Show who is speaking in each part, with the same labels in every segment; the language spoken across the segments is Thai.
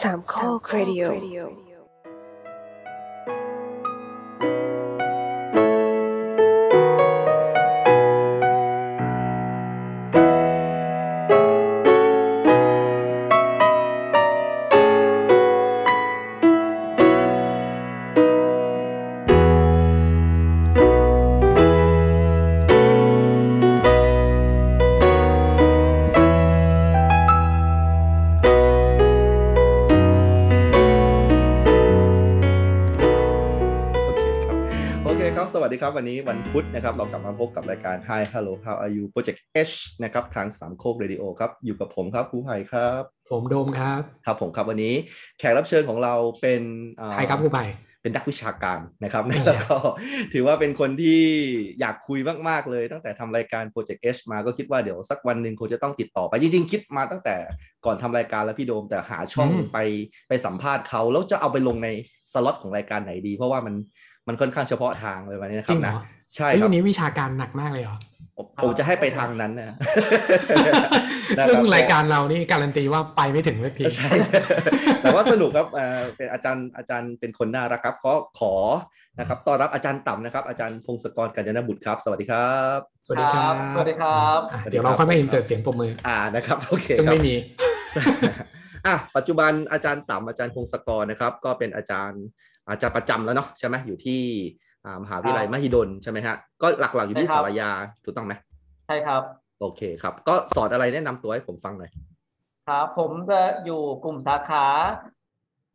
Speaker 1: สามข้อครดิโอ
Speaker 2: โอเคครับโอเคครับ สวัสดีครับ วันนี้วันพุธนะครับ เรากลับมาพบกับรายการ Hi Hello How Are You Project H นะครับ ทางสามโคกเรดิโอครับ อยู่กับผมครับครูไผ่ครับ
Speaker 3: ผมโดมครับ
Speaker 2: ครับผมครับวันนี้แขกรับเชิญของเราเป็นเอ่อ
Speaker 3: ใครครับคุณไผ่
Speaker 2: เป็นนักวิชาการนะครับ
Speaker 3: ใช่
Speaker 2: แล้วก็ถือว่าเป็นคนที่อยากคุยมาก ๆ เลย ตั้งแต่ทำรายการ Project H มาก็คิดว่าเดี๋ยวสักวันหนึ่งคงจะต้องติดต่อไป จริง ๆ คิดมาตั้งแต่ก่อนทำรายการแล้วพี่โดมแต่หาช่อง
Speaker 3: อืม
Speaker 2: ไปไปสัมภาษณ์เขาแล้วจะเอาไปลงในสล็อตของรายการไหนดี เพราะว่ามันมันค่อนข้างเฉพาะทางเลยวันนี้นะค
Speaker 3: จ
Speaker 2: รั
Speaker 3: ริ
Speaker 2: บ
Speaker 3: งเหร
Speaker 2: นะ
Speaker 3: อ
Speaker 2: ใช่
Speaker 3: เฮ้ย
Speaker 2: ครับ
Speaker 3: วันนี้วิชาการหนักมากเลยเหรอ
Speaker 2: ผมจะให้ไปทางนั้นนะ นะครับ
Speaker 3: ซึ่งรายการเรานี่การันตีว่าไปไม่ถึงสักที
Speaker 2: ใช่ แต่ว่าสนุกครับเอ่อเป็นอาจารย์อาจารย์เป็นคนน่ารักครับขอขอนะครับต้อนรับอาจารย์ต่ำนะครับ อาจารย์พงศกรกัญญนบุตรครับ สวัสดีครับ
Speaker 3: สวัสดีครับ
Speaker 4: สวัสดีครับ
Speaker 3: อ่ะเดี๋ยวเราค่อยมาอินเสิร์ตเสียงปรบมือ
Speaker 2: อ่านะครับโอเค
Speaker 3: ซึ่ง
Speaker 2: ครับ
Speaker 3: ไม่มี
Speaker 2: อ่ะปัจจุบันอาจารย์ต่ำอาจารย์พงศกรนะครับ ก็เป็นอาจารย์อาจารย์ประจำแล้วเนาะใช่ไหมอยู่ที่อ่ามหาวิทยาลัย
Speaker 4: ครับ
Speaker 2: มหิดลใช่ไหมฮะก็หลักๆอยู่ที่
Speaker 4: ใช่ครั
Speaker 2: สา
Speaker 4: บ
Speaker 2: รยาถูกต้องไหม
Speaker 4: ใช่ครับ
Speaker 2: โอเคครับ ก็สอนอะไรแนะนำตัวให้ผมฟังหน่อย
Speaker 4: ครับ ผมจะอยู่กลุ่มสาขา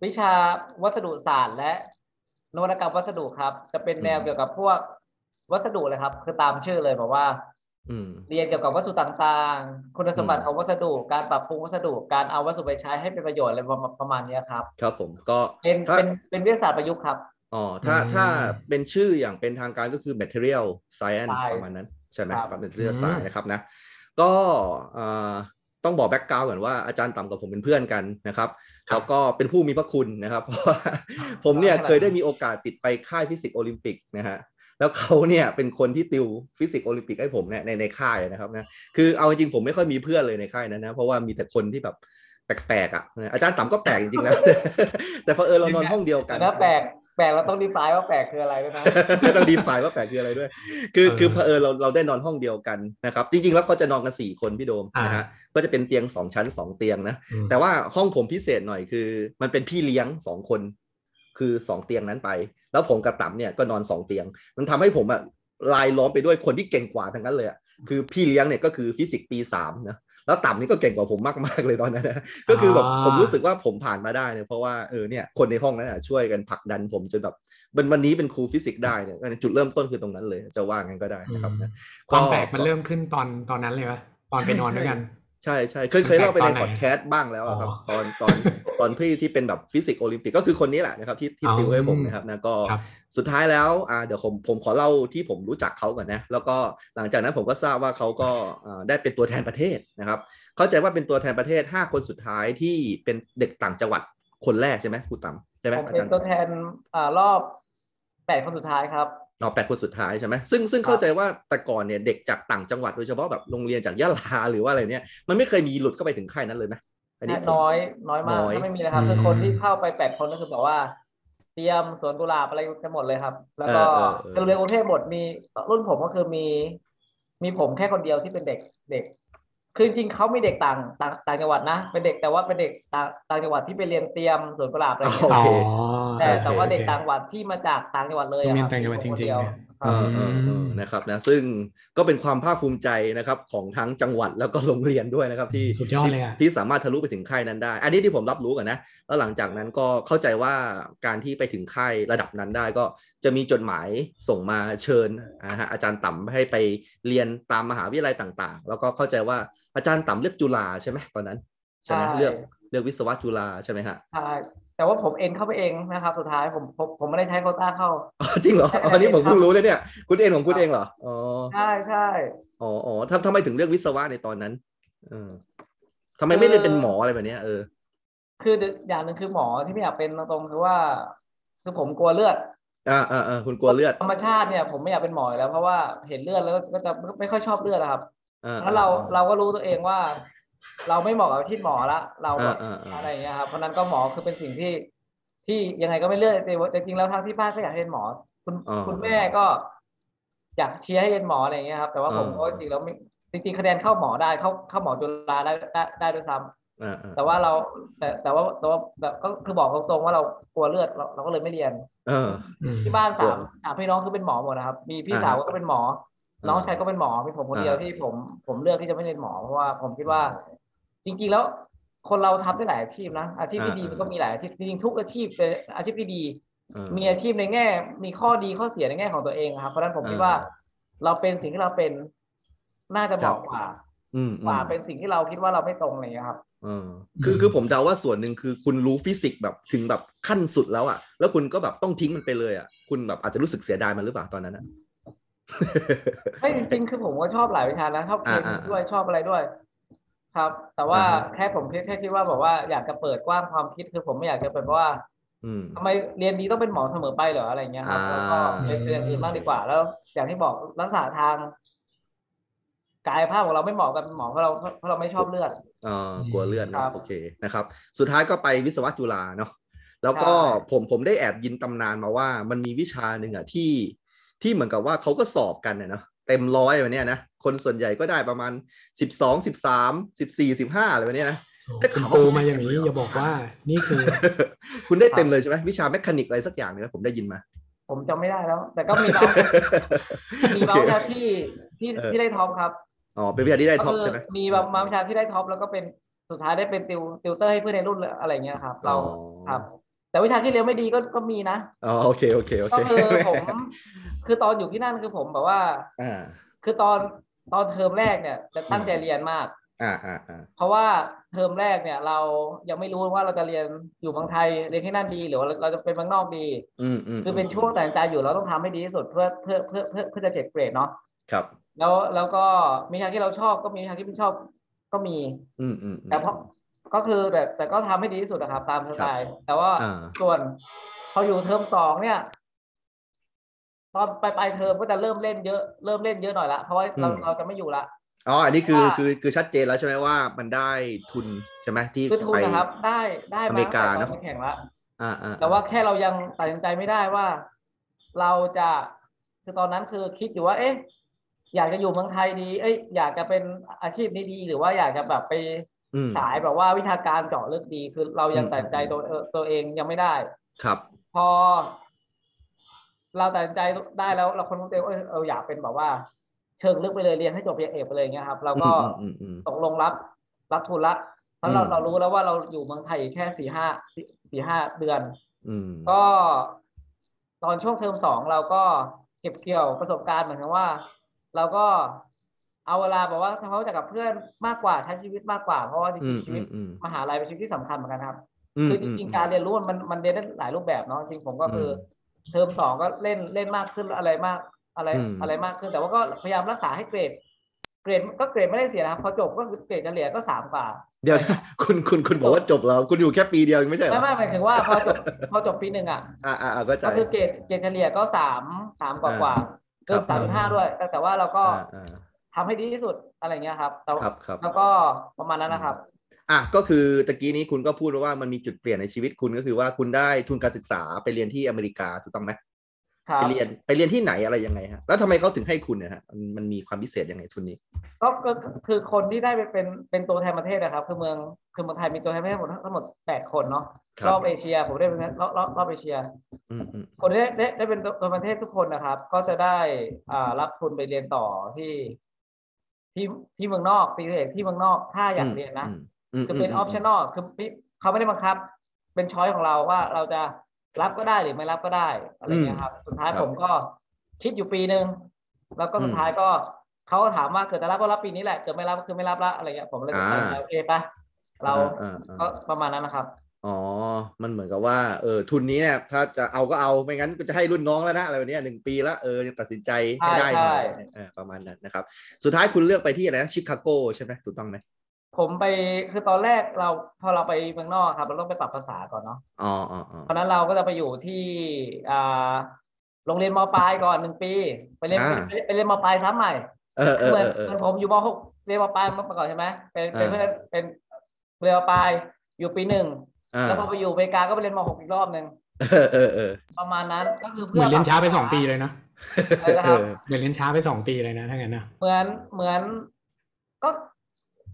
Speaker 4: วิชาวัสดุศาสตร์และนวัตกรรมวัสดุครับ จะเป็นแนวเกี่ยวกับพวกวัสดุเลยครับ คือตามชื่อเลยบอกว่า
Speaker 2: อืม
Speaker 4: เรียนเกี่ยวกับวัสดุต่างๆ คุณสมบั
Speaker 2: อื
Speaker 4: ติ
Speaker 2: ม
Speaker 4: ของวัสดุ การปรับปรุงวัสดุ การเอาวัสดุไปใช้ให้เป็นประโยชน์อะไรประมาณประมาณเนี้ยครับ
Speaker 2: ครับผมก็
Speaker 4: เป็น
Speaker 2: ถ้า
Speaker 4: เป็นเป็นวิทยาศาสตร์ประยุกต์ครับ
Speaker 2: อ๋อ ถ้า
Speaker 3: อืม
Speaker 2: ถ้าเป็นชื่ออย่างเป็นทางการก็คือ material science
Speaker 4: Science
Speaker 2: ประมาณนั้น ใช่ไหม
Speaker 4: ครับ
Speaker 2: ครับ material
Speaker 3: อืม
Speaker 2: science นะครับนะ ก็เอ่อต้องบอกแบ็กกราวด์ก่อนว่าอาจารย์ต่ำกับผมเป็นเพื่อนกันนะครับ
Speaker 3: ครับ
Speaker 2: แล้วก็เป็นผู้มีพระคุณนะครับ เพราะว่าผมเนี่ยเคยได้มีโอกาสติดไปค่ายฟิสิกส์โอลิมปิกนะฮะ แล้วเขาเนี่ยเป็นคนที่ติวฟิสิกส์โอลิมปิกให้ผมเนี่ยในในค่ายนะครับนะ คือเอาจริงๆผมไม่ค่อยมีเพื่อนเลยในค่ายนั้นนะ เพราะว่ามีแต่คนที่แบบแปลกๆอ่ะ อาจารย์ต่ำก็แปลกจริงๆนะ แต่เพอเออเรานอนห้องเดียวกัน
Speaker 4: นะแปลกแปลกเราต้องดีไฟน์ว่าแปลกคืออะไรด้วยนะ
Speaker 2: ต้อง ดีไฟว่าแปลกคืออะไรด้วย คือ
Speaker 3: เออ
Speaker 2: คือเผอิญเราเราได้นอนห้องเดียวกันนะครับ จริงๆ แล้วเขาจะนอนกันสี่คนพี่โดมนะฮะ ก็จะเป็นเตียงสองชั้นสองเตียงนะ
Speaker 3: อืม
Speaker 2: แต่ว่าห้องผมพิเศษหน่อยคือ มันเป็นพี่เลี้ยงสองคน คือสองเตียงนั้นไป แล้วผมกับตั๋มเนี่ยก็นอนสองเตียง มันทำให้ผมอะลายล้อมไปด้วยคนที่เก่งกว่าทั้งนั้นเลยอะคือพี่เลี้ยงเนี่ยก็คือฟิสิกส์ปีสามนะแล้วต่ำนี่ก็เก่งกว่าผมมากๆเลยตอนนั้นนะก็คือแบบ
Speaker 3: อ่า
Speaker 2: ผมรู้สึกว่าผมผ่านมาได้เนี่ยเพราะว่าเออเนี่ยคนในห้องนั้นอะช่วยกันผลักดันผมจนแบบวันวันนี้เป็นครูฟิสิกส์ได้เนี่ยจุดเริ่มต้นคือตรงนั้นเลย จะว่างั้นก็ได้นะครับนะ
Speaker 3: ความแปลกมันเริ่มขึ้นตอนตอนนั้นเลยปะตอนไปนอนด้วยกัน
Speaker 2: ใช่ใช่เคย
Speaker 3: มัน
Speaker 2: เคยเล่าไป
Speaker 3: แปลกตอน
Speaker 2: ใน
Speaker 3: ไหน
Speaker 2: พอดแคสต์บ้างแล้วอะครับ ต
Speaker 3: อ๋
Speaker 2: อ
Speaker 3: อน
Speaker 2: ตอนตอนพี่ที่เป็นแบบฟิสิกส์โอลิมปิกก็คือคนนี้แหละนะครับ ที่ที่
Speaker 3: อ๋อ
Speaker 2: ติวให้ผมนะครับนะก็
Speaker 3: ครับ
Speaker 2: สุดท้ายแล้วอ่าเดี๋ยวผมผมขอเล่าที่ผมรู้จักเขาก่อนนะ แล้วก็หลังจากนั้นผมก็ทราบว่าเขาก็อ่าได้เป็นตัวแทนประเทศนะครับ เข้าใจว่าเป็นตัวแทนประเทศ 5 คนสุดท้ายที่เป็นเด็กต่างจังหวัดคนแรกใช่ไหมครูต๋ำใช่ไหม
Speaker 4: ผม
Speaker 2: อา
Speaker 4: เป็
Speaker 2: จาน รย์
Speaker 4: ตัวแทนอ่ารอบแปดคนสุดท้ายครับ
Speaker 2: อ๋อแปดคนสุดท้ายใช่ไหมซึ่งซึ่งเข้าใจว่าแต่ก่อนเนี่ยเด็กจากต่างจังหวัดโดยเฉพาะแบบโรงเรียนจากยะลาหรือว่าอะไรเนี่ยมันไม่เคยมีหลุดเข้าไปถึงค่ายนั้นเลยไหมอันนี้ผม
Speaker 4: น้อยน้อยมาก
Speaker 2: น้อย
Speaker 4: ถ้าไม่มีนะครับ
Speaker 3: อืม
Speaker 4: คือคนที่เข้าไปแปดคนก็คือแบบว่า เตรียมสวนกุหลาบอะไรกันหมดเลยครับ แล้วก็
Speaker 2: เออเออเออ
Speaker 4: คือโรงเรียนกรุงเทพหมดมีรุ่นผมก็คือมี มีผมแค่คนเดียวที่เป็นเด็กเด็ก คือจริงๆเขามีเด็กต่างต่างต่างจังหวัดนะ เป็นเด็กแต่ว่าเป็นเด็กต่างต่างจังหวัดที่ไปเรียนเตรียมสวนกุหลาบอะไรอย่างเงี้ย
Speaker 2: โอเค
Speaker 3: อ๋อ
Speaker 4: แต่
Speaker 2: โอเค
Speaker 4: แต่ว่าเด็ก
Speaker 3: โอค
Speaker 4: ต่างจังหวัดที่มาจากต่างจังหวัดเลยอะ
Speaker 3: โรงเรียน
Speaker 4: ครั
Speaker 3: ต่างจังหวัดจริงๆ
Speaker 4: มีผมคนเดียว
Speaker 3: เ
Speaker 2: เอบ อ
Speaker 3: นี่ย
Speaker 4: ครั
Speaker 2: เออเออนะครับนะซึ่งก็เป็นความภาคภูมิใจนะครับของทั้งจังหวัดแล้วก็โรงเรียนด้วยนะครับที่
Speaker 3: สุดยอดเลยอะ
Speaker 2: ที่ที่สามารถทะลุไปถึงค่ายนั้นได้ อันนี้ที่ผมรับรู้ก่อนนะ แล้วหลังจากนั้นก็เข้าใจว่าการที่ไปถึงค่ายระดับนั้นได้ก็จะมีจดหมายส่งมาเชิญนะฮะอาจารย์ต่ำให้ไปเรียนตามมหาวิทยาลัยต่าง ๆ แล้วก็เข้าใจว่าอาจารย์ต่ำเลือกจุฬาใช่ไหมตอนนั้นใช่ไหม
Speaker 4: ใช่
Speaker 2: เลือกเลือกวิศวะจุฬาใช่ไหมฮะ
Speaker 4: ใช่แต่ว่าผมเองเข้าไปเองนะครับ สุดท้ายผมผมผมไม่ได้ใช้โควต้าเข้า
Speaker 2: อ๋อจริงเหรออันนี้ผมเพิ่งรู้เลยเนี่ยคุณเองของคุณเองเหรออ๋อ
Speaker 4: ใช่ใช่
Speaker 2: อ๋ออ๋อทำทำไมถึงเลือกวิศวะในตอนนั้น เออทำไมไม่เรียนเป็นหมออะไรแบบเนี้ยเออ
Speaker 4: คืออย่างหนึ่งคือหมอที่ไม่อยากเป็นตรงๆคือว่า คือผมกลัวเลือด
Speaker 2: อ่าอ่าอ่าคุณกลัวเลือด
Speaker 4: ธรรมชาติเนี่ยผมไม่อยากเป็นหมออยู่แล้วเพราะว่าเห็นเลือดแล้วก็จะไม่ค่อยชอบเลือดอะครับ
Speaker 2: อ่า
Speaker 4: แล้วเราเราก็รู้ตัวเองว่า เราไม่เหมาะกับอาชีพหมอละเรา
Speaker 2: อ่าอ่าอ่า
Speaker 4: อะไรอย่างเงี้ยครับเพราะฉะนั้นก็หมอคือเป็นสิ่งที่ที่ยังไงก็ไม่เลือกแต่ว่าแต่จริงแล้วทางที่บ้านก็อยากให้เป็นหมอ คุณ
Speaker 2: อ่า
Speaker 4: คุณแม่ก็ อยากเชียร์ให้เป็นหมออะไรอย่างเงี้ยครับแต่ว่าผม
Speaker 2: อ่า
Speaker 4: ก็จริงๆแล้วไม่จริงๆคะแนนเข้าหมอได้เข้าเข้าหมอจุฬาได้ได้ได้ด้วยซ้ำ
Speaker 2: อ่าอ่า
Speaker 4: แต่ว่าเราแต่แต่ว่าแต่ว่าแบบก็คือบอกตรงๆว่าเรากลัวเลือดเราเราก็เลยไม่เรียน
Speaker 2: เออ
Speaker 3: อืม
Speaker 4: ที่บ้าน
Speaker 2: กลั
Speaker 4: สาว มสามพี่น้องคือเป็นหมอหมดนะครับ มีพี่
Speaker 2: อ่า
Speaker 4: สาวก็เป็นหมอ
Speaker 2: า
Speaker 4: น้องชายก็เป็นหมอมีผมคนเดียว
Speaker 2: อ่า
Speaker 4: ที่ผมผมเลือกที่จะไม่เรียนหมอเพราะว่าผมคิดว่า จริงๆแล้วคนเราทำได้หลายอาชีพนะอาชีพที่ดีมันก็มีหลายอาชีพจริงๆทุกอาชีพเป็นอาชีพที่ดี
Speaker 2: เออ
Speaker 4: มีอาชีพในแง่ มีข้อดีข้อเสียในแง่ของตัวเองครับเพราะฉะนั้นผมคิดว่า
Speaker 2: อ่
Speaker 4: เราเป็นสิ่งที่เราเป็นน่าจะเหมาะ
Speaker 2: ครับ
Speaker 4: กว่า
Speaker 2: อืมอื
Speaker 4: กว่าม เป็นสิ่งที่เราคิดว่าเราไม่ตรงอะไรอย่างเลยครับ
Speaker 2: เออคือคือผมเดาว่าส่วนหนึ่งคือคุณรู้ฟิสิกส์แบบถึงแบบขั้นสุดแล้วอะ่ะ แล้วคุณก็แบบต้องทิ้งมันไปเลยอะ่ะ คุณแบบอาจจะรู้สึกเสียดายมันหรือเปล่าตอนนั้นอะ
Speaker 4: ไม่จริงๆคือผมก็ชอบหลายวิชานะชอบเค
Speaker 2: อ่า
Speaker 4: มี
Speaker 2: อ่า
Speaker 4: ด้วยชอบอะไรด้วย ครับ แต่ว่า
Speaker 2: อ่าฮะ
Speaker 4: แค่ผมคิดแค่คิดว่าแบบว่าอยากจะเปิดกว้างความคิดคือผมไม่อยากจะเป็นว่า
Speaker 2: อืม
Speaker 4: ทำไมเรียนดีต้องเป็นหมอเสมอไปเหรออะไรเงี้ยครับ
Speaker 2: อ่า
Speaker 4: แล้วก็เป็นเรียนอื่นบ้างดีกว่า แล้ว อย่างที่บอกลักษณะทางกายภาพของเราไม่เหมาะกับหมอเพราะเราเพราะเราไม่ชอบเลือด
Speaker 2: เอ่อกลัวเลือด
Speaker 4: ครั
Speaker 2: เนาะ
Speaker 4: บ
Speaker 2: โอเคนะครับ สุดท้ายก็ไปวิศวะจุฬาเนาะแล้วก็
Speaker 4: ใช่
Speaker 2: ผมผมได้แอบยินตำนานมาว่า มันมีวิชาหนึ่งอะที่ที่เหมือนกับว่าเขาก็สอบกันน่ะเนาะเต็มร้อยแบบเนี้ยนะคนส่วนใหญ่ก็ได้ประมาณสิบสองสิบสามสิบสี่สิบห้าอะไรแบบเนี้ยนะ แต่
Speaker 3: คุณ
Speaker 2: ข่าว
Speaker 3: ปู
Speaker 2: ว่าไม่
Speaker 3: มาอย่าง
Speaker 2: เต็
Speaker 3: นี้
Speaker 2: มเลยเหรอ
Speaker 3: อย่าบอกว่า นี่คือ
Speaker 2: คุณได้เต็มเลยใช่ไหมวิชาแมคคานิกอะไรสักอย่างเนี่ยนะผมได้ยินมา
Speaker 4: ผมจำไม่ได้แล้ว แต่ก็มี น้อง มีน้องนะที่ที่
Speaker 2: เออ
Speaker 4: ที่ได้ท็อปครับ
Speaker 2: อ๋อเป็นวิชาที่ได้ท็อป
Speaker 4: ก็คื
Speaker 2: ใช่ไหม
Speaker 4: มีบางบางวิชาที่ได้ท็อปแล้วก็เป็นสุดท้ายได้เป็นติวติวเตอร์ให้เพื่อนในรุ่นเลยอะไรเงี้ยครับ เรา
Speaker 2: อ๋อ
Speaker 4: ครับ แต่วิชาที่เรียนไม่ดีก็ก็มีนะ
Speaker 2: อ๋อโอเคโอเคโอ
Speaker 4: ก็
Speaker 2: เค
Speaker 4: คือผม คือตอนอยู่ที่นั่นคือผมแบบว่า
Speaker 2: อ่า
Speaker 4: คือตอนตอนเทอมแรกเนี่ย จะตั้งใจเรียนมาก
Speaker 2: อ่าอ่าอ่า
Speaker 4: เพราะว่าเทอมแรกเนี่ย เรายังไม่รู้ว่าเราจะเรียนอยู่เมืองไทยเรียนที่นั่นดีหรือว่าเราจะเป็นเมืองนอกดี
Speaker 2: อืมอืม
Speaker 4: คือเป็นช่วงตัดสินใจอยู่เราต้องทำให้ดีที่สุดเพื่อเพื่อเพื่อเพื่อเพื่อจะเก็บเกรดเนาะ
Speaker 2: ครับ
Speaker 4: แล้วแล้วก็มีวิชาที่เราชอบก็มีวิชาที่ไม่ชอบก็มี
Speaker 2: อืมอืมม
Speaker 4: แต่เพราะก็คือแต่แต่ก็ทำให้ดีที่สุดนะครับ ตามสไตล์แต่ว่า
Speaker 2: อ่า
Speaker 4: ส่วนพออยู่เทอมสองเนี่ย ตอนปลายปลายเทอมก็จะเริ่มเล่นเยอะเริ่มเล่นเยอะหน่อยละเพราะว่าเราเราจะไม่อยู่ละ
Speaker 2: อ๋ออันนี้คือ
Speaker 4: ว่า
Speaker 2: คือคือชัดเจนแล้วใช่ไหมว่ามันได้ทุนใช่ไหมที่
Speaker 4: คือทุน
Speaker 2: ไป
Speaker 4: นะครับ ได้ได้
Speaker 2: อ
Speaker 4: มา
Speaker 2: เมริกาเนอะ
Speaker 4: ตั้งแต่ตอไปแข่งละ
Speaker 2: อ่าอ่า
Speaker 4: แต่ว่าแค่เรายังตัดสินใจไม่ได้ว่า เราจะคือตอนนั้นคือคิดอยู่ว่า เอ๊ะ อยากจะอยู่เมืองไทยดี เอ้ยอยากจะเป็นอาชีพนี้ดี หรือว่าอยากจะแบบไป
Speaker 2: อืม
Speaker 4: สายแบบว่าวิชาการเจาะลึกดี คือเรายัง
Speaker 2: อืม
Speaker 4: ตัดสินใจตัวเออตัวเองยังไม่ได้
Speaker 2: ครับ
Speaker 4: พอ เราตัดสินใจได้แล้วเราคนรู้ตัวเองว่าเออเราอยากเป็นแบบว่า เชิงลึกไปเลยเรียนให้จบปริญญาเอกไปเลยอย่างเงี้ยครับเราก็
Speaker 2: อืมอืมอืม
Speaker 4: ตกลงรับรับทุนละเพราะเรา
Speaker 2: อืม
Speaker 4: เรารู้แล้วว่าเราอยู่เมืองไทยอีกแค่สี่ห้าสี่ห้าเดือน
Speaker 2: อืม
Speaker 4: ก็ ตอนช่วงเทอมสองเราก็เก็บเกี่ยวประสบการณ์เหมือนกันว่า เราก็เอาเวลาแบบว่าทำความรู้จักกับเพื่อนมากกว่าใช้ชีวิตมากกว่าเพราะว่าจ
Speaker 2: อื
Speaker 4: ริ
Speaker 2: ม
Speaker 4: งๆชี
Speaker 2: อื
Speaker 4: วิต
Speaker 2: มอืม
Speaker 4: มหาลัยเป็นชีวิตที่สำคัญเหมือนกันครับ
Speaker 2: อืม
Speaker 4: คือจ
Speaker 2: อืม
Speaker 4: ริงๆการเรียนรู้มันมันเรียนได้หลายรูปแบบเนาะจริงผมก็คืออ
Speaker 2: ม
Speaker 4: เทอมสองก็เล่นเล่นมากขึ้นอะไรมากอะไร
Speaker 2: อืม
Speaker 4: อะไรมากขึ้น แต่ว่าก็พยายามรักษาให้เกรด เกรดก็เกรดไม่ได้เสียนะครับพอจบก็คือเกรดเฉลี่ยก็สามกว่า
Speaker 2: เดี๋ยว นะคุณคุณคุณบอกว่าจบแล้ว คุณอยู่แค่ปีเดียวไม่ใช่เหร
Speaker 4: ไม่
Speaker 2: อ
Speaker 4: ไม่หมายถึงว่าพอจบพอจบปีหนึ่งอ่ะ
Speaker 2: อ่าอ่าอ่าก็ใจ
Speaker 4: ก็คือเกรดเกรดเฉลี่ยก็สามสามกว่า
Speaker 2: อ่าก
Speaker 4: ว่าเกือ
Speaker 2: ค
Speaker 4: บ
Speaker 2: รั
Speaker 4: สาม
Speaker 2: บ
Speaker 4: ห้าด้วย แต่แต่ว่าเราก็
Speaker 2: อ่าอ่า
Speaker 4: ทำให้ดีที่สุดอะไรเงี้ยครับแต่ว่า
Speaker 2: ครับครับ
Speaker 4: แล้วก็ประมาณนั้นนะครับ
Speaker 2: อ่ะก็คือตะกี้นี้คุณก็พูดว่ามันมีจุดเปลี่ยนในชีวิตคุณก็คือว่าคุณได้ทุนการศึกษาไปเรียนที่อเมริกาถูกต้องไหม
Speaker 4: ครั
Speaker 2: ไป
Speaker 4: บ
Speaker 2: เรียนไปเรียนที่ไหนอะไรยังไงฮะแล้วทำไมเขาถึงให้คุณเนี่ยฮะมันมันมีความพิเศษยังไงทุนนี้
Speaker 4: ก็ก็คือคนที่ได้ไปเป็นเป็นตัวแทนประเทศนะครับ คือเมืองคือเมืองไทยมีตัวแทนประเทศหมดทั้งหมดแปดคนเนาะ
Speaker 2: ครับ
Speaker 4: รอบเอเชียผมได้เป็นรอบรอบรอบเอเชีย
Speaker 2: อืมอืม
Speaker 4: คนที่ได้ได้ได้เป็นตัวแทนประเทศทุกคนนะครับ ก็จะได้อ่ารับทุนไปเรียนต่อที่ที่ที่เมืองนอกตีเอกที่เมืองนอกถ้าอยากเรียนนะ
Speaker 2: อืมม
Speaker 4: คือเป็นออปชั่นอลคือไม่เขาไม่ได้บังคับ เป็นช้อยของเราว่าเราจะรับก็ได้หรือไม่รับก็ได้อะไรเงี้ยครับ สุดท้ายผมก็คิดอยู่ปีหนึ่งแล้วก็สุดท้ายก็เขาก็ถามว่าเกิดจะรับก็รับปีนี้แหละเกิดไม่รับก็คือไม่รับละอะไรเงี้ยผมเลยตัดสินใจโอเคปะเรา
Speaker 2: อ่อ่อ่า
Speaker 4: ก็ประมาณนั้นนะครับ
Speaker 2: อ๋อ มันเหมือนกับว่า เออ ทุนนี้เนี่ย ถ้าจะเอาก็เอา ไม่งั้นก็จะให้รุ่นน้องแล้วนะ อะไรแบบเนี้ยหนึ่งปีละ เออยังตัดสินใจให้ได้หน่อย
Speaker 4: ใช่ใช่
Speaker 2: เออประมาณนั้นนะครับ สุดท้ายคุณเลือกไปที่อะไรนะ ชิคาโกใช่ไหมถูกต้องไหม
Speaker 4: ผมไปคือตอนแรกเราพอเราไปเมืองนอกครับ เราต้องไปปรับภาษาก่อนเนาะ
Speaker 2: อ๋ออ๋ออ๋อ
Speaker 4: เพราะฉะนั้นเราก็จะไปอยู่ที่อ่าโรงเรียนมปลายก่อนหนึ่งปี ไปเรียนไปไปเรียนมปลายซ้ำใหม่
Speaker 2: เออเออ
Speaker 4: เหมือน
Speaker 2: เออเออ
Speaker 4: เหมือนผมอยู่ม .6 เรียนมปลายเมื่อก่อนใช่ไหมเป็นเป็น
Speaker 2: อ่า
Speaker 4: เพื่อนเป็นเรียนมปลายอยู่ปีหนึ่ง
Speaker 2: อ่า
Speaker 4: แล้วพอไปอยู่อเมริกาก็ไปเรียนม .6 อีกรอบหนึ่ง
Speaker 2: เออเออเออ
Speaker 4: ประมาณนั้นก็คือ
Speaker 3: เห
Speaker 4: เพื่
Speaker 3: มื
Speaker 4: อ
Speaker 3: อนเรียนช้าไป
Speaker 4: ปรับ
Speaker 3: สองปีเลยนะ
Speaker 4: ใช่แล้วครับ
Speaker 3: เหมือนเรียนช้าไปสองปีเลยนะถ้างั้นนะ
Speaker 4: เหมือนเหมือนก็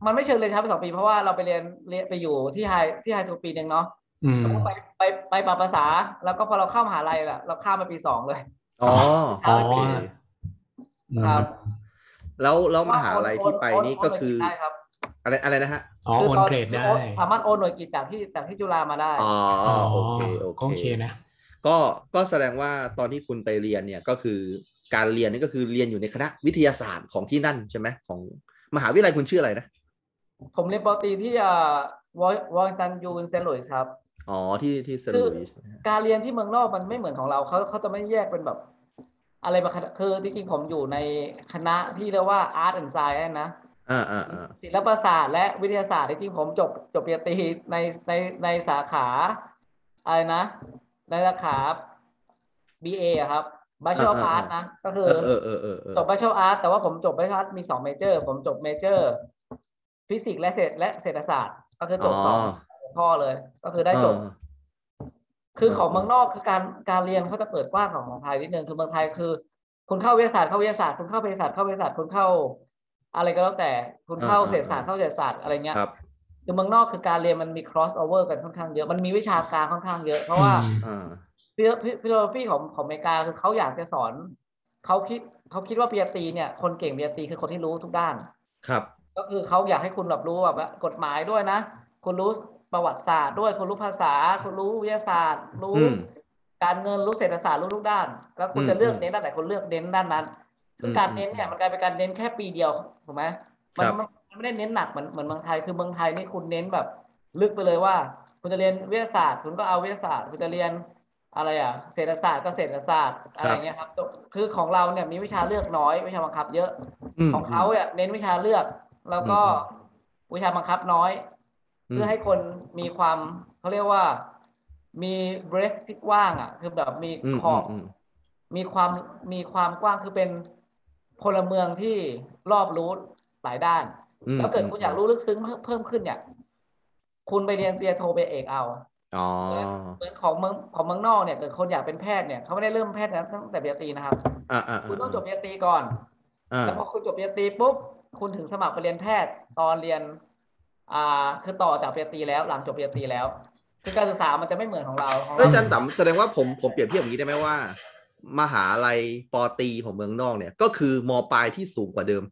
Speaker 4: มันไม่เชิงเรียนช้าไปสองปี เพราะว่าเราไปเรียนเรียนไปอยู่ที่ไฮที่ไฮสคูลปีหนึ่งเนาะ
Speaker 3: อืม
Speaker 4: ไปไปไปปรับภาษา แล้วก็พอเราเข้ามหาลัยแหละเราข้ามมาปีสองเลย
Speaker 2: อ๋อ
Speaker 4: อ๋อ
Speaker 2: โอเค
Speaker 4: ครับ
Speaker 2: แล้วแล้วมหาลัยที่ไปนี่ก็คือ
Speaker 4: โนหน่วยตได้ครับ
Speaker 2: อะไรอะไรนะฮะ
Speaker 3: อ๋อโอนเกรดได้
Speaker 4: โอนสามารถโอนหน่วยกิจจากที่จากที่จุฬามาได้
Speaker 2: อ๋อโอเคโอ
Speaker 3: ก็โอ
Speaker 2: เค
Speaker 3: เคนะ
Speaker 2: ก็ก็แสดงว่าตอนที่คุณไปเรียนเนี่ยก็คือการเรียนนี่ก็คือเรียนอยู่ในคณะวิทยาศาสตร์ของที่นั่นใช่ไหมของมหาวิทยาลัยคุณชื่ออะไรนะ
Speaker 4: ผมเรียนปริญญาตรีที่อ่าวอชิงตันยูนเซนต์หลุยส์ครับ
Speaker 2: อ๋อที่ที่เซนต์หลุยส์ใช่ไหมฮะ
Speaker 4: การเรียนที่เมืองนอกมันไม่เหมือนของเราเขาเขาจะไม่แยกเป็นแบบ อะไรมาคณะคือจริงๆผมอยู่ในคณะที่เรียกว่า Art and Science นะ
Speaker 2: อ่าอ่าอ่า
Speaker 4: ศิลปศาสตร์และวิทยาศาสตร์จริงๆผมจบจบปริญญาตรีในในในสาขาอะไรนะ ในสาขา BA อะครับ Bachelor of Arts นะ ก็คือ
Speaker 2: เออเออเออเออเออ
Speaker 4: จบ Bachelor of Arts แต่ว่าผมจบ Bachelor of Arts มีสองเมเจอร์ ผมจบเมเจอร์ฟิสิกส์และเศรษฐและเศรษฐศาสตร์ ก็คือจ
Speaker 2: อ๋
Speaker 4: บ
Speaker 2: อ
Speaker 4: สองหัวข้อเลย ก็คือได้จบ
Speaker 2: เออ
Speaker 4: คือของเมืองนอกคือการการเรียนเขาจะเปิดกว้างกว่าของเมืองไทยนิดนึงคือเมืองไทยคือ คุณเข้าวิทยาศาสตร์เข้าวิทยาศาสตร์คุณเข้าเภสัชเข้าเภสัชคุณเข้า อะไรก็แล้วแต่คุณเข้า
Speaker 2: อ่าอ่า
Speaker 4: เศรษฐศาสตร์เข้าเศรษฐศาสตร์อะไรเงี้ย
Speaker 2: ครับ
Speaker 4: คือเมืองนอกคือการเรียนมันมี cross over กันค่อนข้างเยอะมันมีวิชาการค่อนข้างเยอะ เพราะว่า
Speaker 2: อ่า
Speaker 4: ฟิโลฟิโลฟีของของอเมริกาคือเขาอยากจะสอนเขาคิดเขาคิดว่าปริญญาตรีเนี่ยคนเก่งปริญญาตรีคือคนที่รู้ทุกด้าน
Speaker 2: ครับ
Speaker 4: ก็คือเขาอยากให้คุณแบบรู้แบบว่ากฎหมายด้วยนะ คุณรู้ประวัติศาสตร์ด้วย คุณรู้ภาษา คุณรู้วิทยาศาสตร์ รู้
Speaker 2: อืม
Speaker 4: การเงินรู้เศรษฐศาสตร์รู้ทุกด้าน แล้วคุณ
Speaker 2: อืม
Speaker 4: จะเลือกเน้นด้านไหนคุณเลือกเน้นด้านนั้นคือการเน้นเนี่ยมันกลายเป็นการเน้นแค่ปีเดียวถูกไหมมั
Speaker 2: ครับ
Speaker 4: มันมันไม่ได้เน้นหนักเหมือนเหมือนเมืองไทยคือเมืองไทยนี่คุณเน้นแบบ ลึกไปเลยว่า คุณจะเรียนวิทยาศาสตร์ คุณก็เอาวิทยาศาสตร์คุณจะเรียนอะไรอ่ะเศรษฐศาสตร์ก็เศรษฐศาสตร์อะไรอย่างเงี้ยครับคือของเราเนี่ยมีวิชาเลือกน้อยวิชาบังคับเยอะ
Speaker 2: ม
Speaker 4: ของเขาเนี่ยเน้นวิชาเลือก แล้วก็วิชาบังคับน้อย
Speaker 2: อืม
Speaker 4: เพื่อให้คนมีความเขาเรียกว่ามี breadth ที่กว้างอ่ะ คือแบบมี
Speaker 2: อืม
Speaker 4: ขอบ
Speaker 2: อืม
Speaker 4: มีความมีความกว้างคือเป็นพลเมืองที่รอบรู้หลายด้าน
Speaker 2: อืม
Speaker 4: แล้วเกิดคุณอยากรู้ลึกซึ้งเพิ่มขึ้นเนี่ย คุณไปเรียนเปียโทไปเอกเอา
Speaker 2: อ๋อ
Speaker 4: เหมือนของเมืองของเมืองนอกเนี่ยเกิดคนอยากเป็นแพทย์เนี่ยเขาไม่ได้เริ่มแพทย์นะตั้งแต่ปริญญาตรีนะครับ
Speaker 2: อ่าอ่า
Speaker 4: คุณต้องจบปริญญาตรีก่อน
Speaker 2: อ่า
Speaker 4: แล้วพอคุณจบปริญญาตรีปุ๊บคุณถึงสมัครไปเรียนแพทย์ตอนเรียน อ่า คือต่อจากปริญญาตรีแล้วหลังจบปริญญาตรีแล้ว คือการศึกษามันจะไม่เหมือนของเราของ
Speaker 2: เอ้ย
Speaker 4: เรา
Speaker 2: อาจารย์ต่ำแสดงว่าผมผมเปรียบเทียบอย่างนี้ได้ไหมว่า มหาลัยปอตรีของเมืองนอกเนี่ย ก็คือมปลายที่สูงกว่าเดิม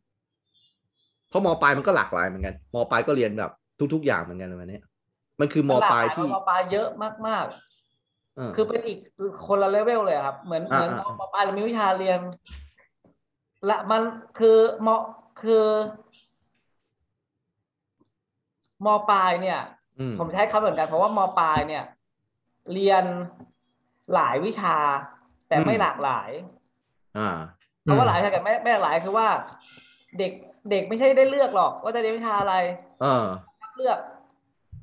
Speaker 2: เพราะมปลายมันก็หลากหลายเหมือนกันมปลายก็เรียนแบบทุก ๆ อย่างเหมือนกันเลยวันนี้มันคือมปลายที่
Speaker 4: มปลายเยอะมาก
Speaker 2: เออ
Speaker 4: ๆ คือเป็นอีกคนละเลเวลเลยครับ เหมือนเห
Speaker 2: อ่า
Speaker 4: มือน
Speaker 2: อ่า
Speaker 4: มปลายเรามีวิชาเรียน ละมันคือมคือมปลายเนี่ย
Speaker 2: ม
Speaker 4: ผมใช้คำเหมือนกันเพราะว่ามปลายเนี่ย เรียนหลายวิชา แต่ไม่หลากหลาย
Speaker 2: อ่า
Speaker 4: คำว่าหลายใช่กับแม่แม่หลายคือว่า เด็กเด็กไม่ใช่ได้เลือกหรอก ว่าจะเรียนวิชาอะไร
Speaker 2: เออ
Speaker 4: เลือก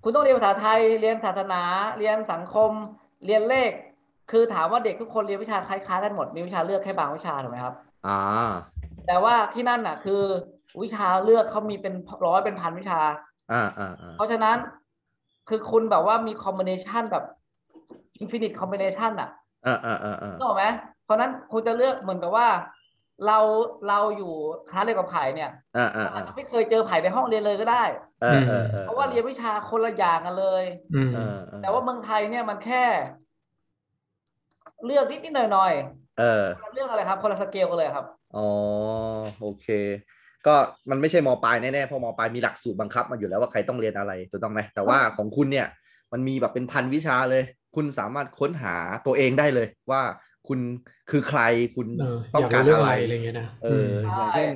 Speaker 4: คุณต้องเรียนภาษาไทย เรียนศาสนา เรียนสังคม เรียนเลข คือถามว่าเด็กทุกคนเรียนวิชาคล้ายๆกันหมดมีวิชาเลือกแค่บางวิชาถูกไหมครับ
Speaker 2: อ่า
Speaker 4: แต่ว่าที่นั่นน่ะ คือ วิชาเลือกเขามีเป็นร้อยเป็นพันวิชา
Speaker 2: อ่าอ่าอ่า
Speaker 4: เพราะฉะนั้นคือคุณแบบว่ามีคอมบิเนชันแบบอินฟินิตคอมบิเนชันอะ
Speaker 2: อ่าอ่าอ่าอ่า
Speaker 4: นึกออกไหมเพราะฉะนั้นคุณจะเลือกเหมือนกับว่า เราเราอยู่คลาสเรียนกับไผ่เนี่ย
Speaker 2: อ่าอ่า
Speaker 4: อาจ
Speaker 2: อ่า
Speaker 4: จะไม่เคยเจอไผ่ในห้องเรียนเลยก็ได้
Speaker 2: เออเออออ
Speaker 4: เพราะว่าเรียนวิชาคนละอย่างกันเลย
Speaker 3: อืม
Speaker 2: เออเออ
Speaker 4: แต่ว่าเมืองไทยเนี่ยมันแค่ เลือกนิดนิดหน่อยหน่อย
Speaker 2: เออ
Speaker 4: ๆเรื่องอะไรครับ คนละสเกลกันเลยครับ
Speaker 2: อ๋อโอเค ก็มันไม่ใช่มปลายแน่ๆเพราะมปลายมีหลักสูตรบังคับมาอยู่แล้วว่าใครต้องเรียนอะไรถูกต้องไหมแต่ว่าของคุณเนี่ย มันมีแบบเป็นพันวิชาเลย คุณสามารถค้นหาตัวเองได้เลยว่าคุณคือใครคุณ
Speaker 3: เออ
Speaker 2: ต้อ
Speaker 3: อง ยาก
Speaker 2: การ
Speaker 3: รู้เรื่อง
Speaker 2: อะ
Speaker 3: อะไร ไรอะไรเงี้ยนะ
Speaker 2: เออ
Speaker 3: ม
Speaker 2: อย่างเช่น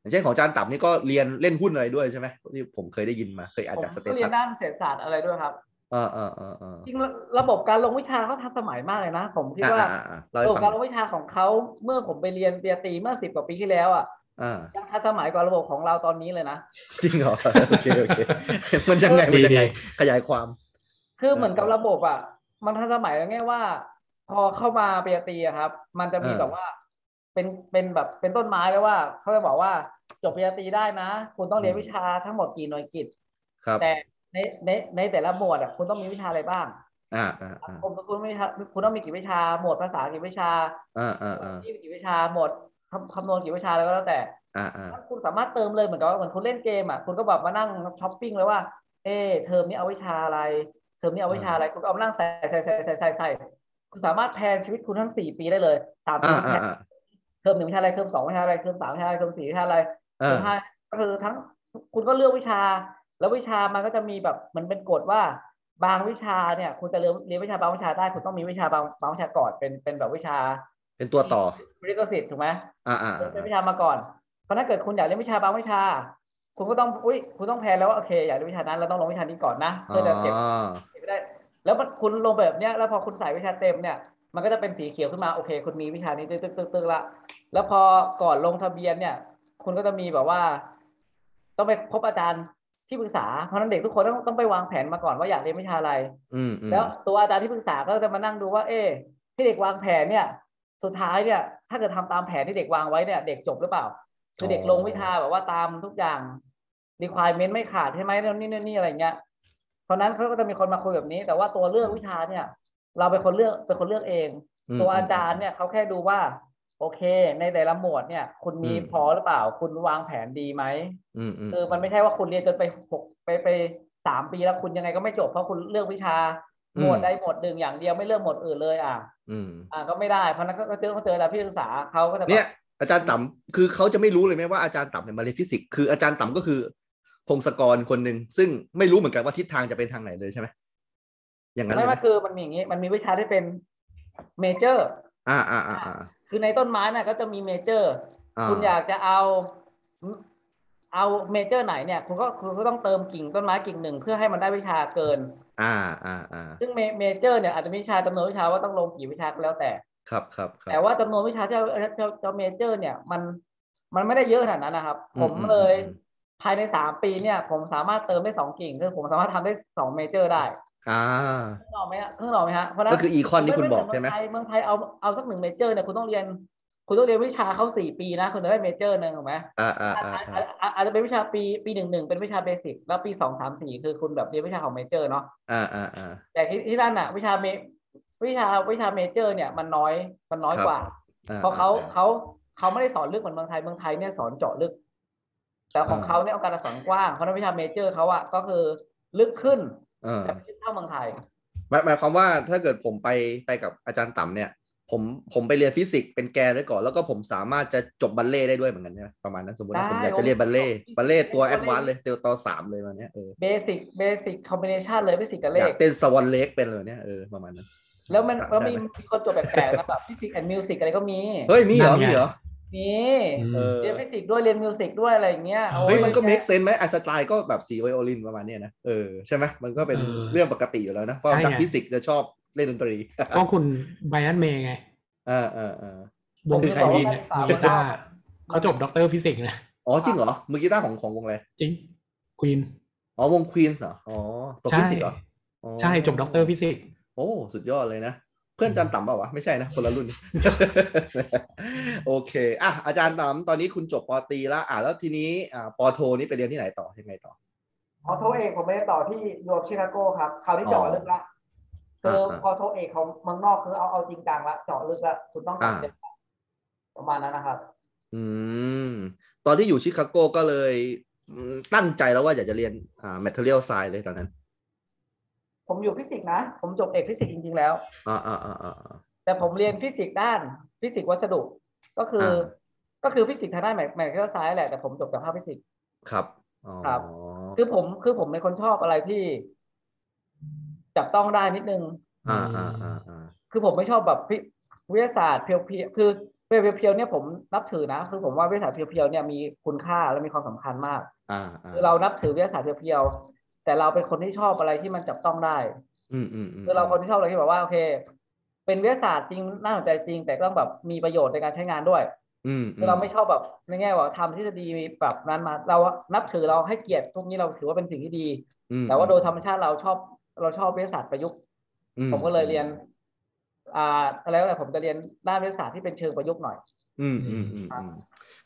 Speaker 2: อย่างเช่นของอาจารย์ต่ำนี่ก็เรียนเล่นหุ้นอะไรด้วยใช่ไหมที่ผมเคยได้ยินมาเคยอ่าน
Speaker 4: ผม
Speaker 2: จากสเต
Speaker 4: ก็เรีย
Speaker 2: ตัส
Speaker 4: นด้านเศรษฐศาสตร์อะไรด้วยครับ
Speaker 2: เออเออเออเออ
Speaker 4: จริงๆระระบบการลงวิชาเขาทันสมัยมากเลยนะ ผมคิดว่า
Speaker 2: อ่าอ่าอ่าเล่า
Speaker 4: ระ
Speaker 2: ให้
Speaker 4: บบ
Speaker 2: ฟัง
Speaker 4: การลงวิชาของเขาเมื่อผมไปเรียนปริญญาตรีเมื่อสิบกว่าปีที่แล้วอ่ะ
Speaker 2: อ่า
Speaker 4: ยังทันสมัยกว่าระบบของเราตอนนี้เลยนะ
Speaker 2: จริงเหรอ โอเคโอเคมันยังไงมันยังไง
Speaker 3: ดี
Speaker 2: ขยายความ
Speaker 4: คือเหมือนกับระบบอ่ะ มันทันสมัยง่ายว่า พอเข้ามาปริญญาตรีอะครับ มันจะมี
Speaker 2: เออ
Speaker 4: แบบว่า เป็นเป็นแบบเป็นต้นไม้เลยว่าเขาจะบอกว่าจบปริญญาตรีได้นะ คุณต้องเรียนวิชาทั้งหมดกี่หน่วยกิจ
Speaker 2: ครับ
Speaker 4: แต่ในในในแต่ละหมวดอะคุณต้องมีวิชาอะไรบ้าง
Speaker 2: อ่าอ่าอ่า
Speaker 4: ผมคุณไม่ทำคุณต้องมีกี่วิชาหมวดภาษากี่วิชา
Speaker 2: อ่าอ่า
Speaker 4: หมว
Speaker 2: อ่า
Speaker 4: ดที่กี่วิชาหมวดคำคำนวณกี่วิชาอะไรก็แล้วแต่
Speaker 2: อ่าอ่า
Speaker 4: ถ้าคุณสามารถเติมเลยเหมือนกับว่าเหมือนคุณเล่นเกมอ่ะคุณก็แบบมานั่งช้อปปิ้งเลยว่า เออเทอมนี้เอาวิชาอะไร เทอมนี้เอาวิชาอะไรคุณก็เอามานั่งใส่ใส่ใส่ใส่ใส่ใส่คุณสามารถแพลนชีวิตคุณทั้งสี่ปีได้เลยสามปี
Speaker 2: อ่า
Speaker 4: แพลน
Speaker 2: อ่า
Speaker 4: เทอมหนึ่งวิชาอะไรเทอมสองวิชาอะไรเทอมสามวิชาอะไรเทอมสี่วิชาอะไรเท
Speaker 2: อ่า
Speaker 4: อมห้าก็คือทั้งคุณก็เลือกวิชา แล้ววิชามันก็จะมีแบบมันเป็นกฎว่าบางวิชาเนี่ยคุณจะเรียนเรียนวิชาบางวิชาได้คุณต้องมีวิชาบางบางวิชาก่อนเป็นเป็นแบบวิชา
Speaker 2: เป็นตัวต่อ
Speaker 4: เรียกสิทธิ์ถูกไหม
Speaker 2: อ่าอ่าอ่า
Speaker 4: เรียนวิชามาก่อน เพราะถ้าเกิดคุณอยากเรียนวิชาบางวิชา คุณก็ต้อง อุ้ย คุณต้องแพลนแล้วว่าโอเค อยากเรียนวิชานั้น เราต้องลงวิชานี้ก่อนนะ
Speaker 2: อ๋
Speaker 4: เพื่อจะเก็บ
Speaker 2: อ
Speaker 4: เก็บได้ แล้วมันคุณลงแบบเนี้ย แล้วพอคุณใส่วิชาเต็มเนี่ย มันก็จะเป็นสีเขียวขึ้นมา โอเค คุณมีวิชานี้ตึ๊กตึ๊กตึ๊กตึ๊กละ แล้วพอก่อนลงทะเบียนเนี่ย คุณก็จะมีแบบว่า ต้องไปพบอาจารย์ที่ปรึกษา เพราะฉะนั้นเด็กทุกคนต้องต้องไปวางแผนมาก่อนว่าอยากเรียนวิชาอะไร
Speaker 2: อืมอืม
Speaker 4: แล้วตัวอาจารย์ที่ปรึกษาก็จะมานั่งดูว่า เอ๊ะที่เด็กวางแผนเนี่ย สุดท้ายเนี่ย ถ้าเกิดทำตามแผนที่เด็กวางไว้เนี่ย เด็กจบหรือเปล่า คือเด็กลงวิชาแบบว่าตามทุกอย่าง requirement ไม่ขาดใช่ไหมนั่นนี่นั่นนี่อะไรเงี้ย เพราะฉะนั้นเขาก็จะมีคนมาคุยแบบนี้ แต่ว่าตัวเลือกวิชาเนี่ย เราเป็นคนเลือกเป็นคนเลือกเอง
Speaker 2: ม
Speaker 4: ตัวอาจารย์เนี่ยเขาแค่ดูว่า โอเค ในแต่ละหมวดเนี่ย คุณมี
Speaker 2: อืม
Speaker 4: พอหรือเปล่า คุณวางแผนดีไหม
Speaker 2: อืมอืม
Speaker 4: คือมันไม่ใช่ว่าคุณเรียนจนไปหกไปไปสามปีแล้วคุณยังไงก็ไม่จบเพราะคุณเลือกวิชาหมวดใดหมวดหนึ่งอย่างเดียวไม่เลือกหมวดอื่นเลยอ่ะ
Speaker 2: อืม
Speaker 4: อ่ะก็ไม่ได้เพราะฉะนั้นก็ก็เจอเขาเจอแล้วพี่ศึกษาเขาก็จะแบบ
Speaker 2: เนี่ยอาจารย์ต่ำคือเขาจะไม่รู้เลยไหมว่าอาจารย์ต่ำเนี่ยมาเรียนฟิสิกส์คืออาจารย์ต่ำก็คือ พงศกรคนหนึ่งซึ่งไม่รู้เหมือนกันว่าทิศทางจะเป็นทางไหนเลยใช่ไหมอย่างนั้นเล
Speaker 4: ไม่
Speaker 2: ยไหม
Speaker 4: ไม่คือมันมีอย่างนี้มันมีวิชาที่เป็นเมเจอร์
Speaker 2: อ่าอ่าอ่าอ่า
Speaker 4: คือในต้นไม้น่ะก็จะมีเมเจอร์
Speaker 2: อ่า
Speaker 4: คุณอยากจะเอา เอาเมเจอร์ไหนเนี่ยคุณก็คุณก็ต้องเติมกิ่งต้นไม้กิ่งหนึ่งเพื่อให้มันได้วิชาเกิน
Speaker 2: อ่าอ่าอ่า
Speaker 4: ซึ่งเมเจอร์เนี่ยอาจจะมีวิชาจำนวนวิชาว่าต้องลงกี่วิชาก็แล้วแต่
Speaker 2: ครับครับครับ
Speaker 4: แต่ว่าจำนวนวิชาที่เราเราเราเมเจอร์เนี่ยมันมันไม่ได้เยอะขนาดนั้นนะครับ
Speaker 2: อืม
Speaker 4: ผม
Speaker 2: อืม
Speaker 4: เลย
Speaker 2: อืม
Speaker 4: ภายในสามปีเนี่ย ผมสามารถเติมได้สองกิ่งคือผมสามารถทำได้สองเมเจอร์ได้
Speaker 2: อ่า
Speaker 4: เพิ่งออกไหมฮะเพิ่งออกไหมฮะเพราะฉะนั้น
Speaker 2: ก็คืออีคอนที่คุณบอกใช่ไหม
Speaker 4: เองทยเมืองไทยเอาเอาสักหนึ่งเมเจอร์เนี่ยคุณต้องเรียน คุณต้องเรียนวิชาเข้าสี่ปีนะ คุณจะได้เมเจอร์หนึ่งถูกไหม
Speaker 2: อ่าอ่า
Speaker 4: อาจ
Speaker 2: อ่า
Speaker 4: อาจ
Speaker 2: อ่า
Speaker 4: อาจอาจอาจจะเป็นวิชาปีปีหนึ่งหนึ่งเป็นวิชาเบสิกแล้วปีสองสามสี่คือคุณแบบเรียนวิชาของเมเจอร์เนาะ
Speaker 2: อ่าอ่าอ่า
Speaker 4: แต่ที่ที่นั่นอะวิชาเมวิชาวิชาเมเจอร์เนี่ยมันน้อยมันน้อย
Speaker 2: ครับ
Speaker 4: กว่า
Speaker 2: อ่
Speaker 4: เพราะเขาเขาเขาไม่ได้สอนลึกเหมือนเมืองไทยเมืองไทยเนี่ยสอนเจาะลึก แต่ของเขาเนี่ยเอาการสอนกว้างเพราะฉะนักวิชาเมเจอร์เขาอะก็คือลึกขึ้น
Speaker 2: เออ
Speaker 4: แต่ไม่ลึกเท่าเมืองไทย
Speaker 2: หมายหมายความว่าถ้าเกิดผมไปไปกับอาจารย์ต่ำเนี่ย ผมผมไปเรียนฟิสิกส์เป็นแกนไว้ก่อน แล้วก็ผมสามารถจะจบบัลเล่ต์ได้ด้วยเหมือนกันใช่ไหมประมาณนั้นสมมติ
Speaker 4: ได้
Speaker 2: นะผมอยากจะเรียนบัลเล่ต์
Speaker 4: โอ้ย
Speaker 2: บัลเล่ต์ตัวแอดวานซ์เลยเตียวต่อสามเลยมาเนี้ยเออ
Speaker 4: เบสิกเบสิกคอมบิเนชันเลยฟิสิกส์กับเล
Speaker 2: อยาก
Speaker 4: ข
Speaker 2: เต้นสวอนเล็กเป็นเลยเนี่ยเออประมาณนั้น
Speaker 4: แล้วมันแล้ว
Speaker 2: ได้
Speaker 4: มี
Speaker 2: ไห
Speaker 4: มีคนจบแปลกๆนะแบบฟิสิกส์แอนด์มิวสิกอะไรก็มี
Speaker 2: เฮ้ยมีเหรอ
Speaker 3: นั่นไง
Speaker 2: มีเหรอ
Speaker 4: มี
Speaker 2: เออ
Speaker 4: เรียนฟิสิกส์ด้วยเรียนมิวสิกด้วยอะไรอย่างเงี้ย
Speaker 2: เฮ้ย
Speaker 4: โอ้
Speaker 2: มันก็เมคเซนไหมไอสไตล์ก็แบบสีไวโอลินประมาณเนี้ยนะเออใช่ไหมมันก็เป็น
Speaker 3: เออ
Speaker 2: เรื่องปกติอยู่แล้วนะเพราะ
Speaker 3: ใช่ไง
Speaker 2: นักฟิสิกส์จะชอบเล่นดนตรี
Speaker 3: ก็คุณไบรอันเมย์ไง
Speaker 2: เออเออเออ
Speaker 3: วง
Speaker 2: คือใคร
Speaker 3: เกาหลี
Speaker 2: ดี
Speaker 3: เนี่ยมือกีตาร์เขาจบด็อกเตอร์ฟิสิกส์นะ
Speaker 2: อ๋อจริงเหรอมือกีตาร์ของของวงอะไร
Speaker 3: จริงควีน
Speaker 2: อ๋อวงควีนส์เหรออ๋อตัว
Speaker 3: ใช่
Speaker 2: ฟิสิกส์เหรอ อ๋อ
Speaker 3: ใช่จบด็อกเตอร์ฟิสิกส์
Speaker 2: โอ้ สุดยอดเลยนะ เพื่อนอาจารย์ต่ำเปล่าวะ ไม่ใช่นะ คนละรุ่น โอเค อ่ะ อาจารย์ต่ำตอนนี้คุณจบปอตรีแล้ว อ่ะ แล้วทีนี้อ่าปอโทนี่ไปเรียนที่ไหนต่อยังไงต่อ
Speaker 4: พอโทเอกผมไม่ได้ต่อที่รวมชิคาโก้ครับคราวนี้เจาะลึกละคือพอโทเอกของเมืองนอกคือเอาเอาจริงจังละเจาะลึกละคุณต้องตัดเด็ดละประมาณนั้นนะครับ
Speaker 2: อืม ตอนที่อยู่ชิคาโกก็เลยอืมตั้งใจแล้วว่าอยากจะเรียนอ่า material science เลยตอนนั้น
Speaker 4: ผมอยู่ฟิสิกส์นะ ผมจบเอกฟิสิกส์จริง ๆ แล้ว
Speaker 2: อ่าอ่าอ่าอ่าอ่า
Speaker 4: แต่ผมเรียนฟิสิกส์ด้านฟิสิกส์วัสดุ ก็คือ
Speaker 2: อ่า
Speaker 4: ก็คือฟิสิกส์ทางด้านแมทแมทเทียลไซส์แหละ แต่ผมจบจากภาคฟิสิกส์
Speaker 2: ครับ อ๋อ
Speaker 4: ครับ คือผมคือผมเป็นคนชอบอะไรที่ จับต้องได้นิดนึง
Speaker 2: อ่าอ่าอ่าอ่า
Speaker 4: คือผมไม่ชอบแบบพิวิทยาศาสตร์เพียวๆคือเพียวๆเนี่ยผมนับถือนะ คือผมว่าวิทยาศาสตร์เพียวๆเนี่ยมีคุณค่าและมีความสำคัญมาก
Speaker 2: อ่า
Speaker 4: คือเรานับถือวิทยาศาสตร์เพียวๆแต่เราเป็นคนที่ชอบอะไรที่มันจับต้องได้
Speaker 2: อืมอืมอืม
Speaker 4: คือเราคนที่ชอบอะไรที่แบบว่าโอเค เป็นวิทยาศาสตร์จริงน่าสนใจจริง แต่ก็ต้องแบบมีประโยชน์ในการใช้งานด้วย
Speaker 2: อืม
Speaker 4: คือเราไม่ชอบแบบในแง่ว่าทำทฤษฎีแบบนั้นมา เรานับถือเราให้เกียรติพวกนี้เราถือว่าเป็นสิ่งที่ดี
Speaker 2: อืม
Speaker 4: แต่ว่าโดยธรรมชาติเราชอบเราชอบวิทยาศาสตร์ประยุกต์
Speaker 2: อื
Speaker 4: ผมก็เลยเรียน อ่าอะไรก็แต่ผมจะเรียนด้านวิทยาศาสตร์ที่เป็นเชิงประยุกต์หน่อย
Speaker 2: อืมอืมอืมอืม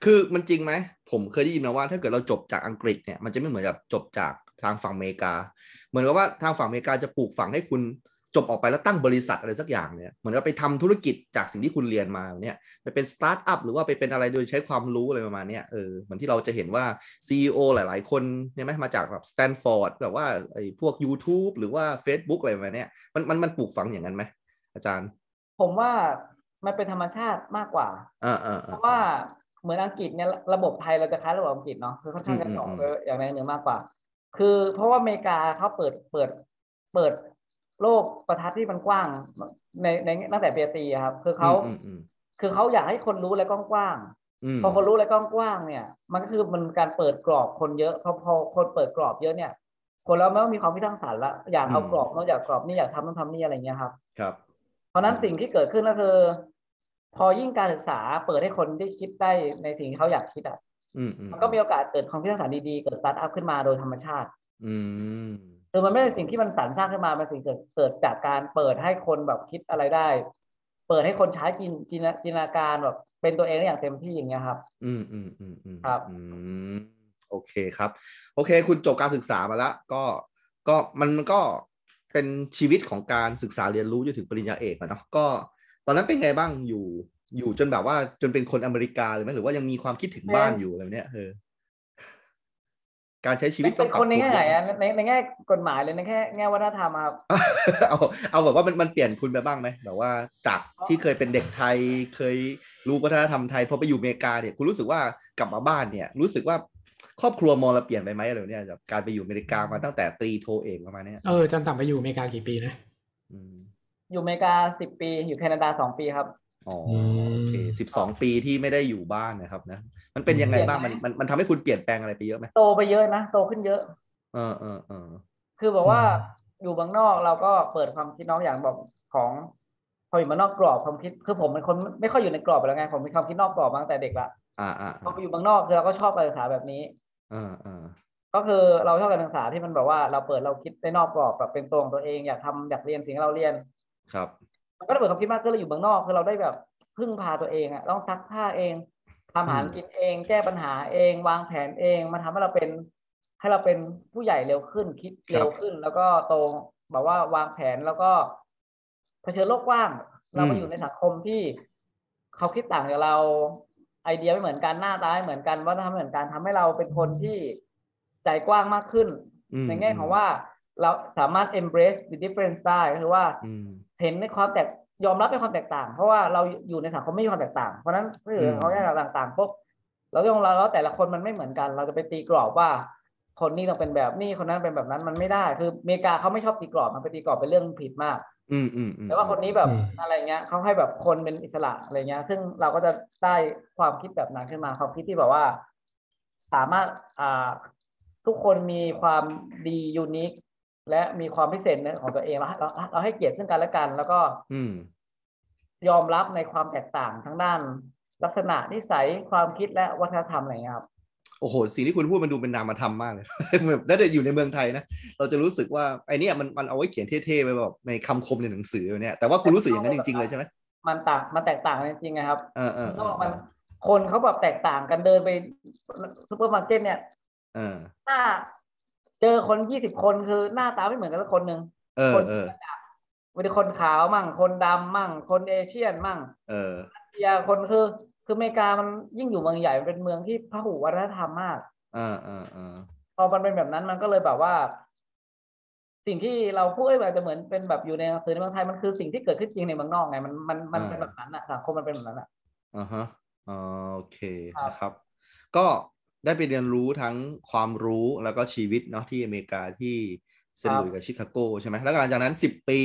Speaker 2: คือมันจริงไหม ผมเคยได้ยินมาว่าถ้าเกิดเราจบจากอังกฤษเนี่ยมันจะไม่เหมือนกับจบจากทางฝั่งอเมริกา เหมือนกับว่าทางฝั่งอเมริกาจะปลูกฝังให้คุณจบออกไปแล้วตั้งบริษัทอะไรสักอย่างเนี่ยเหมือนกับไปทำธุรกิจจากสิ่งที่คุณเรียนมาเนี่ยไปเป็นสตาร์ทอัพหรือว่าไปเป็นอะไรโดยใช้ความรู้อะไรประมาณเนี้ยเออเหมือนที่เราจะเห็นว่า CEO หลาย ๆ คนเนี่ยไหมมาจากแบบสแตนฟอร์ดแบบว่าไอ้พวก YouTube หรือว่า Facebook อะไรประมาณเนี้ยมันมันมันปลูกฝังอย่างนั้นไหมอาจารย์
Speaker 4: ผมว่ามันเป็นธรรมชาติมากกว่า
Speaker 2: อ่าอ่า
Speaker 4: เพ
Speaker 2: อ่า
Speaker 4: ราะว่าเหมือนอังกฤษเนี่ยระบบไทยเราจะคล้ายระบบอังกฤษเนาะคือค่อนข้างจะ
Speaker 2: อืม
Speaker 4: สอง
Speaker 2: อืม
Speaker 4: เอออย่างใดอย่างหนึ่งมากกว่า คือเพราะว่าอเมริกาเขาเปิดเปิดเปิดโลกประทัดที่มันกว้างในในตั้งแต่เปียตีอะครับ คือเขา
Speaker 2: อืมอืม
Speaker 4: คือเขาอยากให้คนรู้อะไรกว้างๆ
Speaker 2: อืม
Speaker 4: พอคนรู้อะไรกว้างๆเนี่ย มันก็คือมันการเปิดกรอบคนเยอะพอพอคนเปิดกรอบเยอะเนี่ย คนเราไม่ต้องมีความคิดสร้างสรรค์ละอยากเอากรอบโน้นอยากกรอบนี่อยากทำโน้นทำนี่อะไรเงี้ยครับ
Speaker 2: ครับ
Speaker 4: เพราะฉะนั้นสิ่งที่เกิดขึ้นก็คือ พอยิ่งการศึกษาเปิดให้คนได้คิดได้ในสิ่งที่เขาอยากคิดอ่ะ
Speaker 2: อืมอืม
Speaker 4: มันก็มีโอกาสเกิดความคิดสร้างสรรค์ดีๆเกิดสตาร์ทอัพขึ้นมาโดยธรรมชาติ
Speaker 2: อืม
Speaker 4: คือมันไม่ใช่สิ่งที่มันสรรสร้างขึ้นมามันสิ่งเกิดเกิดจากการเปิดให้คนแบบคิดอะไรได้ เปิดให้คนใช้จินจินตนาจินตนาการแบบเป็นตัวเองได้อย่างเต็มที่อย่างเงี้ยครับ
Speaker 2: อืมอืมอืมอืม
Speaker 4: ครับ
Speaker 2: อืมโอเคครับ โอเค คุณจบการศึกษามาแล้วก็ก็มันก็เป็นชีวิตของการศึกษาเรียนรู้จนถึงปริญญาเอกอะเนาะก็ ตอนนั้นเป็นไงบ้างอยู่อยู่จนแบบว่าจนเป็นคนอเมริกาเลยไหมหรือว่ายังมีความคิดถึงบ้านอยู่อะไรแบบเนี้ยเออการใช้ชีวิตต้
Speaker 4: เป็
Speaker 2: อง
Speaker 4: น
Speaker 2: ปรับ
Speaker 4: คนใน
Speaker 2: ตัว
Speaker 4: แง่ไหนอะในในแง่กฎหมายเลยในแง่แง่วัฒนธรรมอะครับ
Speaker 2: เอาเอาแบบว่ามันมันเปลี่ยนคุณไปบ้างไหมแบบว่าจากที่เคยเป็นเด็กไทยเคยรู้วัฒนธรรมไทยพอไปอยู่อเมริกาเนี่ย คุณรู้สึกว่ากลับมาบ้านเนี่ย รู้สึกว่าครอบครัวมองเราเปลี่ยนไปไหมอะไรแบบเนี้ยจากการไปอยู่อเมริกามาตั้งแต่ตรีโทเอกประมาณเนี้ย
Speaker 3: เออจันต่ำไปอยู่อเมริกากี่ปีนะ
Speaker 2: อืม
Speaker 4: อยู่อเมริกาสิบปี อยู่แคนาดาสองปีครับ
Speaker 2: อ๋อโอเคสิบสองปีที่ไม่ได้อยู่บ้านนะครับนะมันเป็นยังไงบ้างมันมันมันทำให้คุณเปลี่ยนแปลงอะไรไปเยอะไหม
Speaker 4: โตไปเยอะนะ โตขึ้นเยอะ
Speaker 2: เออเออเออ
Speaker 4: คือแบบว่า
Speaker 3: อื
Speaker 4: อยู่เมืองนอกเราก็เปิดความคิดน้องอย่างบอกของ พออยู่เมืองนอกกรอบความคิดคือผมเป็นคนไม่ค่อยอยู่ในกรอบอยู่แล้วไงผมมีความคิดนอกกรอบมาตั้งแต่เด็กละ
Speaker 2: อ่าอ่า
Speaker 4: พอไปอยู่เมืองนอกคือเราก็ชอบการศึกษาแบบนี้
Speaker 2: อ่าอ่า
Speaker 4: ก็คือเราชอบการศึกษาที่มันแบบว่าเราเปิดเราคิดได้นอกกรอบแบบเป็นตัวของตัวเองอยากทำอยากเรียนสิ่งที่เราเรียน
Speaker 2: ครับ
Speaker 4: มันก็ระเบิดความคิดมากขึ้นเราอยู่เมืองนอกคือเราได้แบบพึ่งพาตัวเองอะต้องซักผ้าเองทำอาหาร
Speaker 2: อืม
Speaker 4: กินเอง แก้ปัญหาเองวางแผนเองมันทำให้เราเป็น ให้เราเป็นผู้ใหญ่เร็วขึ้น คิดเร็วขึ้น แล้วก็โตแบบว่าวางแผนแล้วก็เผชิญโลกกว้าง เรามาอยู่ในสังคมที่เขาคิดต่างจากเราไอเดียไม่เหมือนกันหน้าตาไม่เหมือนกันวัฒนธรรมไม่เหมือนกันทำให้เราเป็นคนที่ใจกว้างมากขึ้น
Speaker 2: อืม
Speaker 4: ในแง่ของว่าเราสามารถ embrace the difference ได้ก็คือว่า
Speaker 2: อืม
Speaker 4: เห็นในความแตกยอมรับในความแตกต่าง เพราะว่าเราอยู่ในสังคมไม่มีความแตกต่าง เพราะฉะนั้นถ้าเกิ
Speaker 2: อื
Speaker 4: ด
Speaker 2: ม
Speaker 4: เขาแตกต่างๆปุ๊บเราต้องเราแล้วแต่ละคนมันไม่เหมือนกัน เราจะไปตีกรอบว่า คนนี้ต้องเป็นแบบนี้คนนั้นเป็นแบบนั้นมันไม่ได้คืออเมริกาเขาไม่ชอบตีกรอบมันไปตีกรอบเป็นเรื่องผิดมาก
Speaker 2: อืมอืมอืม
Speaker 4: แต่ว่าคนนี้แบบ
Speaker 3: อืม
Speaker 4: อะไรเงี้ยเขาให้แบบคนเป็นอิสระอะไรเงี้ย ซึ่งเราก็จะได้ความคิดแบบนั้นขึ้นมาความคิดที่แบบว่า สามารถอ่าทุกคนมีความดียูนิคและมีความพิเศษในของตัวเองเราเราเราให้เกียรติซึ่งกันและกัน แล้วก็
Speaker 2: อืม
Speaker 4: ยอมรับในความแตกต่างทั้งด้าน ลักษณะนิสัยความคิดและวัฒนธรรมอะไรเงี้ยครับ
Speaker 2: โอ้โห สิ่งที่คุณพูดมันดูเป็นนามธรรมมากเลย แบบน่าจะอยู่ในเมืองไทยนะ เราจะรู้สึกว่าไอเนี้ยมันมันเอาไว้เขียนเท่ๆไปแบบในคำคมในหนังสือเนี่ย แต่ว่าคุณรู้สึกอย่างนั้นจริงๆเลยใช่ไหม
Speaker 4: มันต่างมันแตกต่างกันจริงๆนะครับ
Speaker 2: เออเออเอ
Speaker 4: ก็
Speaker 2: อ
Speaker 4: มันคนเขาแบบแตกต่างกันเดินไปซูเปอร์มาร์เก็ตเนี่ย
Speaker 2: เออ
Speaker 4: หน้า เจอคนยี่สิบคนคือหน้าตาไม่เหมือนกันละคนหนึ่ง
Speaker 2: เออเออ
Speaker 4: มีคนขาวมั่ง คนดำมั่ง คนเอเชียนมั่ง
Speaker 2: เออ
Speaker 4: เอียคนคือคืออเมริกามันยิ่งอยู่เมืองใหญ่มันเป็นเมืองที่พหุวัฒนธรรมมาก
Speaker 2: เออเออเออ
Speaker 4: พอมันเป็นแบบนั้นมันก็เลยแบบว่า สิ่งที่เราพูดแบบจะเหมือนเป็นแบบอยู่ในหนังสือในเมืองไทยมันคือสิ่งที่เกิดขึ้นจริงในเมืองนอกไงมันมันมัน
Speaker 2: อ่า
Speaker 4: เป็นแบบนั้นอะสังคมมันเป็นแบบนั้นอะ
Speaker 2: อ่าฮะอ่าโอเค
Speaker 4: ครับ
Speaker 2: นะครับ ก็ได้ไปเรียนรู้ทั้งความรู้แล้วก็ชีวิตเนาะที่อเมริกาที่เซนต์หลุยส์กับชิคาโกใช่ไหมแล้วหลังจากนั้น 10 ปี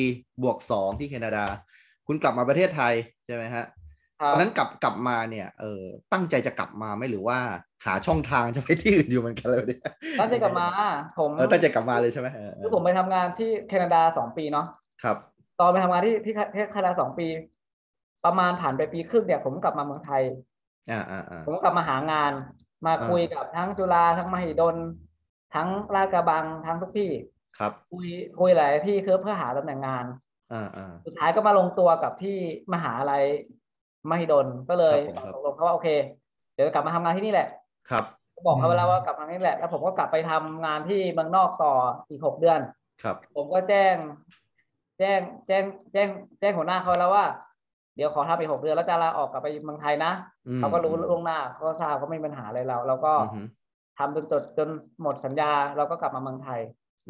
Speaker 2: บวก 2 ที่แคนาดา คุณกลับมาประเทศไทยใช่ไหมฮะ
Speaker 4: ครับ
Speaker 2: ตอนนั้นกลับกลับมาเนี่ยเออตั้งใจจะกลับมาไหมหรือว่าหาช่องทางจะไปที่อื่นอยู่เหมือนกันเลยเนี่ย
Speaker 4: ตั้งใจกลับมา ผม
Speaker 2: เออตั้งใจกลับมาเลยใช่ไหมเออเอ
Speaker 4: คือ
Speaker 2: อ
Speaker 4: ผมไปทำงานที่แคนาดาสองปีเนาะ
Speaker 2: ครับ
Speaker 4: ตอนไปทำงานที่ที่ที่แคนาดาสองปี ประมาณผ่านไปปีครึ่งเนี่ยผมกลับมาเมืองไทย
Speaker 2: อ่าอ่าอ่า
Speaker 4: ผมกลับมาหางาน มา
Speaker 2: อ่า
Speaker 4: คุยกับทั้งจุฬาทั้งมหิดลทั้งลาดกระบังทั้งทุกที่
Speaker 2: ครับ
Speaker 4: คุยคุยหลายที่คือเพื่อหาตำแหน่งงาน
Speaker 2: อ่าอ่า
Speaker 4: สุดท้ายก็มาลงตัวกับที่มหาลัย มหิดลก็เลย
Speaker 2: ครับผมครับ
Speaker 4: ตกลงเขาว่าโอเค เดี๋ยวกลับมาทำงานที่นี่แหละ
Speaker 2: ครับ
Speaker 4: บอกเขา
Speaker 3: อืม
Speaker 4: แล้วว่ากลับมาที่นี่แหละ แล้วผมก็กลับไปทำงานที่เมืองนอกต่ออีกหกเดือน
Speaker 2: ครับ
Speaker 4: ผมก็แจ้ง แจ้งแจ้งแจ้งแจ้งหัวหน้าเขาแล้วว่า เดี๋ยวขอทำไปหกเดือนแล้วจะลาออกกลับไปเมืองไทยนะ
Speaker 2: อืม
Speaker 4: เขาก็รู้ล่วงหน้าเขาก็ทราบก็ไม่มีปัญหาอะไรเราเราก็
Speaker 2: อือฮึ
Speaker 4: ทำจนจดจนหมดสัญญาเราก็กลับมาเมืองไทย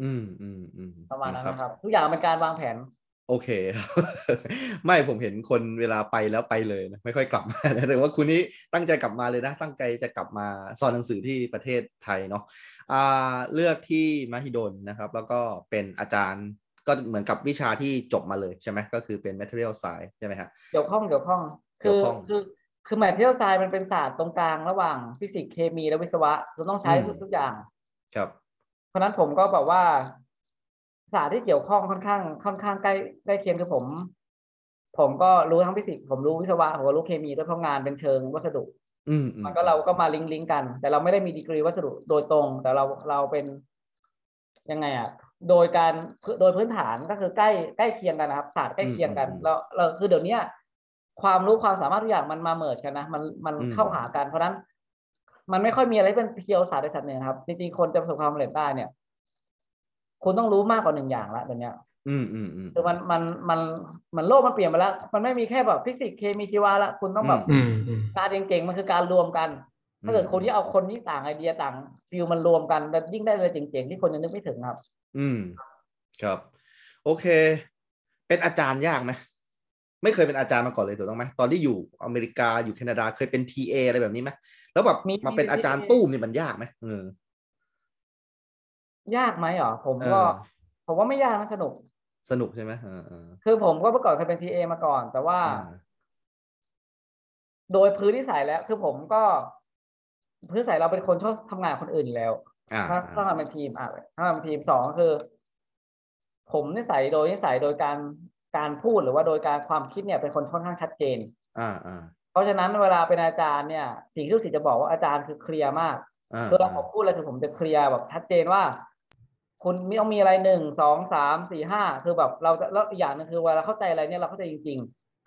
Speaker 2: อืมอืมอืม
Speaker 4: ประมาณนั้นนะครับ ทุกอย่างเป็นการวางแผน
Speaker 2: โอเคครับ ไม่ผมเห็นคนเวลาไปแล้วไปเลยนะไม่ค่อยกลับ มานะแต่ว่าคุณนี้ตั้งใจกลับมาเลยนะ ตั้งใจจะกลับมาสอนหนังสือที่ประเทศไทยเนาะอ่าเลือกที่มหิดลนะครับ แล้วก็เป็นอาจารย์ก็เหมือนกับวิชาที่จบมาเลยใช่ไหมก็คือเป็น material science ใช่ไหมฮะ
Speaker 4: เกี่ยวข้องเกี่ยวข้อง คื
Speaker 2: เกี่ย
Speaker 4: อ
Speaker 2: วข้อง
Speaker 4: คือคือแมทเทียลไซน์มันเป็นศาสตร์ตรงกลางระหว่างฟิสิกส์เคมีและวิศวะเราต้องใช้
Speaker 2: อืม
Speaker 4: ทุกทุกอย่าง
Speaker 2: ครับ
Speaker 4: เพราะฉะนั้นผมก็แบบว่าศาสตร์ที่เกี่ยวข้องค่อนข้าง ค่อนข้างใกล้ใกล้เคียงคือผม ผมก็รู้ทั้งฟิสิกส์ผมรู้วิศวะผมก็รู้เคมีด้วยเพราะงานเป็นเชิงวัสดุ
Speaker 2: อืมอืม
Speaker 4: มันก็เราก็มาลิงก์ลิงก์กัน แต่เราไม่ได้มีดีกรีวัสดุโดยตรง แต่เราเราเป็นยังไงอ่ะ โดยการโดยพื้นฐานก็คือใกล้ใกล้เคียงกันนะครับศาสตร์ใกล้เคียงกันเราเราคือเดี๋ยวเนี้ยความรู้ความสามารถทุกอย่างมันมาเมิร์กันนะมันมันเข้าหากัน เพราะฉะนั้น มันไม่ค่อยมีอะไรเป็นเพียวศาสตร์ใดศาสตร์หนึ่งครับจริงๆคนจะประสบความสำเร็จได้เนี่ย คุณต้องรู้มากกว่าหนึ่งอย่างละเดี๋ยวเนี้ย
Speaker 2: อืมอืมอืม
Speaker 4: คือมันมันมันมันโลกมันเปลี่ยนไปแล้ว มันไม่มีแค่แบบฟิสิกส์เคมีชีวะละคุณต้องแบบ
Speaker 3: อืมอืม
Speaker 4: การเรียนเก่งมันคือการรวมกัน ถ้าเกิดคนที่เอาคนที่ต่างไอเดียต่างฟิลมันรวมกันแล้วยิ่งได้อะไรเจ๋งๆที่คนยังนึกไม่ถึงครับ
Speaker 2: อืม ครับ โอเค เป็นอาจารย์ยากไหมไม่เคยเป็นอาจารย์มาก่อนเลยถูกต้องไหมตอนที่อยู่อเมริกาอยู่แคนาดาเคยเป็นทีเออะไรแบบนี้ไหมแล้วแบบ
Speaker 4: มี
Speaker 2: มาเป็น
Speaker 4: มี
Speaker 2: อาจารย์ตู้มนี่มันยากไหมเออย
Speaker 4: ากไหมเหรอผม
Speaker 2: เอ
Speaker 4: ก็
Speaker 2: อ
Speaker 4: ผมว่าไม่ยากนะสนุก
Speaker 2: สนุกใช่ไหมเออเออ
Speaker 4: คือผมก็เมื่อก่อนเคยเป็นทีเอมาก่อน แต่ว่า
Speaker 2: อ่า
Speaker 4: โดยพื้นที่ใส่แล้วคือผมก็พื้นใส่เราเป็นคนชอบทำงานกับคนอื่นอยู่แล้ว
Speaker 2: อ่า
Speaker 4: ถ้าถ้าทำเป็นทีมอ่ะถ้าทำเป็นทีมสองก็คือ ผมนิสัยโดยนิสัยโดยการการพูดหรือว่าโดยการความคิดเนี่ยเป็นคนค่อนข้างชัดเจน
Speaker 2: อ่าอ่า
Speaker 4: เพราะฉะนั้นเวลาเป็นอาจารย์เนี่ย สิ่งที่ลูกศิษย์จะบอกว่าอาจารย์คือเคลียร์มาก
Speaker 2: อ่า
Speaker 4: เวลาผมพูดอะไรคือผมจะเคลียร์แบบชัดเจนว่า คุณมีต้องมีอะไรหนึ่งสองสามสี่ห้าคือแบบเราจะแล้วอีกอย่างหนึงคือเวลาเราเข้าใจอะไรเนี่ยเราเข้าใจจริง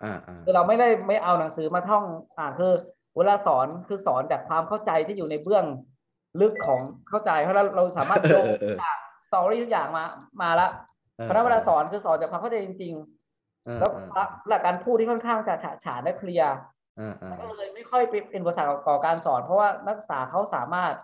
Speaker 2: อ่าอ่า
Speaker 4: ๆคือเราไม่ได้ไม่เอาหนังสือมาท่องอ่านคือ เวลาสอนคือสอนจากความเข้าใจที่อยู่ในเบื้องลึกของเข้าใจเพราะเราเราสามารถ
Speaker 2: เอ
Speaker 4: โย
Speaker 2: อก เออเออ
Speaker 4: สตอรี่ทุกอย่างมามาละเพราะฉะนั้นเวลาสอนคือสอนจากความเข้าใจจริง
Speaker 2: เออ
Speaker 4: ๆ แล้ว
Speaker 2: เออ
Speaker 4: หลักการพูดที่ค่อนข้างจะฉะฉานและเคลียร์
Speaker 2: เออเออ
Speaker 4: ก็เลยไม่ค่อยเป็นอุปสรรคก่อการสอน เพราะว่านักศึกษาเขาสามารถ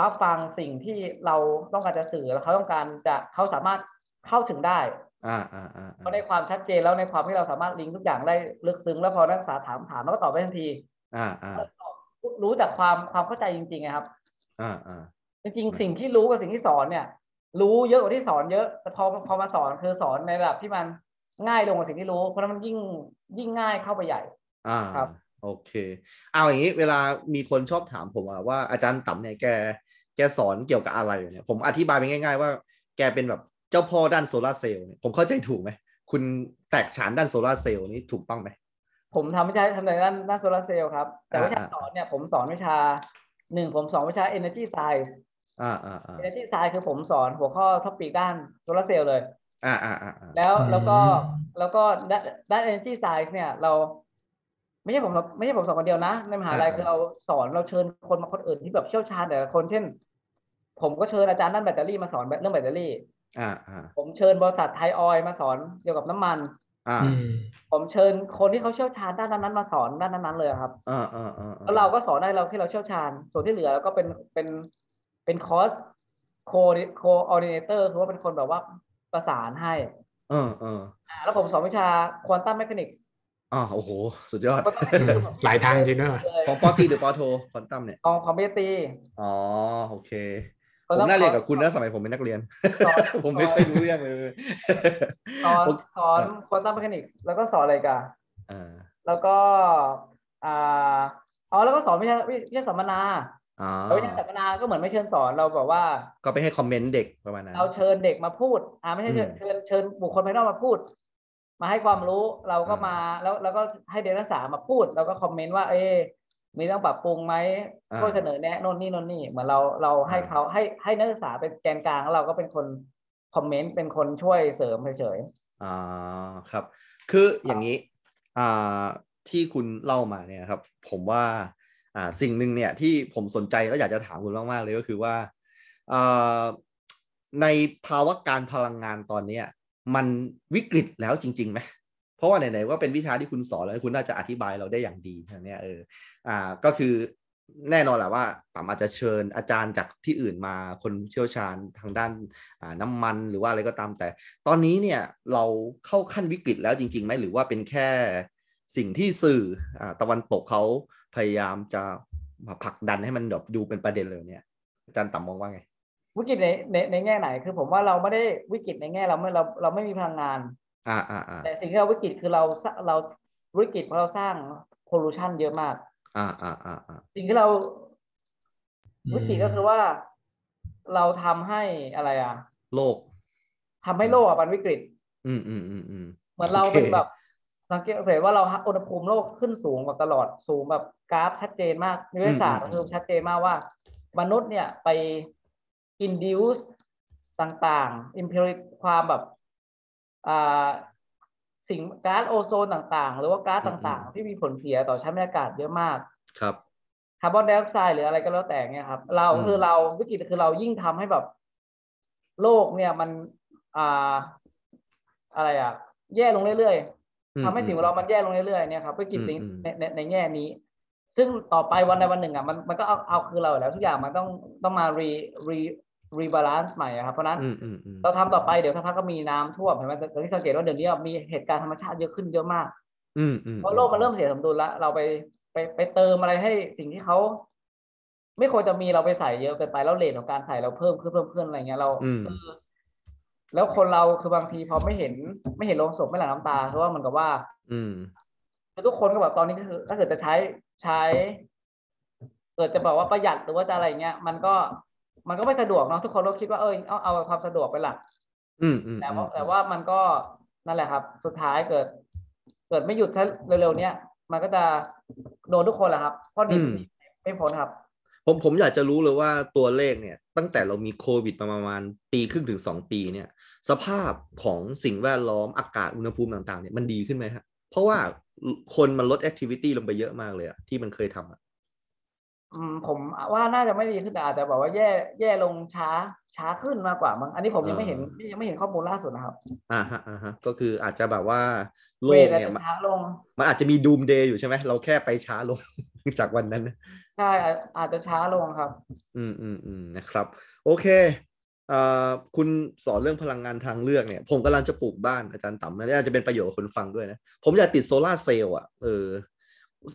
Speaker 4: รับฟังสิ่งที่เราต้องการจะสื่อแล้วเขาต้องการจะเขาสามารถเข้าถึงได้
Speaker 2: อ่าอ่าอ่า
Speaker 4: เพราะในความชัดเจนแล้วในความที่เราสามารถลิงก์ทุกอย่างได้ลึกซึ้งแล้วพอนักศึกษาถามถามแล้วก็ตอบได้ทันที
Speaker 2: อ่าอ่า
Speaker 4: รู้จากความความเข้าใจจริงๆนะครับ
Speaker 2: อ่าอ่า
Speaker 4: จริงๆ สิ่งที่รู้กับสิ่งที่สอนเนี่ย รู้เยอะกว่าที่สอนเยอะแต่พอพอมาสอนคือสอนในระดับที่มันง่ายลงกว่าสิ่งที่รู้ เพราะฉะนั้นมันยิ่งยิ่งง่ายเข้าไปใหญ่
Speaker 2: อ่า
Speaker 4: ครับ
Speaker 2: โอเค เอาอย่างนี้เวลามีคนชอบถามผมอะว่าอาจารย์ต๋ำเนี่ยแกแกสอนเกี่ยวกับอะไรเนี่ยผมอธิบายไปง่าย ๆ ว่าแกเป็นแบบเจ้าพ่อด้านโซลาร์เซลล์เนี่ยผมเข้าใจถูกไหมคุณแตกฉานด้านโซลาร์เซลล์นี่ถูกต้องไหม
Speaker 4: ผมทำวิชาทำในด้านด้านโซลาร์เซลล์ครับ แต่
Speaker 2: อ่า
Speaker 4: วิชาสอนเนี่ยผมสอนวิชาหนึ่งผมสอนวิชา Energy Science
Speaker 2: อ่าอ่าอ่า
Speaker 4: Energy Science คือผมสอนหัวข้อท็อปิกด้านโซลาร์เซลล์เลย
Speaker 2: อ่าอ่าอ่าอ่า
Speaker 4: แล้ว
Speaker 3: อืม
Speaker 4: แล้วก็แล้วก็ด้านด้าน Energy Science เนี่ยเรา ไม่ใช่ผมไม่ใช่ผมสอนคนเดียวนะ ในมหาลัยคือเราสอนเราเชิญคนมาคนอื่นที่แบบเชี่ยวชาญแต่ละคนเช่น ผมก็เชิญอาจารย์ด้านแบตเตอรี่มาสอนเรื่องแบตเตอรี่
Speaker 2: อ่าอ่า
Speaker 4: ผมเชิญบริษัทไทยออยล์มาสอนเกี่ยวกับน้ำมัน
Speaker 2: อ่า
Speaker 3: อืม
Speaker 4: ผมเชิญคนที่เขาเชี่ยวชาญด้านนั้นๆมาสอนด้านนั้นๆเลยครับ
Speaker 2: อ่าอ่าอ่า
Speaker 4: แล้วเราก็สอนได้เราที่เราเชี่ยวชาญ ส่วนที่เหลือเราก็เป็นเป็นเป็นคอร์สโคโคออร์ดิเนเตอร์คือว่าเป็นคนแบบว่าประสานให้
Speaker 2: เออเออ
Speaker 4: อ่าแล้วผมสอนวิชาควอนตัมแม h a นิกส์
Speaker 2: อ่าโอ้โห สุดยอด
Speaker 3: หลายทางจริงด้วยว่ะ
Speaker 2: ของปอตีหรือปอโทคอนตัมเนี่ย
Speaker 4: ของของเบียตี
Speaker 2: อ๋อโอเค ผมน่าเรียนกับคุณนะสมัยผมเป็นนักเรียน
Speaker 4: สอน
Speaker 2: ผมไม่ค่อยรู้เรื่องเลย
Speaker 4: สอน
Speaker 2: โอเค
Speaker 4: สอนควอนตัมแม h a นิกส์แล้วก็สอนอะไรกัน
Speaker 2: อ่า
Speaker 4: แล้วก็อ่าอ๋อแล้วก็สอนวิชาวิชาสัมมนา
Speaker 2: อ๋อ
Speaker 4: แล้ววิชาสัมมนาก็เหมือนไม่เชิญสอนเราแบบว่า
Speaker 2: ก็ไปให้คอมเมนต์เด็กประมาณนั้น
Speaker 4: เราเชิญเด็กมาพูด อ่าไม่ใช่เชิญ
Speaker 2: อืม
Speaker 4: เชิญเชิญบุคคลภายนอกมาพูด มาให้ความรู้เราก็
Speaker 2: อ่าม
Speaker 4: มาแล้วแล้วก็ให้เด็กนักศึกษามาพูด แล้วก็คอมเมนต์ว่า เอ๊ะมีเรื่องปรับปรุงไหมข้อเสนอแนะโน่นนี่โน่นนี่เหมือนเราเราให้เขาให้ให้นักศึกษาเป็นแกนกลางแล้วเราก็เป็นคนคอมเมนต์เป็นคนช่วยเสริมเฉย
Speaker 2: อ่าครับ คืออย่างนี้ อ่าที่คุณเล่ามาเนี่ยครับ ผมว่าอ่าสิ่งหนึ่งเนี่ยที่ผมสนใจแล้วอยากจะถามคุณมากๆเลยก็คือว่าอ่าในภาวะการพลังงานตอนเนี้ยมันวิกฤตแล้วจริงๆไหมเพราะว่าไหนๆว่าเป็นวิชาที่คุณสอนแล้วคุณน่าจะอธิบายเราได้อย่างดีนะเนี่ยเอออ่าก็คือแน่นอนแหละว่าป๋ามอาจจะเชิญอาจารย์จากที่อื่นมาคนเชี่ยวชาญทางด้านอ่าน้ำมันหรือว่าอะไรก็ตามแต่ ตอนนี้เนี่ยเราเข้าขั้นวิกฤตแล้วจริงๆไหมหรือว่าเป็นแค่สิ่งที่สื่ออาตะวันตกเขาพยายามจะมาผลักดันให้มันแบบดูเป็นประเด็นเลยเนี่ยอาจารย์ต่ำมองว่าไง
Speaker 4: วิกฤตในในในแง่ไหน คือผมว่าเราไม่ได้วิกฤตในแง่เราไม่เราเราไม่มีพลังงาน
Speaker 2: อ่าอ่าอ่า
Speaker 4: แต่สิ่งที่เราวิกฤตคือเราสร้างเราวิกฤตเพราะเราสร้างพลูชันเยอะมาก
Speaker 2: อ่าอ่าอ่าอ่า
Speaker 4: สิ่งที่เรา
Speaker 3: อืม
Speaker 4: วิกฤตก็คือว่าเราทำให้อะไรอ่ะ
Speaker 2: โลก
Speaker 4: ทำให้โลกอ่ะมันวิกฤต
Speaker 2: อืมอืมอืมอืม
Speaker 4: เหมือนเรา
Speaker 2: โอเค
Speaker 4: เป็นแบบสังเกตเห็นว่าเราอุณหภูมิโลกขึ้นสูงกว่าตลอดสูงแบบกราฟชัดเจนมากนิเวศศาสตร์ก็คือชัดเจนมากว่า มนุษย์เนี่ยไป induce ต่างๆ impurity ความแบบอ่าสิ่งก๊าซโอโซนต่างๆ หรือว่าก๊าซต่างๆ ที่มีผลเสียต่อชั้นบรรยากาศเยอะมาก
Speaker 2: ครับ
Speaker 4: คาร์บอนไดออกไซด์หรืออะไรก็แล้วแต่เนี่ยครับ เรา
Speaker 2: อืม
Speaker 4: คือเราวิกฤตคือเรายิ่งทำให้แบบ โลกเนี่ยมันอ่าอะไรอ่ะ แย่ลงเรื่อยๆ
Speaker 2: อืม
Speaker 4: ทำให้สิ่งแวดล้อมมันแย่ลงเรื่อยๆเนี่ยครับวิกฤตใน
Speaker 2: อืมอืม
Speaker 4: ในในในแง่นี้ ซึ่งต่อไปวันใดวันหนึ่งอ่ะมันมันก็เอาเอาคือเราอยู่แล้วทุกอย่างมันต้องต้องมา re re rebalance ใหม่อะครับเพราะฉะนั้น
Speaker 2: อืมอืมอืม
Speaker 4: เราทำต่อไปเดี๋ยวสักพักก็มีน้ำท่วมเห็นไหมแต่ที่สังเกตว่าเดี๋ยวนี้มีเหตุการณ์ธรรมชาติเยอะขึ้นเยอะมาก
Speaker 2: อืมอืม
Speaker 4: เพราะโลกมันเริ่มเสียสมดุลละเราไปไปไปเติมอะไรให้สิ่งที่เขาไม่ควรจะมีเราไปใส่เยอะเกินไปแล้วเลทของการใส่เราเพิ่มขึ้นเพิ่มขึ้นอะไรเงี้ยเรา
Speaker 2: อืม
Speaker 4: แล้วคนเราคือบางทีพอไม่เห็นไม่เห็นโลงศพไม่หลั่งน้ำตาเพราะว่ามันกับว่า
Speaker 2: อืม
Speaker 4: คือทุกคนก็แบบตอนนี้ก็คือถ้าเกิดจะใช้ใช้เกิดจะบอกว่าประหยัดหรือว่าจะอะไรเงี้ย มันก็มันก็ไม่สะดวกเนาะทุกคนก็คิดว่าเออเอาเอาความสะดวกไปนหลัก
Speaker 2: อืมอืม
Speaker 4: แต่ว่าแต่ว่ามันก็นั่นแหละครับ สุดท้ายเกิด เกิดไม่หยุดถ้าเร็วๆเนี้ยมันก็จะโดนทุกคนแหละครับเพราะหนีไม่พ้นครับ
Speaker 2: ผมผมอยากจะรู้เลยว่าตัวเลขเนี่ย ตั้งแต่เรามีโควิดมาประมาณปีครึ่งถึงสองปีเนี่ย สภาพของสิ่งแวดล้อมอากาศอุณหภูมิต่างๆเนี่ยมันดีขึ้นไหมฮะเพราะว่าคนมันลดแอคทิวิตี้ลงไปเยอะมากเลยอะที่มันเคยทำอะ
Speaker 4: อืมผมว่าน่าจะไม่ดีขึ้นแต่อาจจะบอกว่าแย่แย่ลงช้าช้าขึ้นมากกว่ามั้งอันนี้ผมยังไม่เห็นยังไม่เห็นข้อมูลล่าสุดนะครับ
Speaker 2: อ่าฮะอ่าฮะก็คืออาจจะแบบว่าโล
Speaker 4: เว
Speaker 2: ก
Speaker 4: ทอาจ
Speaker 2: เนี่ย
Speaker 4: จะ
Speaker 2: มัน
Speaker 4: ช้าลง
Speaker 2: มันอาจจะมีดูมเดย์อยู่ใช่ไหมเราแค่ไปช้าลง จากวันนั้นนะ
Speaker 4: ใช่อาจอาจจะช้าลงครับ
Speaker 2: อืมอืมอืมนะครับ โอเคเอ่อคุณสอนเรื่องพลังงานทางเลือกเนี่ย ผมกำลังจะปลูกบ้านอาจารย์ต่ำนะนี่อาจจะเป็นประโยชน์กับคนฟังด้วยนะ ผมอยากติดโซลาร์เซลล์อ่ะเออ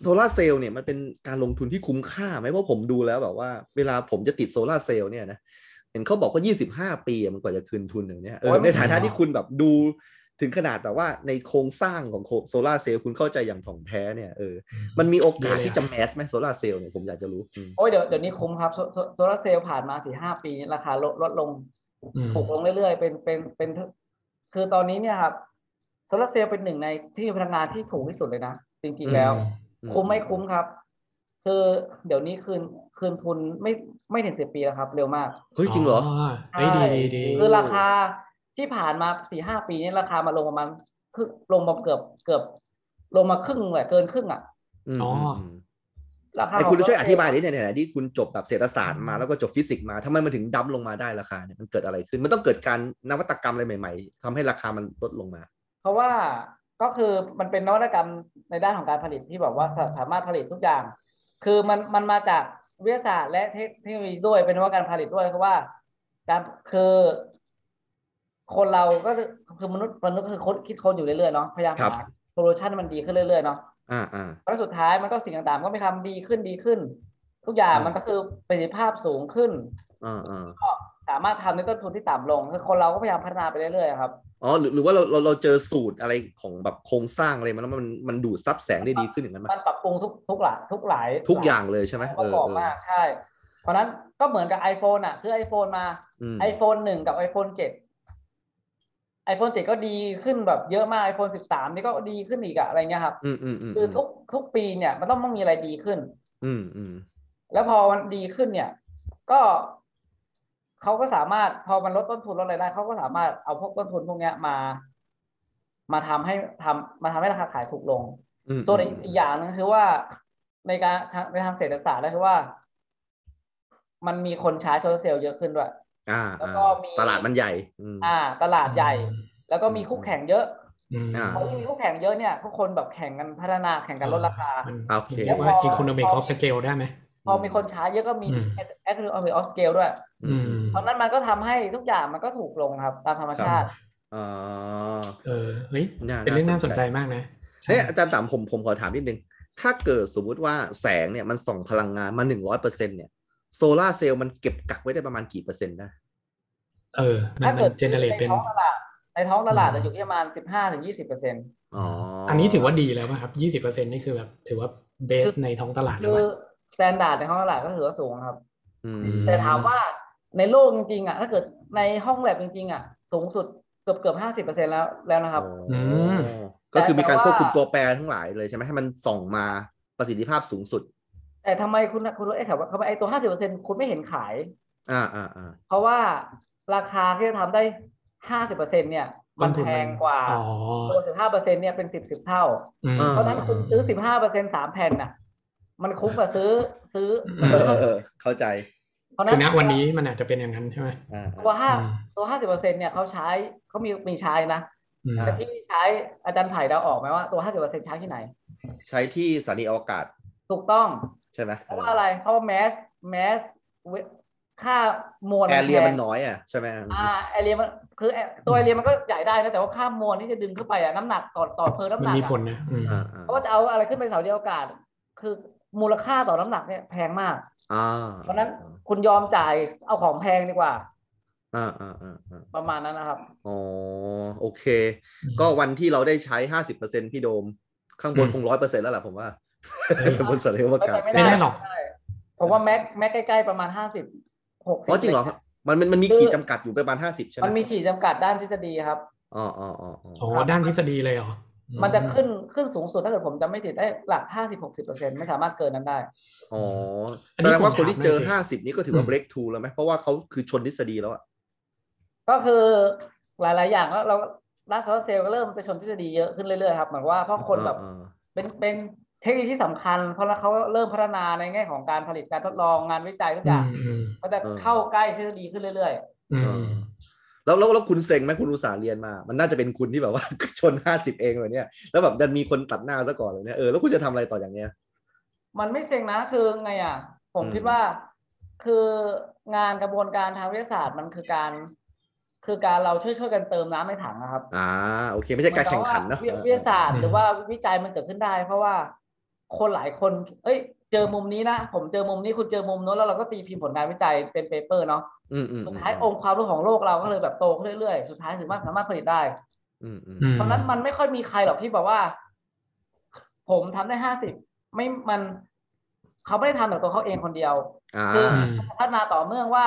Speaker 2: โซลาร์เซลล์เนี่ยมันเป็นการลงทุนที่คุ้มค่าไหมเพราะผมดูแล้วแบบว่า เวลาผมจะติดโซลาร์เซลล์เนี่ยนะเห็นเขาบอกว่า 25 ปีอะมันกว่าจะคืนทุนอย่างเนี้ยเอ
Speaker 4: โอ้
Speaker 2: อย
Speaker 4: ไม่
Speaker 2: ในฐานะ
Speaker 4: ถึงหรอก
Speaker 2: ที่คุณแบบดูถึงขนาดแบบว่าในโครงสร้างของโซลาร์เซลล์คุณเข้าใจอย่างถ่องแท้เนี่ยเออมันมีโอกาสที่จะแมสไหมโซลาร์เซลล์เนี่ยผมอยากจะรู้อืม
Speaker 4: โอ้ยเดี๋ยวเดี๋ยวนี้คุ้มครับโซโซโซลาร์เซลล์ผ่านมาสี่ห้าปี ราคาลดลดลง
Speaker 3: อืม
Speaker 4: ถูกลงเรื่อยๆ เป็นเป็นเป็น คือตอนนี้เนี่ยครับโซลาร์เซลล์เป็นหนึ่งในที่พลังงานที่ถูกที่สุดเลยนะ จริงๆแล้ว คุ้มไม่คุ้มครับ คือเดี๋ยวนี้คืนคืนทุนไม่ไม่ถึงสิบปีแล้วครับ เร็วมาก
Speaker 2: เฮ้ยจริงเหรอ
Speaker 3: เฮ้ยดีดีดี
Speaker 4: คือราคาที่ผ่านมาสี่ห้าปีนี้ราคามาลงประมาณครึ่งลงมาเกือบเกือบ ลงมาครึ่งเลยเกินครึ่งอ่ะ
Speaker 2: อืม
Speaker 3: อ๋ออื
Speaker 2: ม
Speaker 4: ราคา
Speaker 2: ไอ้คุณ
Speaker 4: ขง
Speaker 2: ช่วยอ
Speaker 4: Solar
Speaker 2: ธิ
Speaker 4: Cell
Speaker 2: บายนิดหน่อยนะที่คุณจบแบบเศรษฐศาสตร์มาแล้วก็จบฟิสิกส์มาทำไมมันถึงดั้มลงมาได้ราคาเนี่ยมันเกิดอะไรขึ้น มันต้องเกิดการนวัตกรรมอะไรใหม่ ๆทำให้ราคามันลดลงมา
Speaker 4: เพราะว่าก็คือมันเป็นนวัตกรรมในด้านของการผลิตที่บอกว่าสาสามารถผลิตทุกอย่าง คือมันมันมาจากวิทยาศาสตร์และเทคเทคโนโลยีด้วยเป็นนวัตกรรมผลิตด้วยเพราะว่าการคือ คนเราก็คือคือมนุษย์มนุษย์ก็คือคดคิดคนอยู่เรื่อยๆเนาะพยายาม
Speaker 2: ครั
Speaker 4: หา
Speaker 2: บ
Speaker 4: โซลูชันมันดีขึ้นเรื่อยๆเนาะ
Speaker 2: อ่าอ่า
Speaker 4: แล้วสุดท้ายมันก็สิ่งต่างๆ ก็มีคำดีขึ้นดีขึ้น ทุกอย่าง
Speaker 2: อ่ามั
Speaker 4: มันก็คือประสิทธิภาพสูงขึ้น
Speaker 2: อ่าอ่า
Speaker 4: สามารถทำในต้นทุนที่ต่ำลงคือคนเราก็พยายามพัฒนาไปเรื่อยๆครับ
Speaker 2: อ๋อหรือหรือว่าเราเราเราเจอสูตรอะไรของแบบโครงสร้างอะไรมันแล้วมันมันดูดซับแสงได้ดีขึ้นอย่างนั้นไหม
Speaker 4: มันปรับปรุงทุกทุกหลายทุกหลาย
Speaker 2: ทุกอย่างเลยใช่ไหม
Speaker 4: ป
Speaker 2: เอ
Speaker 4: ระ
Speaker 2: อก
Speaker 4: อบ
Speaker 2: เออ
Speaker 4: มากใช่ เพราะฉะนั้นก็เหมือนกับ iPhone อ่ะ ซื้อ iPhone มา
Speaker 2: อืม
Speaker 4: iPhone หนึ่งกับ iPhone เจ็ด iPhone เจ็ดก็ดีขึ้นแบบเยอะมาก iPhone สิบสามนี่ก็ดีขึ้นอีกอะอะไรเงี้ยครับ
Speaker 2: อืมอืมอืม
Speaker 4: คือทุกทุกปีเนี่ยมันต้องต้องมีอะไรดีขึ้น
Speaker 2: อืมอืม
Speaker 4: แล้วพอมันดีขึ้นเนี่ย ก็เขาก็สามารถพอมันลดต้นทุนลดรายได้เขาก็สามารถเอาพวกต้นทุนพวกเนี้ยมา มาทำให้ทำมาทำให้ราคาขายถูกลง
Speaker 2: อืม
Speaker 4: ส่วนอีกอย่างหนึงคือว่าในการในทางเศรษฐศาสตร์ก็คือว่า มันมีคนใช้โซลาร์เซลล์เยอะขึ้นด้วย
Speaker 2: อ่า
Speaker 4: แล้วก็มี
Speaker 2: ตลาดมันใหญ่อืม
Speaker 4: อ่า ตลาดใหญ่ แล้วก็มีคู่แข่งเยอะ
Speaker 3: อืม
Speaker 2: อ่า
Speaker 4: พอที่มีคู่แข่งเยอะเนี่ยทุกคนแบบแข่งกันพัฒนาแข่งกันลดราคา
Speaker 3: มัน
Speaker 2: โอเค
Speaker 3: เรียกว่า economic of scale ได้ไหม
Speaker 4: พอมีคนใช้เยอะก็มี
Speaker 3: อืม
Speaker 4: economy of scale ด้วย
Speaker 3: อืม
Speaker 4: เพราะนั้นมันก็ทำให้ทุกอย่างมันก็ถูกลงครับ ตามธรรมชาติ
Speaker 2: อ๋อ
Speaker 3: เออเฮ้ย
Speaker 2: า
Speaker 3: เป็นเรื่องน่าสนใจมากนะ
Speaker 2: เนี่ยอาจารย์ตามผมผมขอถามนิดนึง ถ้าเกิดสมมุติว่าแสงเนี่ยมันส่องพลังงานมาหนึ่งร้อยเปอร์เซ็นเนี่ยโซลาร์เซลล์มันเก็บกักไว้ได้ประมาณกี่เปอร์เซ็นต์นะ
Speaker 3: เออ มัน
Speaker 4: ถ้า
Speaker 3: มั
Speaker 4: เกิด
Speaker 3: นเจเนเรต
Speaker 4: ใน
Speaker 3: เป็น
Speaker 4: ท้องตลาดในท้องตลาด
Speaker 3: อืม
Speaker 4: จะอยู่ที่ประมาณสิบห้าถึงยี่สิบเปอร์เซ็นต์
Speaker 2: อ๋อ
Speaker 3: อันนี้ถือว่าดีแล้วป่ะครับยี่สิบเปอร์เซ็นนี่คือแบบถือว่าเบสในท้องตลาดแล้
Speaker 4: คื
Speaker 3: ว
Speaker 4: อ
Speaker 3: ป่ะ
Speaker 4: สแตนดาร์ดในท้องตลาดก็ถือว่าสูงครับ
Speaker 2: อืม
Speaker 3: ม
Speaker 4: แต่ถามว่าในโลกจริงๆอ่ะถ้าเกิดในห้องแลบจริงๆอ่ะสูงสุดเกือบเกือบห้าสิบเปอร์เซ็นต์แล้วแล้วนะครับ
Speaker 2: อ๋อ
Speaker 3: ม
Speaker 2: ก็คือมีการค
Speaker 4: แต่ว่า
Speaker 2: วบคุมตัวแปรทั้งหลายเลยใช่ไหมให้มันส่องมาประสิทธิภาพสูงสุด
Speaker 4: แต่ทำไมคุณคุณรู้ไอ้ข่าวว่าเขาไอ้ตัวห้าสิบเปอร์เซ็นต์คุณไม่เห็นขาย
Speaker 2: อ่าอ่าอ่า
Speaker 4: เพราะว่าราคาที่จะทำได้ห้าสิบเปอร์เซ็นต์เนี่ยมันแพงกว่า
Speaker 3: อ๋อ
Speaker 4: ตัวสิบห้าเปอร์เซ็นต์เนี่ยเป็นสิบสิบเท่า
Speaker 3: อืม
Speaker 4: เพราะฉะนั้นคุณซื้อสิบห้าเปอร์เซ็นสามแผ่นน่ะ มันคุ้มกว่าซื้อซื้อ
Speaker 3: อืม
Speaker 2: เออเออเข้าใจ
Speaker 4: เพราะฉะ
Speaker 3: คือณ
Speaker 4: นั้น
Speaker 3: วันนี้มันอาจจะเป็นอย่างนั้นใช่ไหม
Speaker 2: อ่า
Speaker 4: ตัวห้า
Speaker 3: อืม
Speaker 4: ตัวห้าสิบเปอร์เซ็นเนี่ยเขาใช้เขามีมีใช้นะ
Speaker 3: อืม
Speaker 4: แต่ที่ใช้อาจารย์ไผ่เดาออกไหมว่าตัวห้าสิบเปอร์เซ็นใช้ที่ไหน
Speaker 2: ใช้ที่สถานีอวกาศ
Speaker 4: ถูกต้อง
Speaker 2: ใช่ไหม
Speaker 4: เพราะว่าอะไรเพราะว่าแมสแมสค่ามวล
Speaker 2: แอร์เรีย
Speaker 4: แพ
Speaker 2: มัน
Speaker 4: ง
Speaker 2: น้อยอ่ะใช่ไหม
Speaker 4: อ่าแอเรียมันคือแอตัวแอเรียมันก็ใหญ่ได้นะแต่ว่าค่ามวลที่จะดึงขึ้นไปอะน้ำหนักต่อต่อเพลิงน้ำ
Speaker 3: มัน
Speaker 4: หนัก
Speaker 3: มี
Speaker 4: อะ
Speaker 3: ผลนะอืม
Speaker 2: อ่าอ่า
Speaker 4: เพราะว่าจะเอาอะไรขึ้นไปเสาเดียวกาศคือมูลค่าต่อน้ำหนักเนี่ยแพงมาก
Speaker 2: อ่า
Speaker 4: เพราะฉะนั้นคุณยอมจ่ายเอาของแพงดีกว่า
Speaker 2: อ่าอ่าอ่าอ่า
Speaker 4: ประมาณนั้นนะครับ
Speaker 2: อ๋อโอเค ก็วันที่เราได้ใช้ห้าสิบเปอร์เซ็นพี่โดม ข้างบน
Speaker 3: อืม
Speaker 2: คงร้อยเปอร์เซ็นแล้วล่ะผมว่า
Speaker 3: เฮ้ย
Speaker 2: บนสถานีอวกาศ
Speaker 4: ไม่
Speaker 3: ไม่
Speaker 4: ได้
Speaker 3: ได้หรอก
Speaker 4: ใช่ผมว่าแม็กแม็กใกล้ๆประมาณห้าสิบหกสิบ
Speaker 2: อ๋อจริงเหรอมันมันมันมีขีดจำกัดอยู่ประมาณห้าสิบใช่ไหม
Speaker 4: มันมีขีดจำกัดด้านทฤษฎีครับ
Speaker 2: อ๋ออ๋ออ๋ออ๋อ
Speaker 3: อ๋อด้านทฤษฎีเลยเหรอ
Speaker 4: มันจะขึ้นขึ้นสูงสุดถ้าเกิดผมจำไม่ผิดได้หลักห้าสิบหกสิบเปอร์เซ็นต์ไม่สามารถเกินนั้นได้
Speaker 2: อ๋อ
Speaker 3: อั
Speaker 2: แสดงว่าคน
Speaker 3: ผมถม
Speaker 2: ที่เจอ
Speaker 3: หยสิ
Speaker 2: ห้าสิบนี้ก็ถือว่า
Speaker 3: อืม
Speaker 2: break through แล้วไหมเพราะว่าเขาคือชนทฤษฎีแล้วอะ
Speaker 4: ก็คือหลายๆ อย่างแล้วเรารัสโซลาร์เซลล์ก็เริ่มไปชนทฤษฎีเยอะขึ้นเรื่อยๆครับเหมือนว่าเพราะคนแบบ
Speaker 2: อ่าอ่า
Speaker 4: เป็นเป็นเทคโนโลยีที่สำคัญ เพราะแล้วเขาเริ่มพัฒนาในแง่ของการผลิตการทดลองงานวิจัยทุกอย่าง
Speaker 3: อืมอืม
Speaker 4: ก็จะเข้าใกล้ทฤษฎีขึ้นเรื่อยๆ
Speaker 3: อืม
Speaker 2: แล้วแล้วแล้วคุณเซ็งไหมคุณอุตสาห์เรียนมา มันน่าจะเป็นคุณที่แบบว่า ชนห้าสิบเองเลยเนี่ยแล้วแบบดันมีคนตัดหน้าซะก่อนเลยเนี่ยเออแล้วคุณจะทำอะไรต่ออย่างเนี้ย
Speaker 4: มันไม่เซ็งนะคือไงอ่ะ ผม
Speaker 2: อืม
Speaker 4: คิดว่าคืองานกระบวนการทางวิทยาศาสตร์มันคือการ คือการเราช่วยช่วยๆกันเติมน้ำในถังนะครับ
Speaker 2: อ่าโอเค ไม่ใช่การแข่งขันเนาะ
Speaker 4: หมือกับว่าวิทยาศาสตร์
Speaker 3: อืม
Speaker 4: หรือว่าวิจัยมันเกิดขึ้นได้ เพราะว่าคนหลายคน เอ้ย เจอมุมนี้นะผมเจอมุมนี้คุณเจอมุมโน้นแล้วเราก็ตีพิมพ์ผลงานวิจัยเป็นเปเปอร์เนาะ
Speaker 2: อืมอืม
Speaker 4: สุดท้ายองค์ความรู้ของโลกเราก็เลยแบบโตขึ้นเรื่อยๆสุดท้ายถึงว่าสามารถผลิตได้
Speaker 2: อืมอืม
Speaker 3: อืม
Speaker 4: เพราะฉะนั้นมันไม่ค่อยมีใครหรอกที่บอกว่า ผมทำได้ห้าสิบไม่มันเขาไม่ได้ทำจากตัวเขาเองคนเดียว
Speaker 2: อ่า
Speaker 4: คือ
Speaker 3: อืม
Speaker 4: พัฒนาต่อเมื่องว่า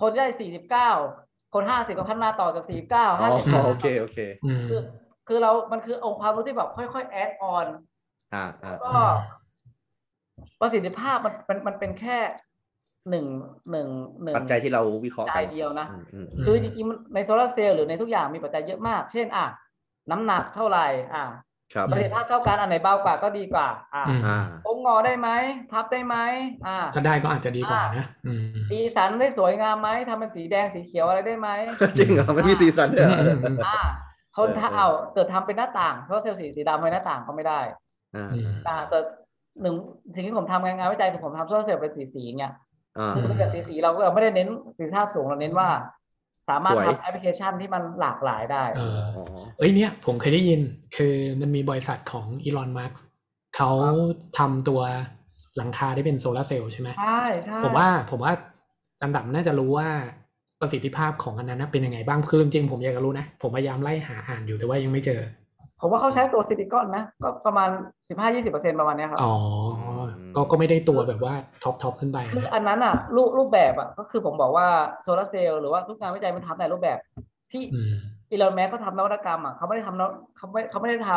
Speaker 4: คนได้ 49 คน 50 ก็พัฒนาต่อจาก 49
Speaker 2: อ๋อ
Speaker 4: 50
Speaker 2: โอเคโอเค
Speaker 3: อืม
Speaker 4: คือคือเรา มันคือองค์ความรู้ที่แบบค่อยๆ แอดออน
Speaker 2: อ่าอ่า
Speaker 4: ก็ประสิทธิภาพมันมันมันเป็นแค่หนึ่งหนึ่งหนึ่ง
Speaker 2: ปัจจัยที่เราวิเคราะห์กั
Speaker 4: ปัจ
Speaker 2: น
Speaker 4: จัยเดียวนะ
Speaker 2: อืมอืม
Speaker 3: ม
Speaker 4: คือจริงๆมันในโซลาร์เซลล์หรือในทุกอย่างมีปัจจัยเยอะมาก เช่น อ่ะ น้ำหนักเท่าไหร่ อ่ะ
Speaker 2: ครับ
Speaker 4: ประสิทธิภาพเท่ากันอันไหนเบากว่าก็ดีกว่า อ่ะ
Speaker 3: อืม
Speaker 2: อ่า
Speaker 4: องค์งอได้ไหมพับได้ไหมอ่ะ
Speaker 3: ถ้าได้ก็อาจจะดีกว่านะอืม
Speaker 4: สีสันได้สวยงามไหมทำเป็นสีแดงสีเขียวอะไรได้ไหม
Speaker 2: จริงเหรอมันมีซีซันด้วยเหรอ
Speaker 3: อืมอืม
Speaker 4: อ่าทนถ้าเอาเกิดทำเป็นหน้าต่างเพราะเซลล์สีสีดำไว้หน้าต่างก็ไม่ได้
Speaker 2: อ่า
Speaker 4: อ่าแต่หนึ่งสิ่งที่ผมทำงานงานวิจัยคือผมทำโซลาร์เซลล์เป็นสีสีๆเนี่ย
Speaker 2: อ่า
Speaker 4: คือถ้าเกิดสีสีๆเราก็ไม่ได้เน้นสีภาพสูงเราเน้นว่า สามารถ
Speaker 2: สวย
Speaker 4: ทำแอปพลิเคชันที่มันหลากหลายได้
Speaker 3: เออ
Speaker 2: อ๋อ
Speaker 3: เอ้ยเนี่ยผมเคยได้ยินคือมันมีบริษัทของอีลอนมาร์กเขาทำตัวหลังคาได้เป็นโซลาร์เซลล์ใช่ไหม
Speaker 4: ใช่ใช่
Speaker 3: ผมว่าผมว่าจันดับน่าจะรู้ว่าประสิทธิภาพของอันนั้นนะเป็นยังไงบ้างคือจริงๆผมอยากจะรู้นะ ผมพยายามไล่หาอ่านอยู่แต่ว่ายังไม่เจอ
Speaker 4: ผมว่าเขาใช้ตัวซิลิคอนนะ ก็ประมาณสิบห้ายี่สิบเปอร์เซ็นประมาณเนี้ยครับ
Speaker 3: อ๋อ ก็ก็ไม่ได้ตัวแบบว่าท็อปท็อปขึ้นไป
Speaker 4: คือ
Speaker 3: นะ
Speaker 4: อันนั้นอ่ะรูปรูปแบบอ่ะก็คือผมบอกว่าโซลาร์เซลล์หรือว่าทุกงานวิจัยมันทำในรูปแบบที่
Speaker 3: อืม
Speaker 4: อีลอนแมสเขาทำนวัตกรรมอ่ะเขาไม่ได้ทำนวเขาไม่เขาไม่ได้ท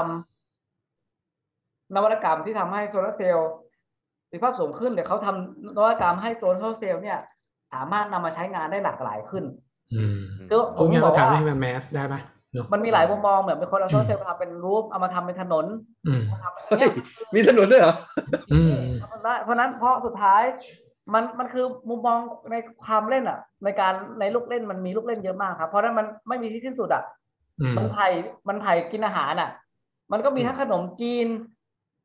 Speaker 4: ำนวัตกรรมที่ทำให้โซลาร์เซลล์มีภาพสูงขึ้นแต่เขาทำนวัตกรรมให้โซลาร์เซลล์เนี่ย สามารถนำมาใช้งานได้หลากหลายขึ้น
Speaker 3: อืม
Speaker 4: คือผ
Speaker 3: พูด
Speaker 4: ม
Speaker 3: ง่าย
Speaker 4: บอ
Speaker 3: ว่าก
Speaker 4: ว่า
Speaker 3: ทำให้มันแมสได้ปะ เนอะ
Speaker 4: มันมีหลายมุมมองเหมือนเป็นคนเอาโซเชียลมาทำเป็นรูปเอามาทำเป็นถนน
Speaker 3: อืม
Speaker 4: มาทำเป็น
Speaker 2: เฮ้
Speaker 4: เนี่ย
Speaker 2: ยมีถนนด้วยเหรอ
Speaker 3: อืม
Speaker 4: เพราะฉะนั้นเพราะฉะนั้นเพราะสุดท้ายมันมันคือมุมมองในความเล่นอ่ะ ในการในลูกเล่นมันมีลูกเล่นเยอะมากครับ เพราะฉะนั้นมันไม่มีที่สิ้นสุดอ่ะ
Speaker 3: อืม
Speaker 4: มันไผ่มันไผ่กินอาหารอ่ะ มันก็มีทั้งขนมจีน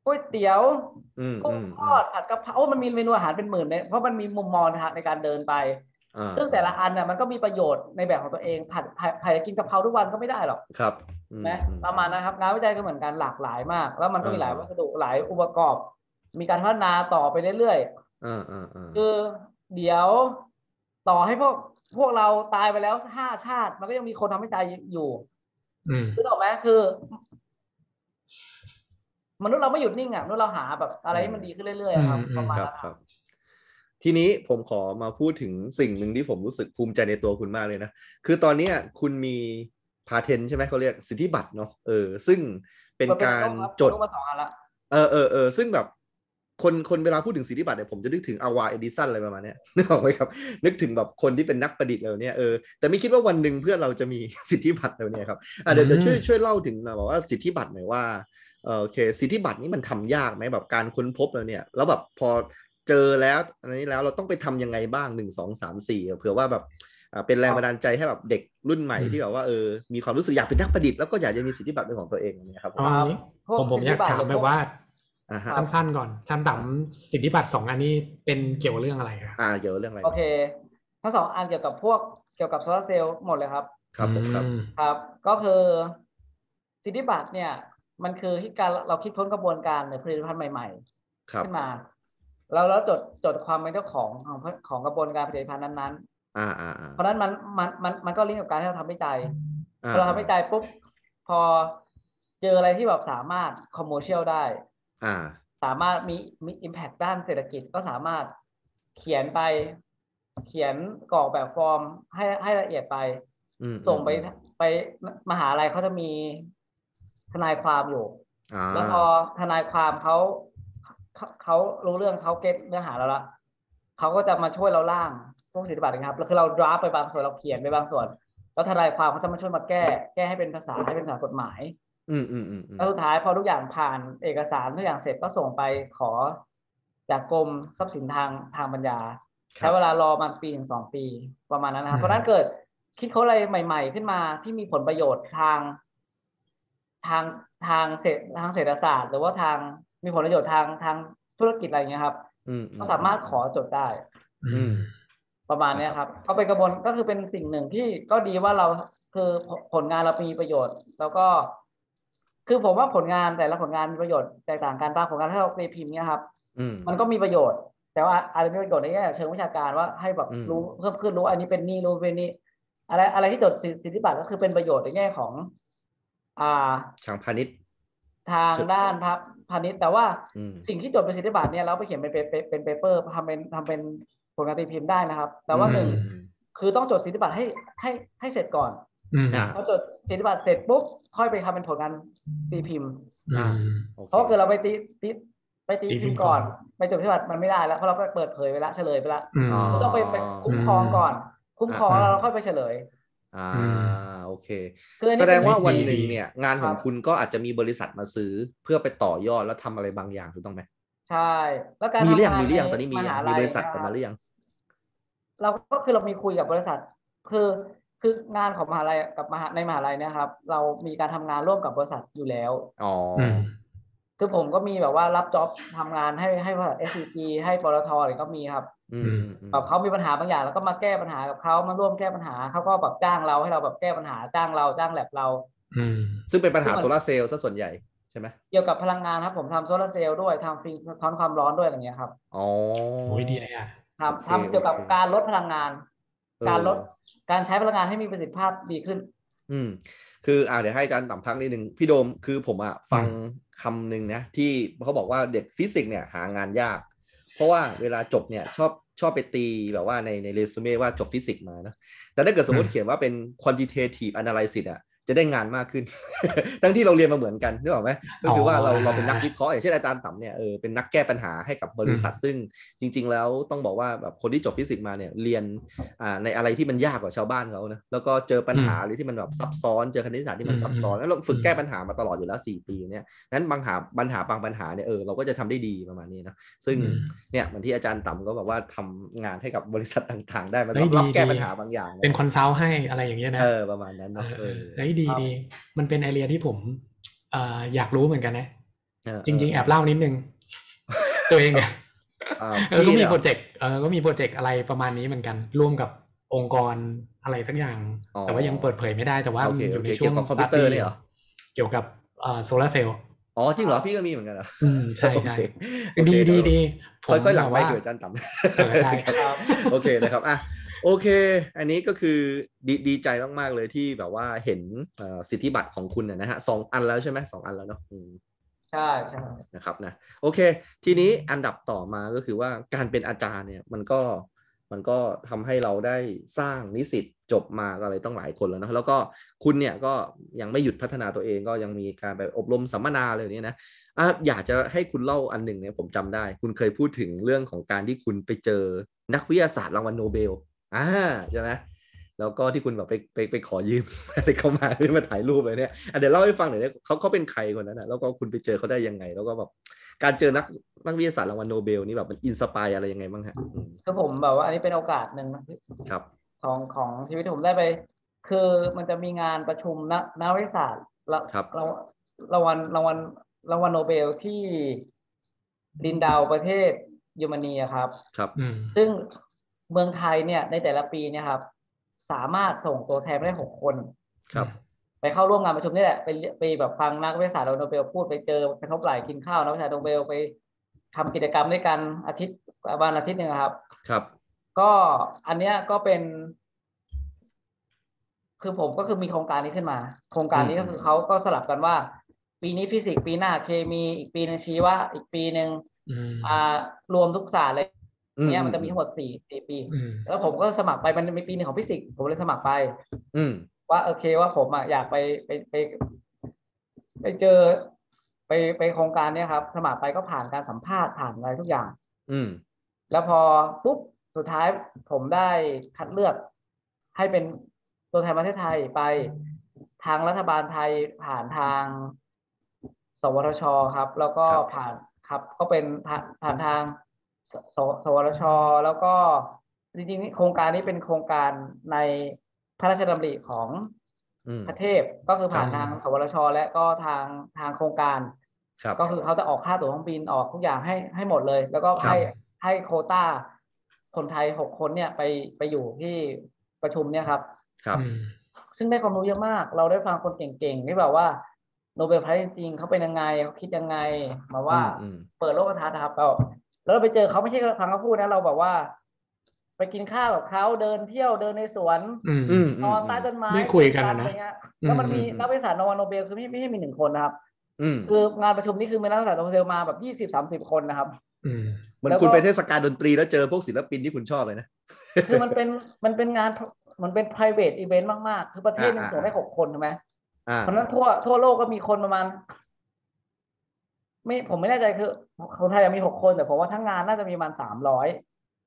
Speaker 4: ก๋วยเตี๋ยว
Speaker 2: อืม
Speaker 4: กุ้
Speaker 2: อื
Speaker 4: ง
Speaker 2: ม
Speaker 4: ทอดผัดกะเพราโอ้มันมีเมนูอาหารเป็นหมื่นเลยเพราะมันมีมุมมองนะฮะในการเดินไป
Speaker 2: อ่า
Speaker 4: ซึ่งแต่ละอันน่ะมันก็มีประโยชน์ในแบบของตัวเองผัดไผ่ไผ่กินกะเพราทุกวันก็ไม่ได้หรอก
Speaker 2: ครับอื
Speaker 4: นะ
Speaker 2: อื
Speaker 4: ประมาณนะครับงานวิจัยก็เหมือนกันหลากหลายมาก แล้วมันก็มี
Speaker 2: เออ
Speaker 4: หลายวัสดุหลายอุปกรณ์มีการพัฒนาต่อไปเรื่อยๆ
Speaker 2: อ่าอ่าอ่า
Speaker 4: คือเดี๋ยวต่อให้พวกพวกเราตายไปแล้วห้าชาติ มันก็ยังมีคนทำให้ตายอยู่
Speaker 3: อืม
Speaker 4: คือออกไหมคือ มนุษย์เราไม่หยุดนิ่งอ่ะมนุษย์เราหาแบบอะไรที่มันดีขึ้นเรื่อยๆอะครับประมาณ
Speaker 2: ครับ
Speaker 4: นั้น
Speaker 2: ค
Speaker 4: อะ
Speaker 2: รับ ทีนี้ผมขอมาพูดถึงสิ่งหนึ่งที่ผมรู้สึกภูมิใจในตัวคุณมากเลยนะ คือตอนเนี้ยคุณมีพาเทนใช่ไหมเขาเรียกสิทธิบัตรเนาะเออ ซึ่งเป็นการจด
Speaker 4: ผมมาสองอันละ
Speaker 2: เออเออเออซึ่งแบบคนคนเวลาพูดถึงสิทธิบัตรเนี่ยผมจะนึกถึงอาวาเอดิสันอะไรประมาณเนี้ย นึกออกไหมครับ นึกถึงแบบคนที่เป็นนักประดิษฐ์อะไรเนี่ยเออแต่ไม่คิดว่าวันหนึ่งเพื่อนเราจะมี สิทธิบัตรแล้วเนี่ยครับอ่ะเดี๋ยวเดี๋ยวช่วยช่วยเล่าถึงหนะบอกว่าสิทธิบัตรหน่อยว่าเออโอเคสิทธิบัตรนี้มันทำยากไหมแบบการค้นพบแล้วเนี่ย แล้วแบบพอเจอแล้วอันนี้แล้วเราต้องไปทำยังไงบ้างหนึ่งสองสามสี่เผื่อว่าแบบอ่ะเป็นแรงบันดาลใจให้แบบเด็กรุ่นใหม่ที่แบบว่าเออมีความรู้สึกอยากเป็นนักประดิษฐ์แล้วก็อยากจะมีสิทธิบัตรเป็นของตัวเองเนี่ยครับผม
Speaker 3: เอาอันนี้
Speaker 4: พว
Speaker 3: ผมผมอยาก
Speaker 4: สิทธิบัตร
Speaker 3: ถาม
Speaker 4: ห
Speaker 3: แบ
Speaker 4: รือ
Speaker 3: บ
Speaker 4: พวก
Speaker 3: ว่า
Speaker 2: อ่าฮะ
Speaker 3: สั้นๆก่อนชั้นต่ำสิทธิบัตรสองอันนี้เป็นเกี่ยวเรื่องอะไรครับ
Speaker 2: อ่าเดี๋ยวเรื่องอะไร
Speaker 4: โอเค ทั้งสองอันเกี่ยวกับพวกเกี่ยวกับโซลาร์เซลล์หมดเลยครับ
Speaker 2: ครับผมครับ
Speaker 3: อืม
Speaker 4: ครับ ก็คือสิทธิบัตรเนี่ย มันคือที่การเราคิดค้นกระบวนการในผลิตภัณฑ์ใหม่ ๆ
Speaker 2: ครับ
Speaker 4: ขึ้นมาแล้วแล้วจดจดความเป็นเจ้าของของของกระบวนการผลิตภัณฑ์นั้น
Speaker 2: อ่าอ่าอ่า
Speaker 4: ๆ เพราะฉะนั้นมันมันมันมันก็ลิงก์กับการที่เราทำวิจัยพอเราทำวิ
Speaker 2: อ่า
Speaker 4: จัยปุ๊บพอเจออะไรที่แบบสามารถคอมเมอร์เชียลได้
Speaker 2: อ่า
Speaker 4: สามารถมีมีอิมแพคด้านเศรษฐกิจก็สามารถเขียนไป เขียนกรอกแบบฟอร์มให้ให้ละเอียดไป
Speaker 2: อืม
Speaker 4: ส่งไปไปมหาลัยเขาจะมีทนายความอยู่
Speaker 2: อ่า
Speaker 4: แล้วพอทนายความเขาเขาเขารู้เรื่องเขาเก็ตเนื้อหาเราละเขาก็จะมาช่วยเราร่างพวกสิทธิบัตรนะครับแล้วคือเราดราฟไปบางส่วนเราเขียนไปบางส่วน แล้วทนายความเขาจะมาช่วยมาแก้ แก้ให้เป็นภาษาให้เป็นภาษากฎหมาย
Speaker 2: อืมอืมอืมอืม
Speaker 4: แล้วสุดท้ายพอทุกอย่างผ่านเอกสารทุกอย่างเสร็จก็ส่งไปขอ จากกรมทรัพย์สินทางทางปัญญา
Speaker 2: ครั
Speaker 4: ใช้
Speaker 2: บ
Speaker 4: เวลารอมันปีถึงสองปีประมาณนั้นนะครับ เพราะฉะนั้นเกิดคิดเขาอะไรใหม่ ๆ ขึ้นมาที่มีผลประโยชน์ทาง ทางทางเศรษฐทางเศรษฐศาสตร์ หรือว่าทางมีผลประโยชน์ทางทางธุรกิจอะไรอย่างเงี้ยครับ
Speaker 2: อืม
Speaker 4: ก็สามารถขอจดได้
Speaker 3: อืม
Speaker 4: ประมาณเนี้ยครับก็เป็นกระบวนก็คือเป็นสิ่งหนึ่งที่ก็ดีว่าเราคือผลผลงานเรามีประโยชน์ แล้วก็ คือผมว่าผลงานแต่ละผลงานมีประโยชน์แตกต่างกันบ้างผลงานที่เราไปพิมพ์เนี่ยครับ
Speaker 2: อืม
Speaker 4: มันก็มีประโยชน์ แต่ว่าอาจจะมีประโยชน์ในแง่เชิงวิชาการว่าให้แบบ
Speaker 2: อืม
Speaker 4: รู้เพิ่มขึ้นรู้อันนี้เป็นนี่รู้เป็นนี่อะไรอะไรที่จดสิสิทธิบัตรก็คือเป็นประโยชน์ในแง่ของ อ่า
Speaker 2: ทางพาณิชย์
Speaker 4: ทาง
Speaker 2: สุด
Speaker 4: ด้านพับพาณิชย์แต่ว่า
Speaker 2: อืม
Speaker 4: สิ่งที่จดเป็นสิทธิบัตรเนี่ยเราไปเขียนเป็นเป็นเป็นเปเปอร์ทำเป็นทำเป็นผลงานตีพิมพ์ได้นะครับ แต่ว่า
Speaker 3: อืม
Speaker 4: หนึ่งคือต้องจดสิทธิบัตรให้ให้ให้เสร็จก่อน
Speaker 3: อืม
Speaker 2: อ่า
Speaker 4: พอจดสิทธิบัตรเสร็จปุ๊บค่อยไปทำเป็นผลงานตีพิมพ์
Speaker 3: อืม
Speaker 2: โอค
Speaker 4: เพราะเกิดเราไปตีตีไปตี
Speaker 3: ตีพิ
Speaker 4: พิ
Speaker 3: ม
Speaker 4: ม
Speaker 3: พ์
Speaker 4: พ์ก่อน
Speaker 3: ก่อน
Speaker 4: ไปจดสิทธิบัตรมันไม่ได้แล้วเพราะเราไปเปิดเผยไปละเฉลยไปละ
Speaker 3: อืม
Speaker 2: า
Speaker 4: ต้องไปไปคุ้มครองก่อน คุ้มครอง
Speaker 3: อ่า
Speaker 4: แล้วเราค่อยไปเฉลย
Speaker 2: อ่า
Speaker 3: อืม
Speaker 2: โอเค
Speaker 4: คืออัน
Speaker 2: แสด
Speaker 4: นี้เป็
Speaker 2: ง
Speaker 4: น
Speaker 2: ว่าวัน
Speaker 3: ดี
Speaker 2: หนึ่ง
Speaker 3: ดี
Speaker 2: เนี่ย งานของ
Speaker 4: ครับ
Speaker 2: คุณก็อาจจะมีบริษัทมาซื้อ เพื่อไปต่อยอดแล้วทำอะไรบางอย่างถูกต้องไหม
Speaker 4: ใช่แล้วการ
Speaker 2: มีหรือยัง
Speaker 4: ทำ
Speaker 2: มีหรือยัง
Speaker 4: ใ
Speaker 2: ตอนนี้มีหรือยัง
Speaker 4: หา
Speaker 2: มี
Speaker 4: ลัย
Speaker 2: บริษัทออกมาหรือยัง
Speaker 4: เราก็คือเรามีคุยกับบริษัท คือคืองานของมหาลัยกับมหาในมหาลัยเนะครับ เรามีการทำงานร่วมกับบริษัทอยู่แล้ว
Speaker 2: อ๋ออ
Speaker 3: อืม
Speaker 4: คือผมก็มีแบบว่ารับจ็อบทำงานให้ให้บริษัท s c g ให้ปตทอะไรก็มีครับ
Speaker 2: อืมอืมอืม
Speaker 4: แบบเขามีปัญหาบางอย่างแล้วก็มาแก้ปัญหากับเขามาร่วมแก้ปัญหาเขาก็แบบจ้างเราให้เราแบบแก้ปัญหาจ้างเราจ้างแลบเรา
Speaker 3: อืม
Speaker 2: ซึ่งเป็นปัญหาโซลาร์เซลล์ซะส่วนใหญ่ใช่ไหม
Speaker 4: เกี่ยวกับพลังงานครับ ผมทำโซลาร์เซลล์ด้วยทำฟิงสะท้อนความร้อนด้วยอะไรอย่างเงี้ยครับ
Speaker 2: อ๋อ
Speaker 3: โอ้ยดีเลยอ่ะ
Speaker 4: ทำ
Speaker 2: โอเค
Speaker 4: ทำเกี่ยวกับ
Speaker 2: โอเค
Speaker 4: การลดพลังงาน
Speaker 2: เออ
Speaker 4: การลดการใช้พลังงานให้มีประสิทธิภาพดีขึ้น
Speaker 2: อืมคืออ่าเดี๋ยวให้อาจารย์ต่ำพักนิดนึงพี่โดมคือผมอ่ะฟังคำหนึ่งนะที่เขาบอกว่าเด็กฟิสิกส์เนี่ยหางานยาก เพราะว่าเวลาจบเนี่ยชอบชอบไปตีแบบว่าในในเรซูเม่ว่าจบฟิสิกส์มานะแต่ถ้าเกิดสมมติ
Speaker 3: อืม
Speaker 2: เขียนว่าเป็น quantitative analysis อ่ะ จะได้งานมากขึ้น ทั้งที่เราเรียนมาเหมือนกันนึกออกไหมก็คือว่าเราเราเป็นนักวิเคราะห์อย่างเช่นอาจารย์ต่ำเนี่ยเออเป็นนักแก้ปัญหาให้กับบริษัท ซึ่งจริง ๆ แล้วต้องบอกว่าแบบคนที่จบฟิสิกส์มาเนี่ยเรียนอ่าในอะไรที่มันยากกว่าชาวบ้านเขานะแล้วก็เจอปัญหาหรือที่มันแบบซับซ้อนเจอคณิตศาสตร์ที่มันซับซ้อนแล้วเราฝึกแก้ปัญหามาตลอดอยู่แล้ว4ปีเนี่ยนั้นบางหาปัญหาบางปัญหาเนี่ยเออเราก็จะทำได้ดีประมาณนี้นะซึ่ง
Speaker 3: อืม
Speaker 2: เนี่ยเหมือนที่อาจารย์ต่ำก็แบบว่าทำงานให้กับบริษัทต่าง ๆ ได้มัน
Speaker 3: เฮ้ยดี
Speaker 2: รับแก้
Speaker 3: ดี
Speaker 2: ปัญหาบางอย่าง
Speaker 3: เป็นคอนซัลท์ให้อะไรอย่างเงี้ยนะ
Speaker 2: เออประมาณนั้นเนอะเออ
Speaker 3: เฮ้ยดี
Speaker 4: ครับ
Speaker 3: ดีมันเป็นไอเดียที่ผมเอ่ออยากรู้เหมือนกันนะ
Speaker 2: เออ
Speaker 3: จริง ๆ แอบเล่านิ ดนึง ตัวเองเนี่ย
Speaker 2: เออ
Speaker 3: เออก็
Speaker 2: พี่
Speaker 3: มี
Speaker 2: เนี่ย
Speaker 3: โปรเจกต์เออก็มีโปรเจกต์อะไรประมาณนี้เหมือนกัน ร่วมกับองค์กรอะไรสักอย่าง
Speaker 2: อ๋อ
Speaker 3: แต่ว่ายังเปิดเผยไม่ได้แต่ว่า
Speaker 2: โอเค
Speaker 3: อยู่ใน
Speaker 2: โอเค
Speaker 3: ช่วง
Speaker 2: เกี่ยวกับคอมพิว
Speaker 3: study
Speaker 2: เตอร์เลยเหรอ
Speaker 3: เกี่ยวกับโซลาร์เซลล์
Speaker 2: อ๋อจริงเหรอพี่ก็มีเหมือนกันเหรอ
Speaker 3: ใช่ใช่
Speaker 2: โอเค
Speaker 3: ดี
Speaker 2: โอเค
Speaker 3: ดี
Speaker 2: เยว
Speaker 3: ดี
Speaker 2: ค่อยๆหลังไป
Speaker 3: แบบว่า
Speaker 2: เถอะอาจารย์ต่
Speaker 3: เออใช่
Speaker 2: ำ
Speaker 4: ครับ
Speaker 2: โอเคนะครับอ่ะโอเค อันนี้ก็คือดีดีใจมากๆเลยที่แบบว่าเห็นเอ่อสิทธิบัตรของคุณนะนะฮะสองอันแล้วใช่ไหมสองอันแล้วเนาะอืม
Speaker 4: ใช่ใช่
Speaker 2: นะครับนะโอเค ทีนี้อันดับต่อมาก็คือว่าการเป็นอาจารย์เนี่ยมันก็มันก็ทำให้เราได้สร้างนิสิตจบมาก็เลยต้องหลายคนแล้วเนอะแล้วก็คุณเนี่ยก็ยังไม่หยุดพัฒนาตัวเองก็ยังมีการไปอบรมสัมมนาเลยเนี่ยนะอ่ะอยากจะให้คุณเล่าอันหนึ่งเนี่ยผมจำได้ คุณเคยพูดถึงเรื่องของการที่คุณไปเจอนักวิทยาศาสตร์รางวัลโนเบลอ่าใช่ไหมแล้วก็ที่คุณแบบไปไปไปขอยืม อะไรเข้ามาเพื่อมาถ่ายรูปอะไรเนี่ยอ่ะเดี๋ยวเล่าให้ฟังหน่อยเนี่ยเขาเขาเป็นใครคนนั้นนะแล้วก็คุณไปเจอเขาได้ยังไง แล้วก็แบบการเจอนักนักวิทยาศาสตร์รางวัลโนเบลนี่แบบมันอินสปายอะไรยังไงบ้างฮะอืม
Speaker 4: คือผมแบบว่าอันนี้เป็นโอกาสหนึ่งนะครับ ของของชีวิตผมได้ไป คือมันจะมีงานประชุมนักนักวิทยาศาสตร์ละ
Speaker 2: ครับ
Speaker 4: รางวัลรางวัลรางวัลรางวัลโนเบลที่ดินดาวประเทศเยอรมนีอะครับ
Speaker 2: ครับ
Speaker 3: อืม
Speaker 4: ซึ่งเมืองไทยเนี่ยในแต่ละปีเนี่ยครับ สามารถส่งตัวแทนได้หกคน
Speaker 2: ครับ
Speaker 4: ไปเข้าร่วมงานประชุมนี่แหละไปเรียไปแบบฟังนักวิทยาศาสตร์โนเบลพูดไปเจอไปพบไหลกินข้าวนักวิทยาศาสตร์โนเบลไปทำกิจกรรมด้วยกันอาทิตย์วันอาทิตย์หนึ่งอะครับ
Speaker 2: ครับ
Speaker 4: ก็อันเนี้ยก็เป็น คือผมก็คือมีโครงการนี้ขึ้นมา โครงการนี้
Speaker 2: อืม
Speaker 4: ก็คือเขาก็สลับกันว่า ปีนี้ฟิสิกส์ปีหน้าเคมีอีกปีหนึงชีวะอีกปีหนึ่ง
Speaker 3: อืม
Speaker 4: อ่ารวมทุกศาสตร์เลย
Speaker 2: อื
Speaker 4: เนี้ยมันจะมีทั้งหมดสี่สี่ปี
Speaker 3: อืม
Speaker 4: แล้วผมก็สมัครไปมันมีปีหนึ่งของฟิสิกส์ผมเลยสมัครไป
Speaker 2: อืม
Speaker 4: ว่าโอเคว่าผมอ่ะอยากไปไปไปไปเจอ ไปไปโครงการเนี้ยครับ สมัครไปก็ผ่านการสัมภาษณ์ผ่านอะไรทุกอย่าง
Speaker 2: อืม
Speaker 4: แล้วพอปุ๊บสุดท้ายผมได้คัดเลือก ให้เป็นตัวแทนประเทศไทยไปทางรัฐบาลไทยผ่านทาง สวทชครับ แล้วก็ผ่านครับ ก็เป็นผ่านผ่านทางสสสวทช แล้วก็จริงๆนี่โครงการนี้เป็นโครงการในพระราชดำริของ
Speaker 2: อืม
Speaker 4: ประเทศก็คือผ่านทางสวทช และก็ทางทางโครงการ
Speaker 2: ครับ
Speaker 4: ก็คือเขาจะออกค่าตั๋วเครื่องบินออกทุกอย่างให้ให้หมดเลย แล้วก็ให้ให้โควต้าคนไทยหกคนเนี่ยไปไปอยู่ที่ประชุมเนี่ยครับ
Speaker 2: ครับ
Speaker 3: อืม
Speaker 4: ซึ่งได้ความรู้เยอะมาก เราได้ฟังคนเก่งๆที่แบบว่าโนเบลไพรส์จริงๆเขาเป็นยังไงเขาคิดยังไงมาว่า
Speaker 2: อืม
Speaker 4: เปิดโลกทัศน์นะครับเราแล้วเราไปเจอเขาไม่ใช่ฟังเขาพูดนะเราแบบว่า ไปกินข้าวกับเขาเดินเที่ยวเดินในสวน
Speaker 3: อืม
Speaker 2: อืม
Speaker 4: น
Speaker 2: อื
Speaker 4: อน
Speaker 2: ม
Speaker 4: ใต้ต้นไม้
Speaker 3: ได้คุยกันอะนะ
Speaker 4: อะไรเงี้ยแล้วมันมี
Speaker 2: อืม
Speaker 4: นักวิทยาศาสตร์รางวัลโนเบลคือไม่ไม่ใช่มีหนึ่งคนนะครับ
Speaker 2: อืม
Speaker 4: คืองานประชุมนี่คือมีนักศึกษาโรงเรียนมาแบบยี่สิบสามสิบคนนะครับ
Speaker 3: อืม
Speaker 2: เหมือน
Speaker 4: แล้วก็
Speaker 2: คุณไปเทศกาลดนตรีแล้วเจอพวกศิลปินที่คุณชอบเลยนะ
Speaker 4: คือมัน เป็นมันเป็นงานมันเป็น private event มาก ๆ คือประเทศหนึง
Speaker 2: อ่า
Speaker 4: ส่งได้หกคนใช่ไหม
Speaker 2: อ่า
Speaker 4: เพราะฉะนั้นทั่วทั่วโลกก็มีคนประมาณ ไม่ผมไม่แน่ใจคือคนไทยมีหกคน แต่ผมว่าทั้งงานน่าจะมีประมาณสามร้อย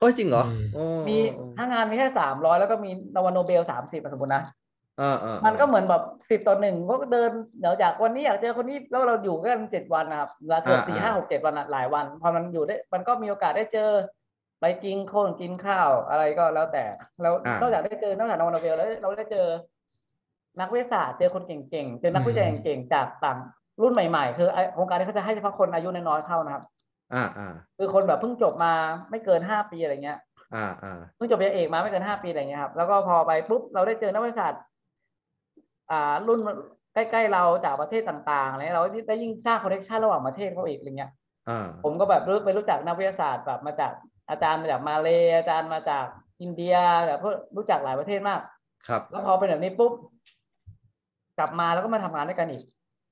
Speaker 2: เอ้ยจริงเหรอ
Speaker 3: อืม
Speaker 2: โอ้
Speaker 4: มีทั้งงานมีแค่สามร้อยแล้วก็มีรางวัลโนเบลสามสิบสมมตินะ
Speaker 2: อ่าอ่า
Speaker 4: มั
Speaker 2: มัน
Speaker 4: ก็เหมือนแบบสิบต่อหนึ่งก็เดินเดี๋ยวอยากวันนี้อยากเจอคนนี้แล้วเราอยู่กันเจ็ดวันนะครับเราเกือบสี่ห้าหกเจ็ดวันอะหลายวัน พอมันอยู่ได้ มันก็มีโอกาสได้เจอ ไปกินข้นกินข้าวอะไรก็แล้วแต่แล้วนอกจากได้เจอนอกจากนอนเวลแล้วเราได้เจอ นักวิทยาศาสตร์เจอคนเก่งๆเจอนักวิจัยเก่งๆจากต่างรุ่นใหม่ๆ คือไอ้โครงการนี้เขาจะให้เฉพาะคนอายุน้อยๆเข้านะครับ
Speaker 2: อ่าอ่า
Speaker 4: คือคนแบบเพิ่งจบมาไม่เกินห้าปีอะไรเงี้ย
Speaker 2: อ่าอ่า
Speaker 4: เพิ่งจบปริญญาเอกมาไม่เกินห้าปีอะไรเงี้ยครับ แล้วก็พอไปปุ๊บเราได้เจอนักวิทยาศาสตร์อ่า รุ่นใกล้ๆเราจากประเทศต่างๆอะไรเงี้ยเราได้ยิ่งสร้างคอนเนคชันระหว่างประเทศเขาอีกอะไรเงี้ย
Speaker 2: อ่า
Speaker 4: ผมก็แบบรู้ไปรู้จักนักวิทยาศาสตร์แบบมาจากอาจารย์มาจากมาเลย์อาจารย์มาจากอินเดียแบบพวกรู้จักหลายประเทศมาก
Speaker 2: ครับ
Speaker 4: แล้วพอเป็นแบบนี้ปุ๊บกลับมาแล้วก็มาทำงานด้วยกันอีก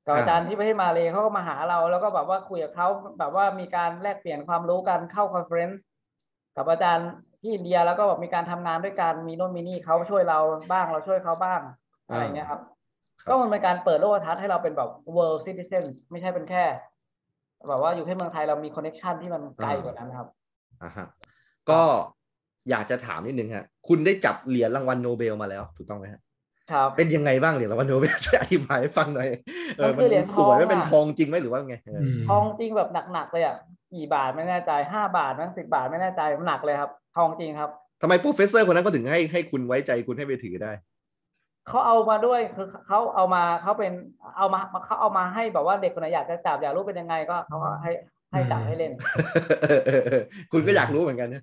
Speaker 4: กับ
Speaker 2: อ่า
Speaker 4: อาจารย์ที่ประเทศมาเลย์เขาก็มาหาเรา แล้วก็แบบว่าคุยกับเขาแบบว่ามีการแลกเปลี่ยนความรู้กันเข้าคอนเฟอเรนซ์กับอาจารย์ที่อินเดียแล้วก็แบบมีการทำงานด้วยกันมีโน่นมีนี่เขาช่วยเราบ้างเราช่วยเขาบ้างอะไรเงี้ยครับ
Speaker 2: ครับ
Speaker 4: ก็มันเป็นการเปิดโลกทัศน์ให้เราเป็นแบบ world citizen ไม่ใช่เป็นแค่ แบบว่าอยู่แค่เมืองไทยเรามีคอนเน็ชันที่มันไกล
Speaker 2: อ่าก ก
Speaker 4: ว่านั้นครับ
Speaker 2: อ่าฮะก็อยากจะถามนิดนึงฮะคุณได้จับเหรียญรางวัลโนเบลมาแล้วถูกต้องไหมฮะ
Speaker 4: ครับ
Speaker 2: เป็นยังไงบ้างเหรียญรางวัลโนเบล ช่วยอธิบายให้ฟังหน่อยเออ
Speaker 4: มันคื
Speaker 2: มั
Speaker 4: อเหรียญ
Speaker 2: นสวย
Speaker 4: ทอง
Speaker 2: ไม่เป็น
Speaker 4: อะ
Speaker 2: ทองจริงไหมหรือว่าไงเอออ
Speaker 3: ม
Speaker 4: ทองจริงแบบหนักๆเลยอ่ะกี่บาทไม่แน่ใจห้าบาทมั้งสิบบาทไม่แน่ใจหนักเลยครับ ทองจริงครับ
Speaker 2: ทำไมโปรเฟสเซอร์คนนั้นก็ถึงให้ให้คุณไว้ใจคุณให้ไปถือได้
Speaker 4: เขาเอามาด้วยคือเขาเอามาเขาเป็นเอามาเขาเอามาให้แบบว่าเด็กคนไหนอยากจะจับอยากรู้เป็นยังไงก็เขาก็ให้ให้จับให้เล่น
Speaker 2: คุณก็อยากรู้เหมือนกันนะ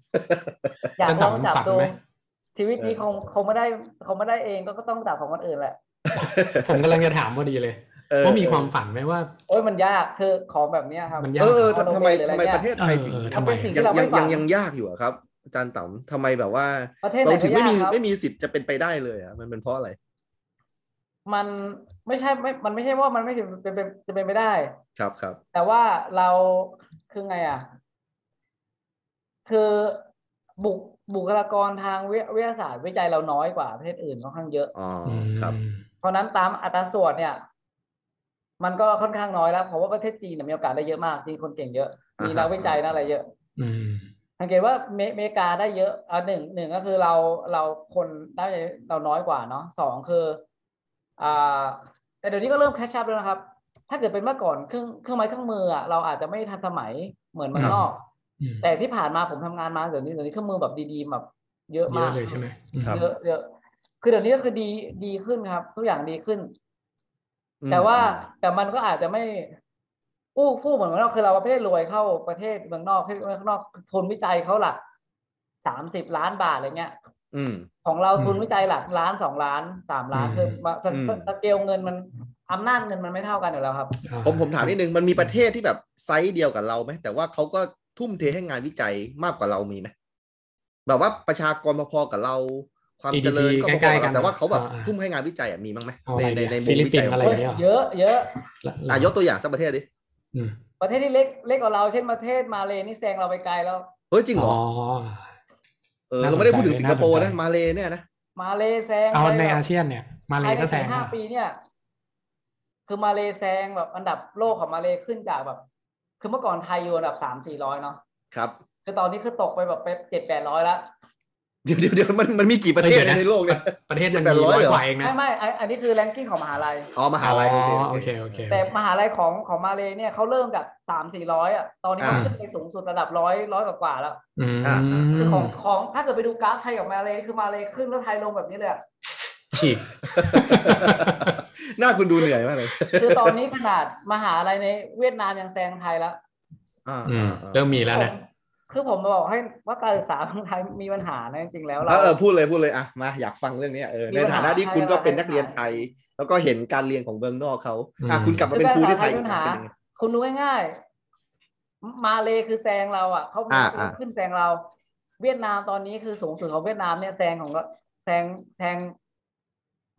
Speaker 4: อยาก
Speaker 3: จัน
Speaker 4: ล
Speaker 3: ดับ
Speaker 4: อง
Speaker 3: มัน
Speaker 4: จับ
Speaker 3: ฝัน
Speaker 4: ดู
Speaker 3: ไหม
Speaker 4: ชีวิตนี้
Speaker 2: เออ
Speaker 4: คงคงไม่ได้คงไม่ได้เองก็ก็ต้องจับของคนอื่นแหละ
Speaker 3: ผมกำลังจะถามพอดีเลย
Speaker 2: เออ
Speaker 3: ว่ามีความฝันไหมว่า
Speaker 4: โอ้ยมันยากคือของแบบเนี้ยครับ
Speaker 3: มันยาก
Speaker 2: เออเออ
Speaker 4: ของโน
Speaker 2: ทำ
Speaker 4: เบล
Speaker 2: ไม
Speaker 4: หรืออะ
Speaker 2: ทำ
Speaker 4: ไร
Speaker 2: ไม
Speaker 4: เนี่ย
Speaker 2: ประเทศไทยถึง
Speaker 3: เออเออ
Speaker 4: มัน
Speaker 3: ทำไม
Speaker 4: เป็นสิ่ง
Speaker 2: ยั
Speaker 4: ที่เรา
Speaker 2: งยั
Speaker 4: ไม่
Speaker 2: ง
Speaker 4: ฝั
Speaker 2: ยั
Speaker 4: น
Speaker 2: งยังยากอยู่อะครับ อาจารย์ต๋ำทำไมแบบว่า
Speaker 4: ประเทศไหน
Speaker 2: เรา
Speaker 4: ก็
Speaker 2: ถึงไม่
Speaker 4: ยาก
Speaker 2: มี
Speaker 4: ครับ
Speaker 2: ไม่มีสิทธิ์จะเป็นไปได้เลยอะมันเป็นเพราะอะไร
Speaker 4: มันไม่ใช่ไม่มันไม่ใช่ว่ามันไม่ถึงเป็นเป็นจะเป็นไม่ได้
Speaker 2: ครับครับ
Speaker 4: แต่ว่าเราคือไงอ่ะ คือบุคบุคลากรทางวิวิทยาศาสตร์วิจัยเราน้อยกว่าประเทศอื่นค่อนข้างเยอะ
Speaker 2: อ๋ออ
Speaker 3: อืม
Speaker 2: ครับ
Speaker 4: เพราะฉะนั้นตามอัตราส่วนเนี่ย มันก็ค่อนข้างน้อยแล้วเพราะว่าประเทศจีนนะมีโอกาสได้เยอะมากจีนคนเก่งเยอะ มี
Speaker 2: อ่าฮะ
Speaker 4: นักวิจัยนักอะไรเยอะ
Speaker 3: อืม
Speaker 4: สังเกตว่าเมเมกาได้เยอะอ่าหนึ่งหนึ่งก็คือเราเราคนได้เราน้อยกว่าเนาะสองคือ อ่า แต่เดี๋ยวนี้ก็เริ่มแคชชัพแล้วนะครับ ถ้าเกิดเป็นเมื่อก่อนเครื่องเครื่องไม้เครื่องมืออะเราอาจจะไม่ทันสมัยเหมือนเมืองนอก
Speaker 3: อืม
Speaker 4: แต่ที่ผ่านมาผมทำงานมาเดี๋ยวนี้เดี๋ยวนี้เครื่องมือแบบดีๆแบบเยอะ
Speaker 3: เย
Speaker 4: มาก
Speaker 3: อะเลยใช่ไหม
Speaker 2: ครับ
Speaker 4: เยอะเยอะคือเดี๋ยวนี้ก็คือดีดีขึ้นครับ ทุกอย่างดีขึ้น
Speaker 2: อืม
Speaker 4: แต่ว่าแต่มันก็อาจจะไม่อู้ฟู่เหมือนเมืองนอกคือเราประเทศรวยเข้าประเทศเมืองนอกประเทศเมืองนอกทุนวิจัยเขาหลักสามสิบล้านบาทอะไรเงี้ย
Speaker 2: อืม
Speaker 4: ของเราทุนวิจัยหลักล้านสองล้านสามล้านคือมาส
Speaker 2: อืม
Speaker 4: เกลสเกลเงินมันอำนาจเงินมันไม่เท่ากันอยู่แล้วครับ
Speaker 3: อ่
Speaker 2: ผมผมถามนิดนึง มันมีประเทศที่แบบไซส์เดียวกับเราไหมแต่ว่าเขาก็ทุ่มเทให้งานวิจัยมากกว่าเรามีไหมแบบว่าประชากรพอๆกับเรา ความเจริญก็พอๆกับเราแต่ว่าเขาแบบทุ่มให้งานวิจัยอะมีบ้างไหม
Speaker 3: เอาอะ
Speaker 2: ใน
Speaker 3: ไร
Speaker 2: ใน
Speaker 3: ดี
Speaker 2: ในมุ
Speaker 3: ฟิ
Speaker 2: ม
Speaker 3: ลิป
Speaker 2: วิ
Speaker 3: ปิ
Speaker 2: จั
Speaker 3: น
Speaker 2: ย
Speaker 3: ส์
Speaker 2: ของ
Speaker 3: อะไร
Speaker 2: เรา
Speaker 3: อย่างเงี้ยเหรอ
Speaker 4: เยอะเยอะ
Speaker 2: อ่ะยกตัวอย่างสักประเทศดิ
Speaker 3: อืม
Speaker 4: ประเทศที่เล็กเล็กกว่าเราเช่นประเทศมาเลนี่แซงเราไปไกลแล้ว
Speaker 2: เฮ้ยจริงเหร
Speaker 3: อ๋
Speaker 2: อ
Speaker 3: อ
Speaker 2: เออ
Speaker 3: น่าสน
Speaker 2: เรา
Speaker 3: ใจ
Speaker 2: ไม่ได้พูดถึงสิงคโปร์นะ
Speaker 3: น่าสนใจ
Speaker 2: มาเลเนี่ยนะ
Speaker 4: มาเลแซง
Speaker 3: เอา
Speaker 4: ไป
Speaker 3: ใน
Speaker 4: แบบ
Speaker 3: อาเซียนเนี่ย มาเล
Speaker 4: ภายใน
Speaker 3: ก็แซ
Speaker 4: สี่
Speaker 3: ง
Speaker 4: ห้า
Speaker 3: อะ
Speaker 4: ปีเนี่ย คือมาเลแซงแบบอันดับโลกของมาเลขึ้นจากแบบ คือเมื่อก่อนไทยอยู่อันดับสามสี่ร้อยเนาะ
Speaker 2: ครับ
Speaker 4: คือตอนนี้คือตกไปแบบไปเจ็ดแปดร้อยละ
Speaker 2: เดี๋ยวเดี๋ยวเดี๋ยวมันมันมีกี่ประเทศ
Speaker 3: อ้ยดี๋ยว
Speaker 2: ในโลกเนี่ย
Speaker 3: ประเทศยัง
Speaker 2: เป็
Speaker 3: มี
Speaker 2: นร้
Speaker 3: ร้
Speaker 2: อ
Speaker 3: อยย
Speaker 2: เหรอ
Speaker 3: กว่าเองนะ
Speaker 4: ไม่ไม่อันอันนี้คือแรงกิ้งของมหาลัย
Speaker 2: อ๋อมหาลัย
Speaker 3: อ๋
Speaker 2: โอเค
Speaker 3: อ
Speaker 2: โอ
Speaker 3: โอ
Speaker 2: เค
Speaker 3: เคโอเค
Speaker 4: แต่มหาลัยของของมาเลเนี่ยเขาเริ่มจากสามสี่ร้อยอ่ะตอนนี้มัน
Speaker 2: อ่า
Speaker 4: ขึ้นไปสูงสุดระดับร้อยร้อยกว่าๆแล้ว
Speaker 3: อืม
Speaker 2: อ่า
Speaker 4: คือของของถ้าเกิดไปดูกราฟไทยกับมาเลคือมาเลขึ้นแล้วไทยลงแบบนี้ เลยอะ
Speaker 3: ฉีก
Speaker 2: หน้าคุณดูเหนื่อยมากเลย
Speaker 4: คือตอนนี้ขนาดมหาลัยในเวียดนามยังแซงไทยแล้ว
Speaker 2: อ่า
Speaker 3: อืม
Speaker 2: อ่า
Speaker 3: เริ่มมีแล้วนะ
Speaker 4: คือผมบอกให้ว่าการศึกษาของไทยมีปัญหานะจริงๆแล้ว
Speaker 2: อ่า
Speaker 4: เรา
Speaker 2: เออพูดเลยพูดเลยอ่ะมาอยากฟังเรื่องเนี้ยเออ
Speaker 4: มี
Speaker 2: ใน
Speaker 4: ปัญหา
Speaker 2: ฐานะที่คุณก็เป็นนัก
Speaker 4: ใช่
Speaker 2: เรียนไทย แล้วก็เห็นการเรียนของเมืองนอกเขาอ่ะ
Speaker 3: อืม
Speaker 2: คุณกลับมาเป็นครูที่ไทย
Speaker 4: คือ
Speaker 2: อีก
Speaker 4: กา
Speaker 2: ครั้ง
Speaker 4: รหา
Speaker 2: เป็นยังไง
Speaker 4: คุณดูง่ายๆ มาเลคือแซงเราอ่ะเขา
Speaker 2: อ่าอ่า
Speaker 4: ขึ้นแซงเรา เวียดนามตอนนี้คือสูงสุดของเวียดนามเนี่ยแซงของเราแซงแซง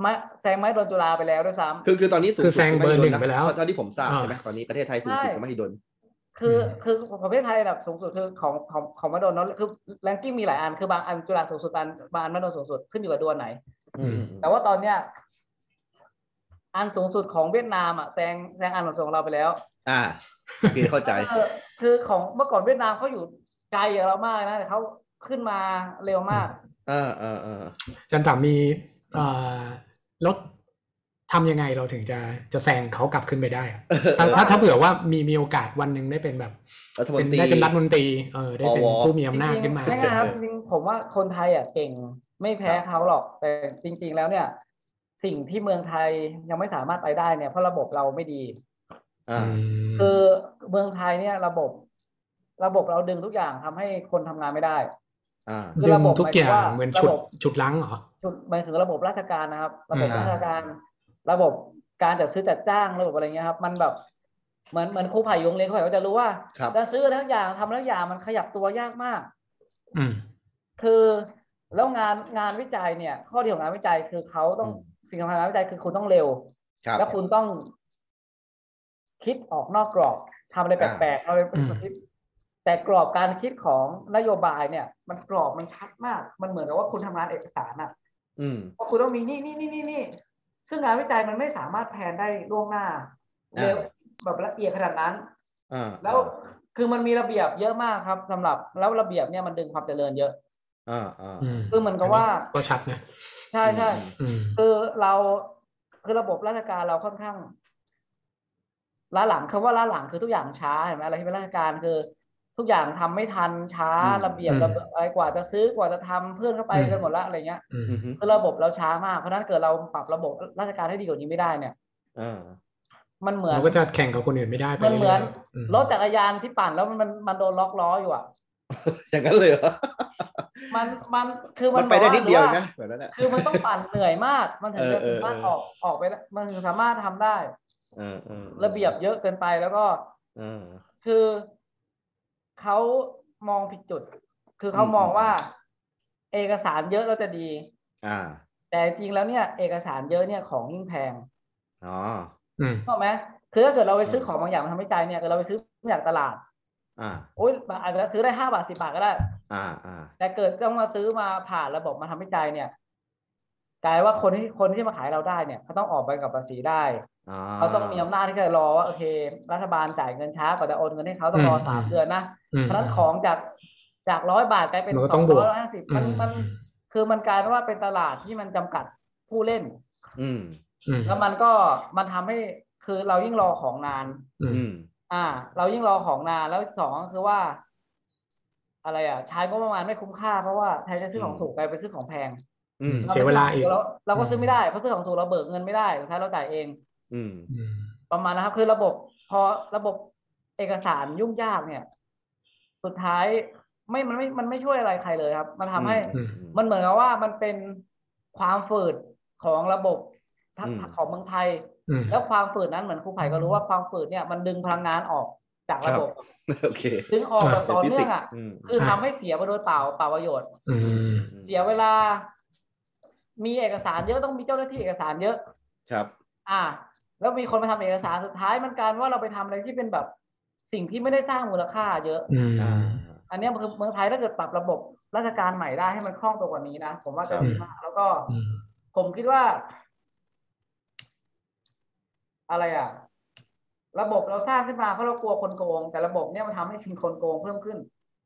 Speaker 4: ไม้แซงไม้โดนจุฬาไปแล้วด้วยซ้ำ
Speaker 2: คือคือตอนนี้สูง
Speaker 3: คือ
Speaker 2: สุด
Speaker 3: แซงเบอร์หนึ่งไปแล้ว
Speaker 2: เท่าที่ผมทราบ
Speaker 3: อ่า
Speaker 2: ใช่ไหมตอนนี้ประเทศไทยสูงสุดของมหิดล
Speaker 4: คือคือของประเทศไทยระดับสูงสุดคือของของของมาโดนเนาะคือแรงกิ้งมีหลายอันคือบางอันจุฬาสูงสุดบางบางอันมาโดนสูงสุดขึ้นอยู่กับดวนไหน
Speaker 3: อืม
Speaker 4: แต่ว่าตอนเนี้ยอันสูงสุดของเวียดนามอ่ะแซงแซงอันสูงสุดของเราไปแล้ว
Speaker 2: อ่าโอเคเข้าใจ
Speaker 4: เออคือของเมื่อก่อนเวียดนามเขาอยู่ไกลกับเรามากนะแต่เขาขึ้นมาเร็วมาก
Speaker 2: เออเออเออ
Speaker 3: จันถามมีเอ่อรถทำยังไงเราถึงจะจะแซงเขากลับขึ้นไปได้อะถ้าถ้าถ้าเผื่อว่ามีมีโอกาสวันหนึ่งได้เป็นแบบ
Speaker 2: รัฐมน
Speaker 3: เป็น
Speaker 2: ตรี
Speaker 3: ได้เป็นรัฐมนตรีเออได้เป็น
Speaker 2: ปว
Speaker 3: ผู้มี
Speaker 4: จ
Speaker 3: อำนาจ
Speaker 4: ริ
Speaker 3: ขึ้
Speaker 4: ง
Speaker 3: น
Speaker 4: ๆ
Speaker 3: มา
Speaker 4: ไม่นะครับจริงๆผมว่าคนไทยอ่ะเก่งไม่แพ้เขาหรอก แต่จริง ๆ แล้วเนี่ย สิ่งที่เมืองไทยยังไม่สามารถไปได้เนี่ยเพราะระบบเราไม่ดี
Speaker 2: อ่า
Speaker 4: คือเมืองไทยเนี่ยระบบ ระบบเราดึงทุกอย่างทำให้คนทำงานไม่ได้
Speaker 2: อ่า
Speaker 4: คือ
Speaker 3: ดึ
Speaker 4: ระ
Speaker 3: ง
Speaker 4: บบ
Speaker 3: ทุกอย่าง
Speaker 4: หมายถึงว่า
Speaker 3: เหมือนฉุด
Speaker 4: ระบบ
Speaker 3: ฉุดล้างเหรอ
Speaker 4: ชุดหมายถึงระบบราชการนะครับ ระบบ
Speaker 2: อ่า
Speaker 4: ราชการ ระบบการจัดซื้อจัดจ้างระบบอะไรเงี้ยครับ มันแบบเหมือนเหมือนครูไผ่ยงเลยครูไผ่ก็จะรู้ว่า
Speaker 2: ครับ
Speaker 4: จะซื้อทั้งอย่างทำทั้งอย่างมันขยับตัวยากมาก
Speaker 3: อืม
Speaker 4: คือแล้วงานงานวิจัยเนี่ย ข้อดีของงานวิจัยคือเขาต้อง
Speaker 2: อืม
Speaker 4: สิ่งสำคัญของงานวิจัยคือคุณต้องเร็ว
Speaker 2: ครับ
Speaker 4: แล้วคุณต้อง คิดออกนอกกรอบทำอะไรแ
Speaker 2: อ่า
Speaker 4: ปลกๆอะไร
Speaker 3: อืม
Speaker 4: แต่กรอบการคิดของนโยบายเนี่ย มันกรอบมันชัดมาก มันเหมือนกับว่าคุณทำงานเอกสารอะ
Speaker 2: อืม
Speaker 4: ว่าคุณต้องมีนี่นี่นี่นี่นี่ ซึ่งงานวิจัยมันไม่สามารถแพลนได้ล่วงหน้า
Speaker 2: อ่า
Speaker 4: เร็วแบบละเอียดขนาดนั้น
Speaker 2: อ่า
Speaker 4: แล้วคือมันมีระเบียบเยอะมากครับสำหรับแล้วระเบียบเนี่ยมันดึงความเจริญเยอะ
Speaker 2: อ่าอ่า
Speaker 3: อืม
Speaker 4: คือเหมือนกับว่า
Speaker 3: ก็ชัดนะ
Speaker 4: ใช่ใช่
Speaker 3: อืม
Speaker 4: คือเราคือระบบราชการเราค่อนข้างล้าหลังคำว่าล้าหลังคือทุกอย่างช้าเห็นไหมอะไรที่เป็นราชการคือ ทุกอย่างทำไม่ทันช้า
Speaker 2: อืม
Speaker 4: ระเบียบ
Speaker 3: อืม
Speaker 4: ระเบียบอะไรกว่าจะซื้อกว่าจะทำเพื่อนเข้าไป
Speaker 3: อืม
Speaker 4: กันหมดละอะไรเงี้ย
Speaker 3: อืม
Speaker 2: อืมฮึ
Speaker 4: คือระบบเราช้ามากเพราะฉะนั้นเกิดเราปรับระบบราชการให้ดีกว่านี้ไม่ได้เนี่ย
Speaker 2: อ่า
Speaker 4: มันเหมือน
Speaker 3: เราก็จะแข่งกับคนอื่นไม่ได้ไป
Speaker 4: มันเหมื
Speaker 3: เรื่
Speaker 4: อ
Speaker 3: อน ยๆอืม
Speaker 4: รถจักรยานที่ปั่นแล้วมันมันมันโดนล็อกล้ออยู่อ่ะ
Speaker 2: อย่างนั้นเลยเหรอ
Speaker 4: มันมันคือมั
Speaker 2: มันนไปได้นิดเดียวนะ
Speaker 4: บ
Speaker 2: แบบนั้นแหละ
Speaker 4: อกว่าคือมันต้องปั่นเหนื่อยมาก มันถึงจะ
Speaker 2: เออเอ
Speaker 4: สา
Speaker 2: อ
Speaker 4: มารถออกออกไปได้มันถึงสามารถทำได้
Speaker 2: เออออ
Speaker 4: ระเบียบเยอะเกินไปแล้วก็
Speaker 2: เออ
Speaker 4: คือเขามองผิดจุด คือเขา
Speaker 2: อืม
Speaker 4: มองว่า เอกสารเยอะแล้วจะดี
Speaker 2: อ่า
Speaker 4: แต่จริงแล้วเนี่ย เอกสารเยอะเนี่ยของยิ่งแพง
Speaker 2: อ๋อ
Speaker 3: อืม
Speaker 4: เข้าไหมคือถ้าเกิดเราไปซื้อของบางอย่างมาทำวิจัยเนี่ยเกิดเราไปซื้อจากตลาด
Speaker 2: อ่า
Speaker 4: โอ๊ยมันอาจจะซื้อได้ห้าบาทสิบาทก็ได้
Speaker 2: อ่าอ่า
Speaker 4: แต่เกิดต้องมาซื้อมาผ่านระบบมาทำวิจัยเนี่ยกลายว่าคนที่คนที่มาขายเราได้เนี่ยเขาต้องออกใบกับภาษีได้
Speaker 2: อ่า
Speaker 4: เขาต้องมีอำนาจที่จะรอว่าโอเค รัฐบาลจ่ายเงินช้ากว่าจะโอนเงินให้เขาต้องรอสามเดือนนะ
Speaker 3: อืม
Speaker 4: เพราะฉะนั้นของจากจากร้อยบาทกลายเป็น
Speaker 3: มันก็
Speaker 4: ส
Speaker 3: ต้
Speaker 4: อ
Speaker 3: อง งบวก
Speaker 4: ร้อยห้าสิบมันมัน
Speaker 3: อื
Speaker 4: คือมันกลายเป็นว่าเป็นตลาดที่มันจำกัดผู้เล่น
Speaker 2: อืม
Speaker 3: อืม
Speaker 4: แล้วมันก็มันทำให้คือเรายิ่งรอของนาน
Speaker 3: อื
Speaker 2: อื
Speaker 3: ม
Speaker 2: ม
Speaker 4: อ่า เรายิ่งรอของนานแล้วสองก็คือว่า อะไรอ่ะใช้งบประมาณไม่คุ้มค่าเพราะว่าแทนจะซื้อของถูกไปไปซื้อของแพง
Speaker 2: อืม
Speaker 3: เสียเวลาอีก
Speaker 4: เราเราก็ซื้อไม่ได้เพราะซื้อของถูกเราเบิกเงินไม่ได้สุดท้ายเราจ่ายเอง
Speaker 2: อืม
Speaker 3: อืม
Speaker 4: ประมาณนะครับ คือระบบ พอระบบเอกสารยุ่งยากเนี่ย สุดท้ายไม่มันไม่มันไม่ช่วยอะไรใครเลยครับ มันทำให้
Speaker 3: อืม
Speaker 4: มันเหมือนกับว่ามันเป็นความฝืดของระบบทั้งของเมืองไทย
Speaker 3: อืม
Speaker 4: แล้วความฝืดนั้นเหมือนครูไผ่ก็รู้ว่าความฝืดเนี่ยมันดึงพลังงานออกจากระบบ
Speaker 2: โอเค
Speaker 4: ดึงออกแบบ
Speaker 2: เป็น
Speaker 4: ต่อ
Speaker 2: ฟิ
Speaker 4: เนื่
Speaker 2: สิ
Speaker 4: อก ง
Speaker 2: ส์
Speaker 4: อ่ะ
Speaker 2: อืม
Speaker 4: คือทำให้เสียไปโดยเปล่าเปล่าประโยชน์
Speaker 3: อืม
Speaker 4: เสียเวลา มีเอกสารเยอะต้องมีเจ้าหน้าที่เอกสารเยอะ
Speaker 2: ครับ
Speaker 4: อ่า แล้วมีคนมาทำเอกสารสุดท้ายมันกลารว่าเราไปทำอะไรที่เป็นแบบ สิ่งที่ไม่ได้สร้างมูลค่าเยอะ
Speaker 3: อืม
Speaker 2: อ่า
Speaker 4: อันเนี้ยมันคือเมืองไทยถ้าเกิดปรับระบบราชการใหม่ได้ให้มันคล่องตัวกว่านี้นะผมว่าจะ
Speaker 2: ครับ
Speaker 4: ดีมากแล้วก็
Speaker 3: อืม
Speaker 4: ผมคิดว่า อะไรอ่ะ ระบบเราสร้างขึ้นมาเพราะเรากลัวคนโกง แต่ระบบเนี่ยมันทำให้ชิงคนโกงเพิ่มขึ้น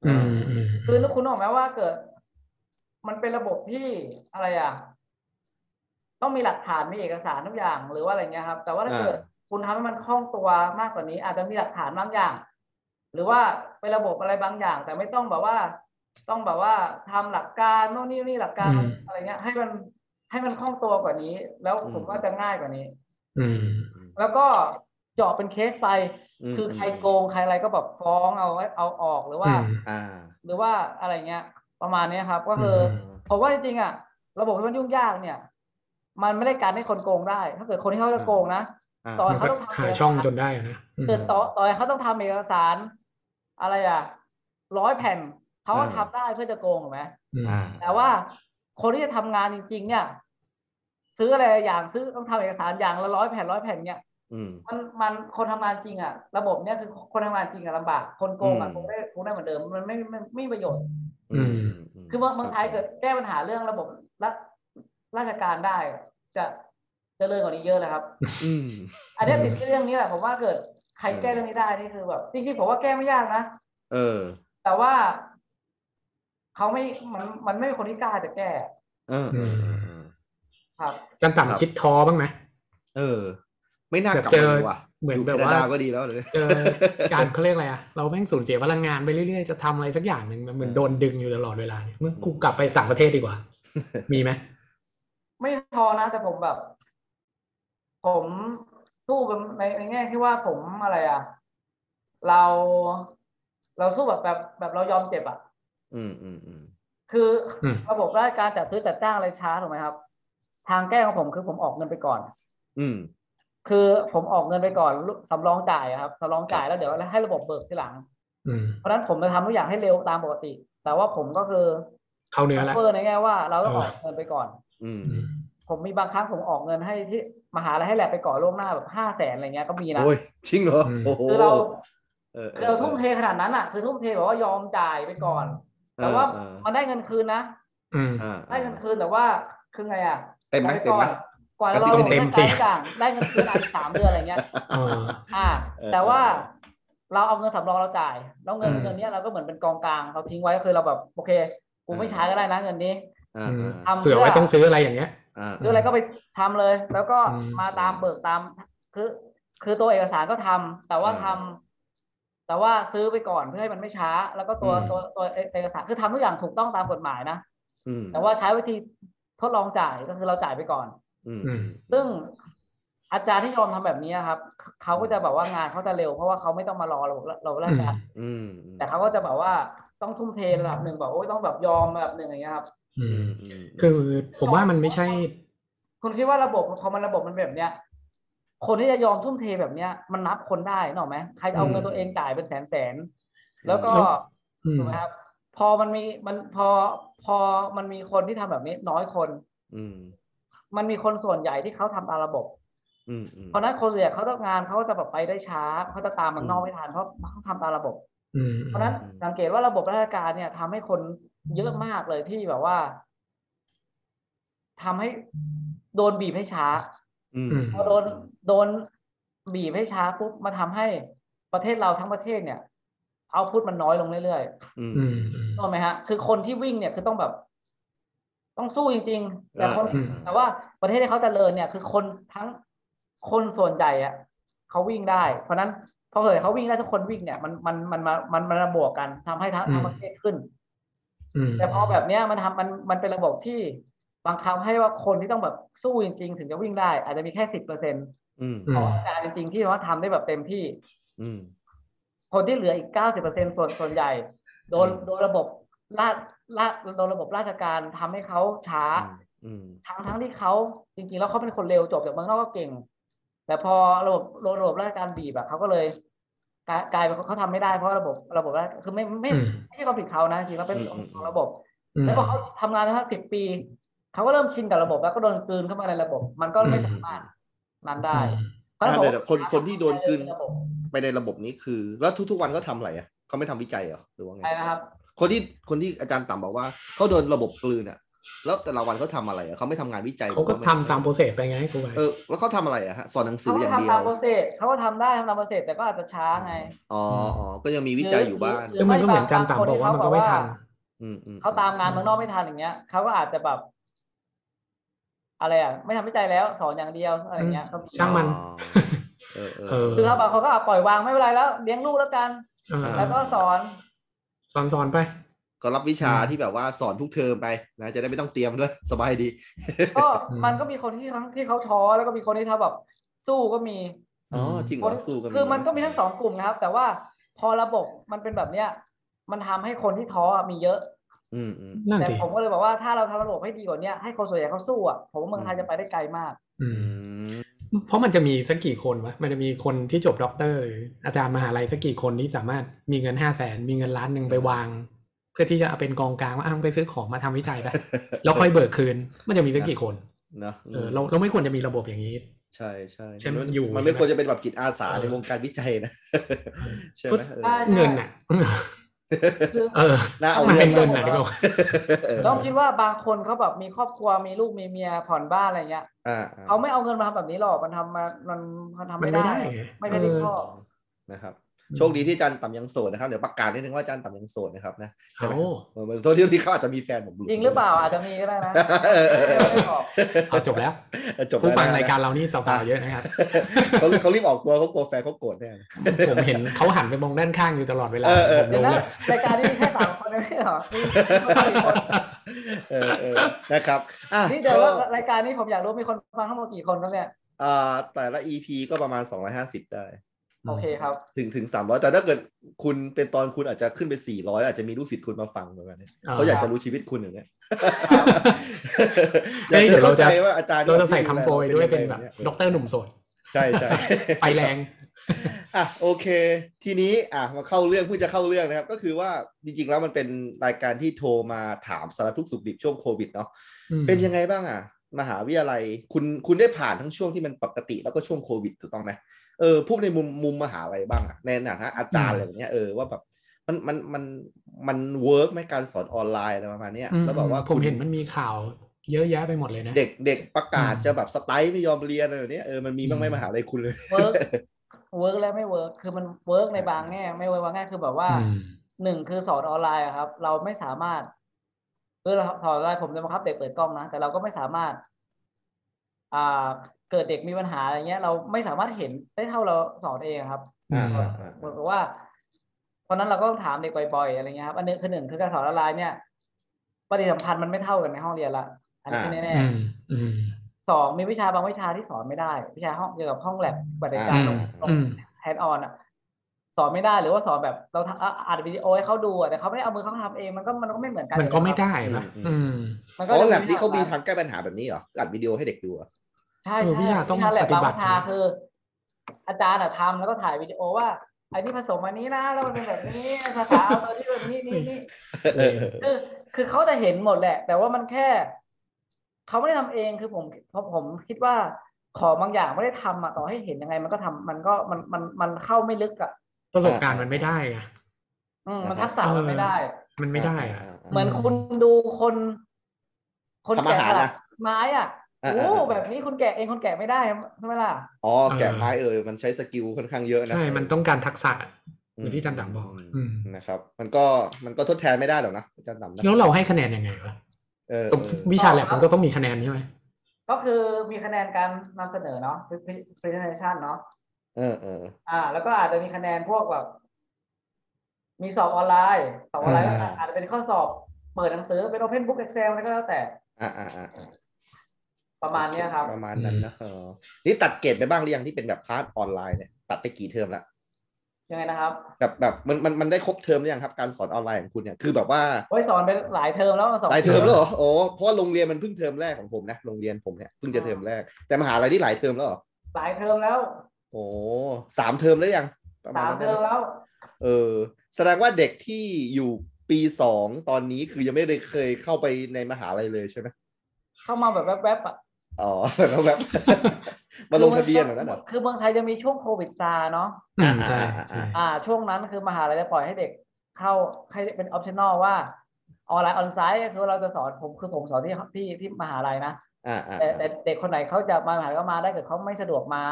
Speaker 3: อืมอืม
Speaker 4: คือนึกคุณออกไหมว่าเกิด มันเป็นระบบที่อะไรอ่ะ ต้องมีหลักฐานมีเอกสารทุกอย่างหรือว่าอะไรเงี้ยครับ แต่ว่าถ้าเกิด
Speaker 2: อ่า
Speaker 4: คุณทำให้มันคล่องตัวมากกว่านี้ อาจจะมีหลักฐานบางอย่าง หรือว่าเป็นระบบอะไรบางอย่าง แต่ไม่ต้องแบบว่า ต้องแบบว่าทำหลักการโน่นนี่นี่หลักการอะไรเงี้ย ให้มันให้มันคล่องตัวกว่านี้ แล้วผมว่าจะง่ายกว่านี้
Speaker 3: อืม
Speaker 4: แล้วก็เจาะเป็นเคสไป
Speaker 2: ม
Speaker 4: คือใครโกงใครอะไรก็แบบฟ้องเอาเอาออกหรือว่า
Speaker 2: อ่า
Speaker 4: หรือว่าอะไรเงี้ย ประมาณเนี้ยครับ ก็คืออ
Speaker 3: ม
Speaker 4: ผมว่าจริงๆอ่ะระบบที่มันยุ่งยากเนี่ย มันไม่ได้การให้คนโกงได้ ถ้าเกิดคนที่เขาจะโกงนะ
Speaker 2: า
Speaker 4: ตอ
Speaker 3: มันก็หาช่องจนได้อะนะอืม
Speaker 4: เกิดต่อต่อให้เขาต้องทำเอกสาร อะไรอ่ะร้อยแผ่นเขาก็ทำได้เพื่อจะโกงถูกไหม
Speaker 2: อ่า
Speaker 4: แต่ว่าคนที่จะทำงานจริง ๆ เนี่ย ซื้ออะไรอย่างซื้อต้องทำเอกสารอย่างละร้อยแผ่นร้อยแผ่นเนี่ย
Speaker 2: อืม
Speaker 4: มันมันคนทำงานจริงอ่ะ ระบบเนี่ยคือคนทำงานจริงอ่ะลำบาก คนโกงอ่ะ
Speaker 2: อืม
Speaker 4: โกงได้โกงได้เหมือนเดิมมันไม่ไม่ไม่มีประโยชน์
Speaker 3: อืม
Speaker 4: คือเมืองเมืองไทยเกิดแก้ปัญหาเรื่องระบบรัฐราชการได้ จะจะเริญกว่านี้เยอะเลยครับ
Speaker 2: อืม
Speaker 4: อันเนี้ย
Speaker 3: อืม
Speaker 4: ติดที่เรื่องนี้แหละผมว่าเกิดใครแก้
Speaker 2: อืม
Speaker 4: เรื่องนี้ได้นี่คือแบบจริงๆผมว่าแก้ไม่ยากนะ
Speaker 2: เออ
Speaker 4: แต่ว่าเขาไม่มันมันไม่มีคนที่กล้าจะแก้
Speaker 2: เออเออเออเออ
Speaker 4: ครับ
Speaker 3: จั
Speaker 2: ครั
Speaker 3: น
Speaker 2: บ
Speaker 3: ต่ำคิดท้อบ้างไหม
Speaker 2: เออ ไม่น่ากลับ
Speaker 3: แบบเจ
Speaker 2: มา
Speaker 3: อ
Speaker 2: เลยว่ะ
Speaker 3: เหมือน
Speaker 2: ยู่
Speaker 3: แบบ
Speaker 2: แค
Speaker 3: ว่า
Speaker 2: นดก็ดีแล้วเลย
Speaker 3: เจอการเขาเรียกอะไรอะเราแม่งสูญเสียพลังงานไปเรื่อยๆจะทำอะไรสักอย่างหนึ่งมันเหมือนโดนดึงอยู่ตลอดเวลาเนี่ยมึงกูกลับไปต่างประเทศดี กว่า มีไหม
Speaker 4: ไม่พอนะแต่ผมแบบ ผมสู้ในในแง่ที่ว่าผมอะไรอ่ะ เรา เราสู้แบบแบบแบบเรายอมเจ็บอ่ะ
Speaker 2: อืมอืมอืม
Speaker 4: คือ
Speaker 3: อืม
Speaker 4: ระบบราชการจัดซื้อจัดจ้างอะไรช้าถูกไหมครับ ทางแก้ของผมคือผมออกเงินไปก่อน
Speaker 2: อืม
Speaker 4: คือผมออกเงินไปก่อนสำรองจ่ายอะครับสำรองจ่ายแล้วเดี๋ยวให้ระบบเบิกทีหลัง
Speaker 3: อืม
Speaker 4: เพราะฉะนั้นผมจะทำทุกอย่างให้เร็วตามปกติ แต่ว่าผมก็คือ
Speaker 3: เข้าเนื้อแล้ว
Speaker 4: เพิ่ในแง่ว่าเราต้อง
Speaker 3: เอ
Speaker 4: อ
Speaker 3: อ
Speaker 4: อกเงินไปก่อน
Speaker 2: อืม
Speaker 3: อืม
Speaker 4: ผมมีบางครั้งผมออกเงินให้ที่มหาลัยให้แลบไปก่อนล่วงหน้าแบบห้าแสนอะไรเงี้ยก็มีนะ
Speaker 2: โอ้ยจริงเหรอโอ้โห
Speaker 4: คือเรา
Speaker 2: เออ
Speaker 4: คือเราทุ่มเทขนาดนั้นอ่ะ คือทุ่มเทแบบว่ายอมจ่ายไปก่อน แต่ว่า
Speaker 2: เออ
Speaker 4: มันได้เงินคืนนะ
Speaker 3: อืม
Speaker 2: เออ
Speaker 4: ได้เงินคืนแต่ว่าคือไงอ่ะ
Speaker 2: เต็มไหม
Speaker 4: จ่าย
Speaker 2: เต็มไหม
Speaker 4: ปก่อน กว่าเรา
Speaker 3: เต็มเต็มจริง
Speaker 4: ได้จ่างได้เงินคืนอีกสามเดือนอะไรเงี้ย
Speaker 3: เออ
Speaker 4: อ่า
Speaker 2: เออ
Speaker 4: แต่ว่าเราเอาเงินสำรองเราจ่ายแล้วเงิน
Speaker 3: อืม
Speaker 4: เงินเนี้ยเราก็เหมือนเป็นกองกลางเราทิ้งไว้ก็คือเราแบบโอเคกูไม่
Speaker 2: อืม
Speaker 4: ใช้ก็ได้นะเงินนี้
Speaker 2: อ่า
Speaker 4: ทำ
Speaker 3: เผื่อไว้ต้องซื้ออะไรอย่างเงี้ย
Speaker 2: อ่า
Speaker 4: หรืออะไรก็ไปทำเลย แล้วก็
Speaker 3: อืม
Speaker 4: มาตามเบิกตาม คือ คือตัวเอกสารก็ทำแต่ว่าทำแต่ว่าซื้อไปก่อนเพื่อให้มันไม่ช้า แล้วก็ตัวตัวตัวเอกสารคือทำทุกอย่างถูกต้องตามกฎหมายนะ
Speaker 2: อืม
Speaker 4: แต่ว่าใช้วิธีทดลองจ่ายก็คือเราจ่ายไปก่อน
Speaker 2: อืม
Speaker 3: อืม
Speaker 4: ซึ่งอาจารย์ที่ยอมทำแบบนี้ครับ เขาก็จะแบบว่างานเขาจะเร็ว เพราะว่าเขาไม่ต้องมารอเราเราราชการ
Speaker 2: อืมอืม
Speaker 4: แต่เขาก็จะแบบว่าต้องทุ่มเทระดับหนึ่งบอกโอ้ยต้องแบบยอมระดับหนึ่งอย่างเงี้ยครับ
Speaker 3: อื
Speaker 2: อื
Speaker 3: ม
Speaker 2: มอืม
Speaker 3: คือผมว่ามันไม่ใช่
Speaker 4: คุณคิดว่าระบบพอมันระบบมันแบบเนี้ยคนที่จะยอมทุ่มเทแบบเนี้ย มันนับคนได้นกออกไหมใครจะเอาเงินตัวเองจ่ายเป็นแสนแสนๆแล้วก็
Speaker 3: แล้ว อืม
Speaker 4: ถูกไหมครับ พอมันมีมันพอพอมันมีคนที่ทำแบบนี้น้อยคน
Speaker 2: อืม
Speaker 4: มันมีคนส่วนใหญ่ที่เขาทำตามระบบ
Speaker 2: อืมอืม
Speaker 4: เพราะฉะนั้นคนเนี่ยเขาต้องงานเขาก็จะแบบไปได้ช้าเขาจะตามมันนอกไม่ทันเพราะเขาทำตามระบบ
Speaker 3: อืม
Speaker 4: เพราะฉะนั้น
Speaker 2: อืม
Speaker 4: สังเกตว่าระบบราชการเนี่ยทำให้คนเยอะมากเลยที่แบบว่าทำให้โดนบีบให้ช้า
Speaker 2: อืม
Speaker 4: พอโดนโดนบีบให้ช้าปุ๊บมาทำให้ประเทศเราทั้งประเทศเนี่ยเอาพุทมันน้อยลงเรื่อย
Speaker 2: อืม
Speaker 3: อืมอืม
Speaker 4: ๆถูกไหมฮะคือคนที่วิ่งเนี่ยคือต้องแบบ ต้องสู้จริงๆแต่คน
Speaker 3: อืม
Speaker 4: แต่ว่าประเทศที่เขาเจริญเนี่ยคือคนทั้งคนส่วนใหญ่อะเขาวิ่งได้ เพราะฉะนั้นพอเกิดเขาวิ่งได้ทุกคนวิ่งเนี่ยมันมันมันมามันมันมาบวกกันทำให้ทั้ง
Speaker 3: อืม
Speaker 4: ทั้งประเทศขึ้น
Speaker 3: อืม
Speaker 4: แต่พอแบบเนี้ยมันทำมันมันเป็นระบบที่บังคับให้ว่าคนที่ต้องแบบสู้จริง ๆ ถึงจะวิ่งได้ อาจจะมีแค่สิบเปอร์เซ็นต์
Speaker 2: อืม
Speaker 3: อื
Speaker 4: ของ
Speaker 3: ม
Speaker 4: อาจารย์จริงๆที่ว่าทำได้แบบเต็มที่
Speaker 2: อืม
Speaker 4: คนที่เหลืออีกเก้าสิบเปอร์เซ็นส่วนส่วนใหญ่ โดน
Speaker 2: อืม
Speaker 4: โดนระบบราชราชโดนระบบราชการทำให้เขาช้า
Speaker 2: อืม
Speaker 4: ทั้งทั้งที่เขาจริงๆ แล้วเขาเป็นคนเร็วจบจากเมืองนอกก็เก่ง แต่พอระบบระบบราชการบีบอะเขาก็เลยกลายกลายเป็นเขาทำไม่ได้เพราะระบบระบบราชคือไม่ไม่
Speaker 3: อืม
Speaker 4: ไม่ใช่ความผิดเขานะจริงๆแล้วเป็นเรื่องของระบบ
Speaker 3: อืม
Speaker 4: แล้วพอเขาทำงานมาสิบปี เขาก็เริ่มชินกับระบบแล้วก็โดนกลืนเข้ามาในระบบ มันก็ไม่สามารถนั้นได้
Speaker 2: อ่า
Speaker 4: เพราะ
Speaker 2: เดี๋ยว
Speaker 4: ระบบ
Speaker 2: เดี๋ยวคนคนที่โดนกลืน
Speaker 4: ระบบ
Speaker 2: ไปในระบบนี้คือ แล้วทุกๆวันก็ทำอะไรอ่ะเขาไม่ทำวิจัยเหรอหรือว่าไง
Speaker 4: ใช่นะครับ
Speaker 2: คนที่คนที่อาจารย์ต่ำบอกว่าเขาโดนระบบกลืนอ่ะ แล้วแต่ละวันเขาทำอะไรอ่ะเขาไม่ทำงานวิจัย
Speaker 3: เขาก็ทำตามโปรเซสไปไงครูใบ
Speaker 2: เออแล้วเขาทำอะไรอ่ะฮะสอนหนังสื
Speaker 4: เขา
Speaker 2: ออ
Speaker 4: ก็
Speaker 2: ย่างเดีย
Speaker 4: ทำ
Speaker 2: ว
Speaker 4: ตามโปรเซสเขาก็ทำได้ทำตามโปรเซสแต่ก็อาจจะช้าไง
Speaker 2: อ๋ออ๋อก็ยังมีวิจัยอยู่บ้าง
Speaker 3: ซึ่งมันก็เหมือนจานต่ำบอกว่ามันก็ไม่ทัน
Speaker 2: อืมอืม
Speaker 4: เขาตามงานเมืองนอกไม่ทันอย่างเงี้ยเขาก็อาจจะแบบ อะไรอ่ะ ไม่ทำวิจัยแล้วสอนอย่างเดียวอะไรเงี้ยก็มี
Speaker 3: ช่างมัน
Speaker 2: อ๋อเออเอ
Speaker 3: เอ
Speaker 2: อ
Speaker 3: อ
Speaker 4: คือเขาบอกเขาก็ปล่อยวางไม่เป็นไรแล้วเลี้ยงลูกแล้วกัน
Speaker 3: เออ
Speaker 2: เ
Speaker 4: แล้วก็สอน
Speaker 3: สอนสอนไป
Speaker 2: ก็รับวิชาที่แบบว่าสอนทุกเทอมไปนะจะได้ไม่ต้องเตรียมด้วย สบายดี
Speaker 4: ก็
Speaker 3: อืม
Speaker 4: มันก็มีคนที่ทั้งที่เขาท้อแล้วก็มีคนที่ท้าแบบสู้ก็มี
Speaker 2: อ๋อจริงเหร
Speaker 4: ค
Speaker 2: อน สู้กัน
Speaker 4: คือมันก็มีทั้งสองกลุ่มนะครับ แต่ว่าพอระบบมันเป็นแบบเนี้ย มันทำให้คนที่ท้ออะมีเยอะ
Speaker 2: อืมอืม
Speaker 3: นั่น
Speaker 4: แต่
Speaker 3: สิ
Speaker 4: ผมก็เลยบอกว่าถ้าเราทำระบบให้ดีกว่าเนี้ยให้คนส่วนใหญ่เขาสู้อ่ะผมว่าเมืองไทยจะไปได้ไกลมาก
Speaker 3: อื
Speaker 2: อื
Speaker 3: ม
Speaker 2: ม
Speaker 3: เพราะมันจะมีสักกี่คนวะ มันจะมีคนที่จบด็อกเตอร์หรืออาจารย์มหาลัยสักกี่คนที่สามารถมีเงินห้าแสนมีเงินล้านหนึ่งไปวาง เพื่อที่จะเอาเป็นกองกลางว่าอ้างไปซื้อของมาทำวิจัยไปแล้วค่อยเบิกคืน มันจะมีสักกี่คน
Speaker 2: เนอะ
Speaker 3: เออเราเราไม่ควรจะมีระบบอย่างนี้
Speaker 2: ใช่ใช่
Speaker 3: ใช่มันอยู่
Speaker 2: มัน
Speaker 3: ใช่
Speaker 2: ไม่
Speaker 3: ไหม
Speaker 2: ควรจะเป็นแบบจิตอาสา
Speaker 3: เออ
Speaker 2: ในวงการวิจัยนะ ใช่ไหมเออ
Speaker 4: ใช่
Speaker 3: เงินอ่ะ
Speaker 4: คือ
Speaker 3: เออ
Speaker 2: น่าเอา
Speaker 3: มัน
Speaker 2: เรื่อ
Speaker 3: เป็
Speaker 2: ง
Speaker 3: นเงินอ่ะนึกออก
Speaker 2: เออ
Speaker 4: ต้องคิดว่าบางคนเขาแบบมีครอบครัวมีลูกมีเมียผ่อนบ้านอะไรเงี้ย
Speaker 2: อ่า
Speaker 4: เขาไม่เอาเงินมาทำแบบนี้หรอกมันทำมามันมันทำไม่
Speaker 3: มันไม่
Speaker 4: ได้
Speaker 3: ได้ไง
Speaker 4: ไม่ได้ที่
Speaker 3: เออ
Speaker 4: ชอบ
Speaker 2: นะครับ โชคดีที่อาจารย์ต่ำยังโสดนะครับ เดี๋ยวประกาศนิดนึงว่าอาจารย์ต่ำยังโสดนะครับนะใช่ไหม
Speaker 3: เอา
Speaker 2: เออโทษที่ ที่เขาอาจจะมีแฟนผม
Speaker 4: จริงหรือเปล่าอาจจะมีก็ได้ นะ
Speaker 2: เออเออเออ
Speaker 4: ไม่บอก
Speaker 3: เอาจบแล้ว
Speaker 2: เออจบ
Speaker 3: ผู้ฟัง
Speaker 2: แล้วนะ
Speaker 3: รายการเรานี่สาวๆเยอะนะครับ
Speaker 2: เขาเขารีบออกตัวเขากลัวแฟนเขาโกรธแน่
Speaker 3: ผมเห็นเขาหันไปมองด้านข้างอยู่ตลอดเวลา
Speaker 2: เออเออ
Speaker 3: ผม
Speaker 4: เดี๋ยว
Speaker 3: รู้
Speaker 4: นะ
Speaker 3: เลย
Speaker 4: รายการนี้มีแค่สามคนนะไม่ใช่เหรอมีมีคน
Speaker 2: เออเออนะครับอ่ะ
Speaker 4: นี่เดี๋ยวว่ารายการนี้ผมอยากรู้มีคนฟังทั้งหมดกี่คนครับเนี่ย
Speaker 2: อ่าแต่ละ EP ก็ประมาณ 250 ได้
Speaker 4: โอเคครับ
Speaker 2: ถึงถึง 300 แต่ถ้าเกิดคุณเป็นตอนคุณอาจจะขึ้นไป 400 อาจจะมีลูกศิษย์คุณมาฟังประมาณนี้เขาอยากจะรู้ชีวิตคุณอย่างเงี้ย
Speaker 3: เฮ้ยเดี๋ยวเราจะ
Speaker 2: อข้ใจว่าอาจารย์
Speaker 3: เราจะใส่คำโปรยด้วยเป็นแบบ
Speaker 2: ยังไง
Speaker 3: ด็อกเตอร์หนุ่มโสด
Speaker 2: ใช่ ใช่
Speaker 3: ไปแรง
Speaker 2: อ่ะโอเค ทีนี้อ่ะมาเข้าเรื่องเพื่อจะเข้าเรื่องนะครับ ก็คือว่าจริงๆแล้วมันเป็นรายการที่โทรมาถามสารทุกข์สุขดิบช่วงโควิดเนาะ เป็นยังไงบ้างอ่ะ มหาวิทยาลัยคุณคุณได้ผ่านทั้งช่วงที่มันปกติแล้วก็ช่วงโควิดถูกต้องไหมเออพูดในมุมมุมมหาลัยบ้างอ่ะในฐานะอาจารย์
Speaker 3: อืม
Speaker 2: อะไรแบบเนี้ยเออว่าแบบมันมันมันมันเวิร์กไหมการสอนออนไลน์อะไรประมาณเนี้ย
Speaker 3: อืม
Speaker 2: แล้วแบบว่า
Speaker 3: ผม
Speaker 2: คุณ
Speaker 3: เห็นมันมีข่าว เยอะแยะไปหมดเลยนะ
Speaker 2: เด็กเด็กประกาศ
Speaker 3: อืม
Speaker 2: จะแบบสไตล์ไม่ยอมเรียนอะไรแบบเนี้ยเออมันมีบ้างไหมมหาลัยคุณเลย
Speaker 4: เวิร์กเวิร์กและไม่เวิร์กคือมันเวิร์กในบางแง่ไม่เวิร์กบางแง่คือแบบว่า
Speaker 3: อืม
Speaker 4: หนึ่งคือสอนออนไลน์อะครับ เราไม่สามารถเออเราสอนออนไลน์ผมจะบังคับเด็กเปิดกล้องนะแต่เราก็ไม่สามารถ อ่า เกิดเด็กมีปัญหาอะไรเงี้ย เราไม่สามารถเห็นได้เท่าเราสอนเองอะครับ
Speaker 3: อืม
Speaker 4: เหมือนกับว่าเพราะนั้นเราก็ต้องถามเด็กบ่อยๆอะไรเงี้ยครับอันนึงคือหนึ่งคือการสอนออนไลน์เนี่ยปฏิสัมพันธ์มันไม่เท่ากันในห้องเรียนละอันนี้คือแน่
Speaker 3: อืมอืม
Speaker 4: ๆสองมีวิชาบางวิชาที่สอนไม่ได้ วิชาห้องเกี่ยวกับห้องแลบปฏิกา
Speaker 3: อืม
Speaker 4: รลงลง
Speaker 3: อืม
Speaker 4: แฮนด์ออนอะสอนไม่ได้หรือว่าสอนแบบเราทำอ่ะอัดวิดีโอให้เขาดูอะแต่เขาไม่ได้เอามือเขาทำเองมันก็มันก็ไม่เหมือนกัน
Speaker 3: มันก็ไม่ได้ปะ
Speaker 2: อืม
Speaker 3: อืม
Speaker 4: มันก็
Speaker 2: อ๋อ
Speaker 4: จะ
Speaker 2: แลบนี้เขามีทางแก้ปัญหาแบบนี้เหรออัดวิดีโอให้เด็กดูเหรอ
Speaker 4: ใช่
Speaker 3: เออ
Speaker 4: ใช่
Speaker 3: วิชาต้อง
Speaker 4: วิชาแลบ
Speaker 3: ปฏิ
Speaker 4: บาง
Speaker 3: บัติ
Speaker 4: วิชาคือ อาจารย์อะทำแล้วก็ถ่ายวิดีโอว่าไอ้นี่ผสมอันนี้นะแล้วมันเป็นแบบนี้ภาษาเอาตัวที่แบบนี้นี่นี่คือคือเขาจะเห็นหมดแหละ แต่ว่ามันแค่เขาไม่ได้ทำเองคือผมเพราะผมคิดว่าของบางอย่างไม่ได้ทำอะต่อให้เห็นยังไง มันก็ทำมันก็มันมันมันเข้าไม่ลึกอะ
Speaker 3: ประสบการณ์มันไม่ได้ไง
Speaker 4: อืม
Speaker 2: อ่าฮะ
Speaker 4: มันทักษะมันไม่ได้
Speaker 3: มันไม่ได้อะ
Speaker 4: เหมือนคุณดูคน คน
Speaker 2: ทำอา
Speaker 4: แกะ
Speaker 2: หา
Speaker 4: ส
Speaker 2: ร
Speaker 4: ลั
Speaker 2: อะ
Speaker 4: กไม้อ่ะ
Speaker 2: อ่าๆๆ
Speaker 4: โอ้แบบนี้คุณแกะเองคนแกะไม่ได้ใช่ไหมล่ะ
Speaker 2: อ๋อแกะไม้เออมันใช้สกิลค่อนข้างเยอะนะ
Speaker 3: ใช่ มันต้องการทักษะเ
Speaker 2: ม
Speaker 3: หมือนที่อาจันดับบอกอืม
Speaker 2: นะครับ มันก็มันก็ทดแทนไม่ได้หรอกนะอาจารย์ดำนะ
Speaker 3: แล้วเราให้คะแนนยังไงวะ
Speaker 2: เออ
Speaker 3: สมวิชาแลบมันก็ต้องมีคะแนนใช่ไหม
Speaker 4: ก็คือมีคะแนนการนำเสนอเนาะ pre- presentation เนาะ
Speaker 2: เออเออ
Speaker 4: อ่า แล้วก็อาจจะมีคะแนนพวกแบบมีสอบออนไลน์สอบออนไลน์
Speaker 2: อ่า
Speaker 4: อาจจะเป็นข้อสอบเปิดหนังสือเป็น Open Book Excel อะไรก็แล้วแต่
Speaker 2: อ่าอ่าอ่าอ่า
Speaker 4: ประมาณเนี้ยครับ
Speaker 2: ประมาณนั้นนะเออนี่ตัดเกรดไปบ้างหรือยังที่เป็นแบบพาร์ทออนไลน์เนี่ยตัดไปกี่เทอมละ
Speaker 4: ยังไงนะครับ
Speaker 2: แบบแบบมันมันมันได้ครบเทอมหรือยังครับการสอนออนไลน์ของคุณเนี่ยคือแบบว่า
Speaker 4: โอ้ยสอนไปหลายเทอมแล้วสอง
Speaker 2: หลายเทอม
Speaker 3: เทอม
Speaker 2: แล้วเหรอโอ้เพราะว่าโรงเรียนมันเพิ่งเทอมแรกของผมนะโรงเรียนผมเนี่ยเพิ่งจะเทอมแรกแต่มหาลัยที่หลายเทอมแล้วเหรอ
Speaker 4: หลายเทอมแล้ว
Speaker 2: โอ้สามเทอมแล้วยังประมาณ
Speaker 4: สาม
Speaker 2: นั้น
Speaker 4: เท
Speaker 2: ได้
Speaker 4: อ
Speaker 2: ไห
Speaker 4: ม
Speaker 2: ม
Speaker 4: แล้ว
Speaker 2: เออแสดงว่าเด็กที่อยู่ปีสองตอนนี้คือยังไม่ได้เคยเข้าไปในมหาลัยเลยใช่ไหม
Speaker 4: เข้ามาแบบแวบๆอ่ะ
Speaker 2: อ๋อแล้วแบบ มาลงทะเบียนแบบนั้นเหรอ
Speaker 4: คือบางไทยจะมีช่วงโควิดซาเนาะ
Speaker 3: อืม
Speaker 2: อ่า
Speaker 3: ใช่
Speaker 2: อ่า
Speaker 3: ใช่
Speaker 2: อ่า
Speaker 4: อ่า ช่วงนั้นคือมหาลัยจะปล่อยให้เด็กเข้าให้เป็นออ t ชั่นอลว่าออนไลน์ออนไซต์คือเราจะสอนผมคือผมสอนที่ที่ที่มหาลัยนะ
Speaker 2: อ่าอ่า
Speaker 4: แต่แต่เด็กคนไหนเขาจะมามหาลัยก็มาได้แต่เขาไม่สะดวกมา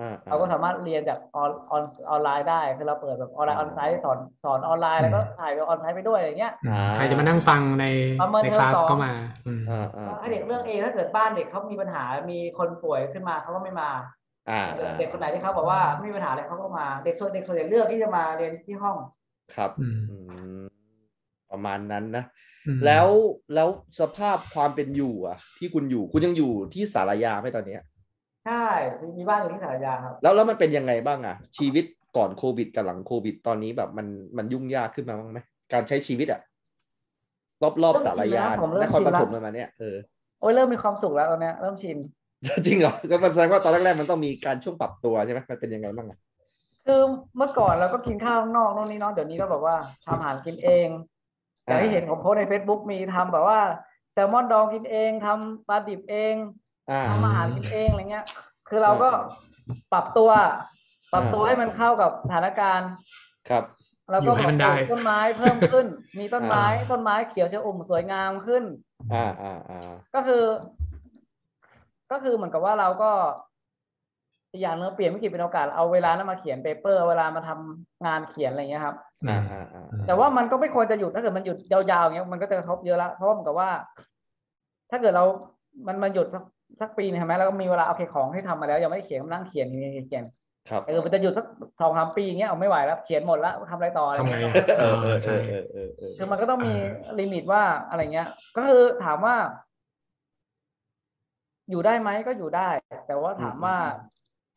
Speaker 2: อ่า
Speaker 4: เราก็สามารถเรียนจากออนออนออนไลน์ได้คือเราเปิดแบบออนไลน์ออนไซต์สอนสอนออนไลน์แล้วก็ถ่ายไปออนไซต์ไปด้วยอย่างเงี้ย
Speaker 3: อืมใครจะมานั่งฟังใน
Speaker 4: ประเมิน
Speaker 3: ใน
Speaker 4: เทอม
Speaker 3: คลาส
Speaker 4: สอง
Speaker 3: ก็มา อืม
Speaker 2: อ่าอ่า
Speaker 4: ให้เด็กเลือกเองถ้าเกิดบ้านเด็กเขามีปัญหามีคนป่วยขึ้นมาเขาก็ไม่มา
Speaker 2: อ่า
Speaker 4: เด็กคนไหนที่เขาบอกว่าไม่มีปัญหาอะไรเขาก็มาเด็กส่วนเด็กส่วนใหญ่เลือกที่จะมาเรียนที่ห้อง
Speaker 2: ครับ
Speaker 3: อืม
Speaker 2: อืมประมาณนั้นนะ
Speaker 3: อืม
Speaker 2: แล้วแล้วสภาพความเป็นอยู่อ่ะ ที่คุณอยู่คุณยังอยู่ที่สารยาไหมตอนเนี้ย
Speaker 4: ใช่มีมีบ้านอยู่ที่สารยาครับ
Speaker 2: แล้วแล้วมันเป็นยังไงบ้างอ่ะ ชีวิตก่อนโควิดกับหลังโควิดตอนนี้แบบมันมันยุ่งยากขึ้นมาบ้างไหมการใช้ชีวิตอ่ะรอบรอบ
Speaker 4: เริ่ม
Speaker 2: สารยา
Speaker 4: ชินแล้วผมเริ่ม
Speaker 2: นครปฐม
Speaker 4: ชินละ
Speaker 2: เลยมาเนี่ยเออ
Speaker 4: โอ้ยเริ่มมีความสุขแล้วตอนเนี้ยเริ่มชิน
Speaker 2: จริงเหรอก็มันแสดงว่าตอนแรกๆมันต้องมีการช่วงปรับตัวใช่ไหมมันเป็นยังไงบ้างอ่ะ
Speaker 4: คือเมื่อก่อนเราก็กินข้าวข้างนอกโน่นนี่เนาะเดี๋ยวนี้ก็แบบว่าทำอาหารกินเองอย่างที่เห็นผมโพสต์ใน Facebook มีทำแบบว่าแซลมอนดองกินเองทำปลาดิบเอง
Speaker 2: อ่า
Speaker 4: ทำอาหารกินเองอะไรเงี้ย คือเราก็ปรับตัว ปรับตัว
Speaker 2: อ่า
Speaker 4: ให้มันเข้ากับสถานการณ์
Speaker 2: ครับ
Speaker 4: แล้ว
Speaker 3: อ
Speaker 4: ก็
Speaker 3: ยู่ให้มันได้
Speaker 4: ปลูกต้นไม้เพิ่มขึ้น มีต้นไม้
Speaker 2: อ่า
Speaker 4: ต้นไม้เขียวชอุ่มสวยงามขึ้น
Speaker 2: อ่าอ่าอ่า
Speaker 4: ก็คือ ก็คือเหมือนกับว่าเราก็อีกอย่างเนื้อเปลี่ยนไม่กี่เป็นโอกาสเอาเวลานั้นมาเขียนเปเปอร์เวลามาทำงานเขียนอะไรอย่างเงี้ยครับ
Speaker 2: อ่าอ่าอ่า
Speaker 4: แต่ว่ามันก็ไม่ควรจะหยุดถ้าเกิดมันหยุดยาวๆอย่างเงี้ยมันก็จะกระทบเยอะละเพราะว่าเหมือนกับว่า ถ้าเกิดเรา มันมันหยุดสักสักปีหนึงใช่ไหมแล้วก็มีเวลาโอเคของที่ทำมาแล้วยังไม่ได้เขียนมานั่งเขียนเขียนเขียนเขียน
Speaker 2: ครับ
Speaker 4: เออมันจะหยุดสักสองสามปีอย่างเงี้ยเอาไม่ไหวแล้วเขียนหมดแล้วทำอะไรต่ออะไร
Speaker 3: ทำไง
Speaker 4: เงี้ย
Speaker 3: อะ
Speaker 2: เอ
Speaker 3: เอ
Speaker 2: อ
Speaker 3: อ
Speaker 2: เออเอ
Speaker 3: ใช่
Speaker 2: อเออเออเออ
Speaker 4: คือมันก็ต้องมี
Speaker 3: อ่
Speaker 4: ลิมิตว่าอะไรเงี้ย ก็คือถามว่า อยู่ได้ไหมก็อยู่ได้ แต่ว่าถามว่า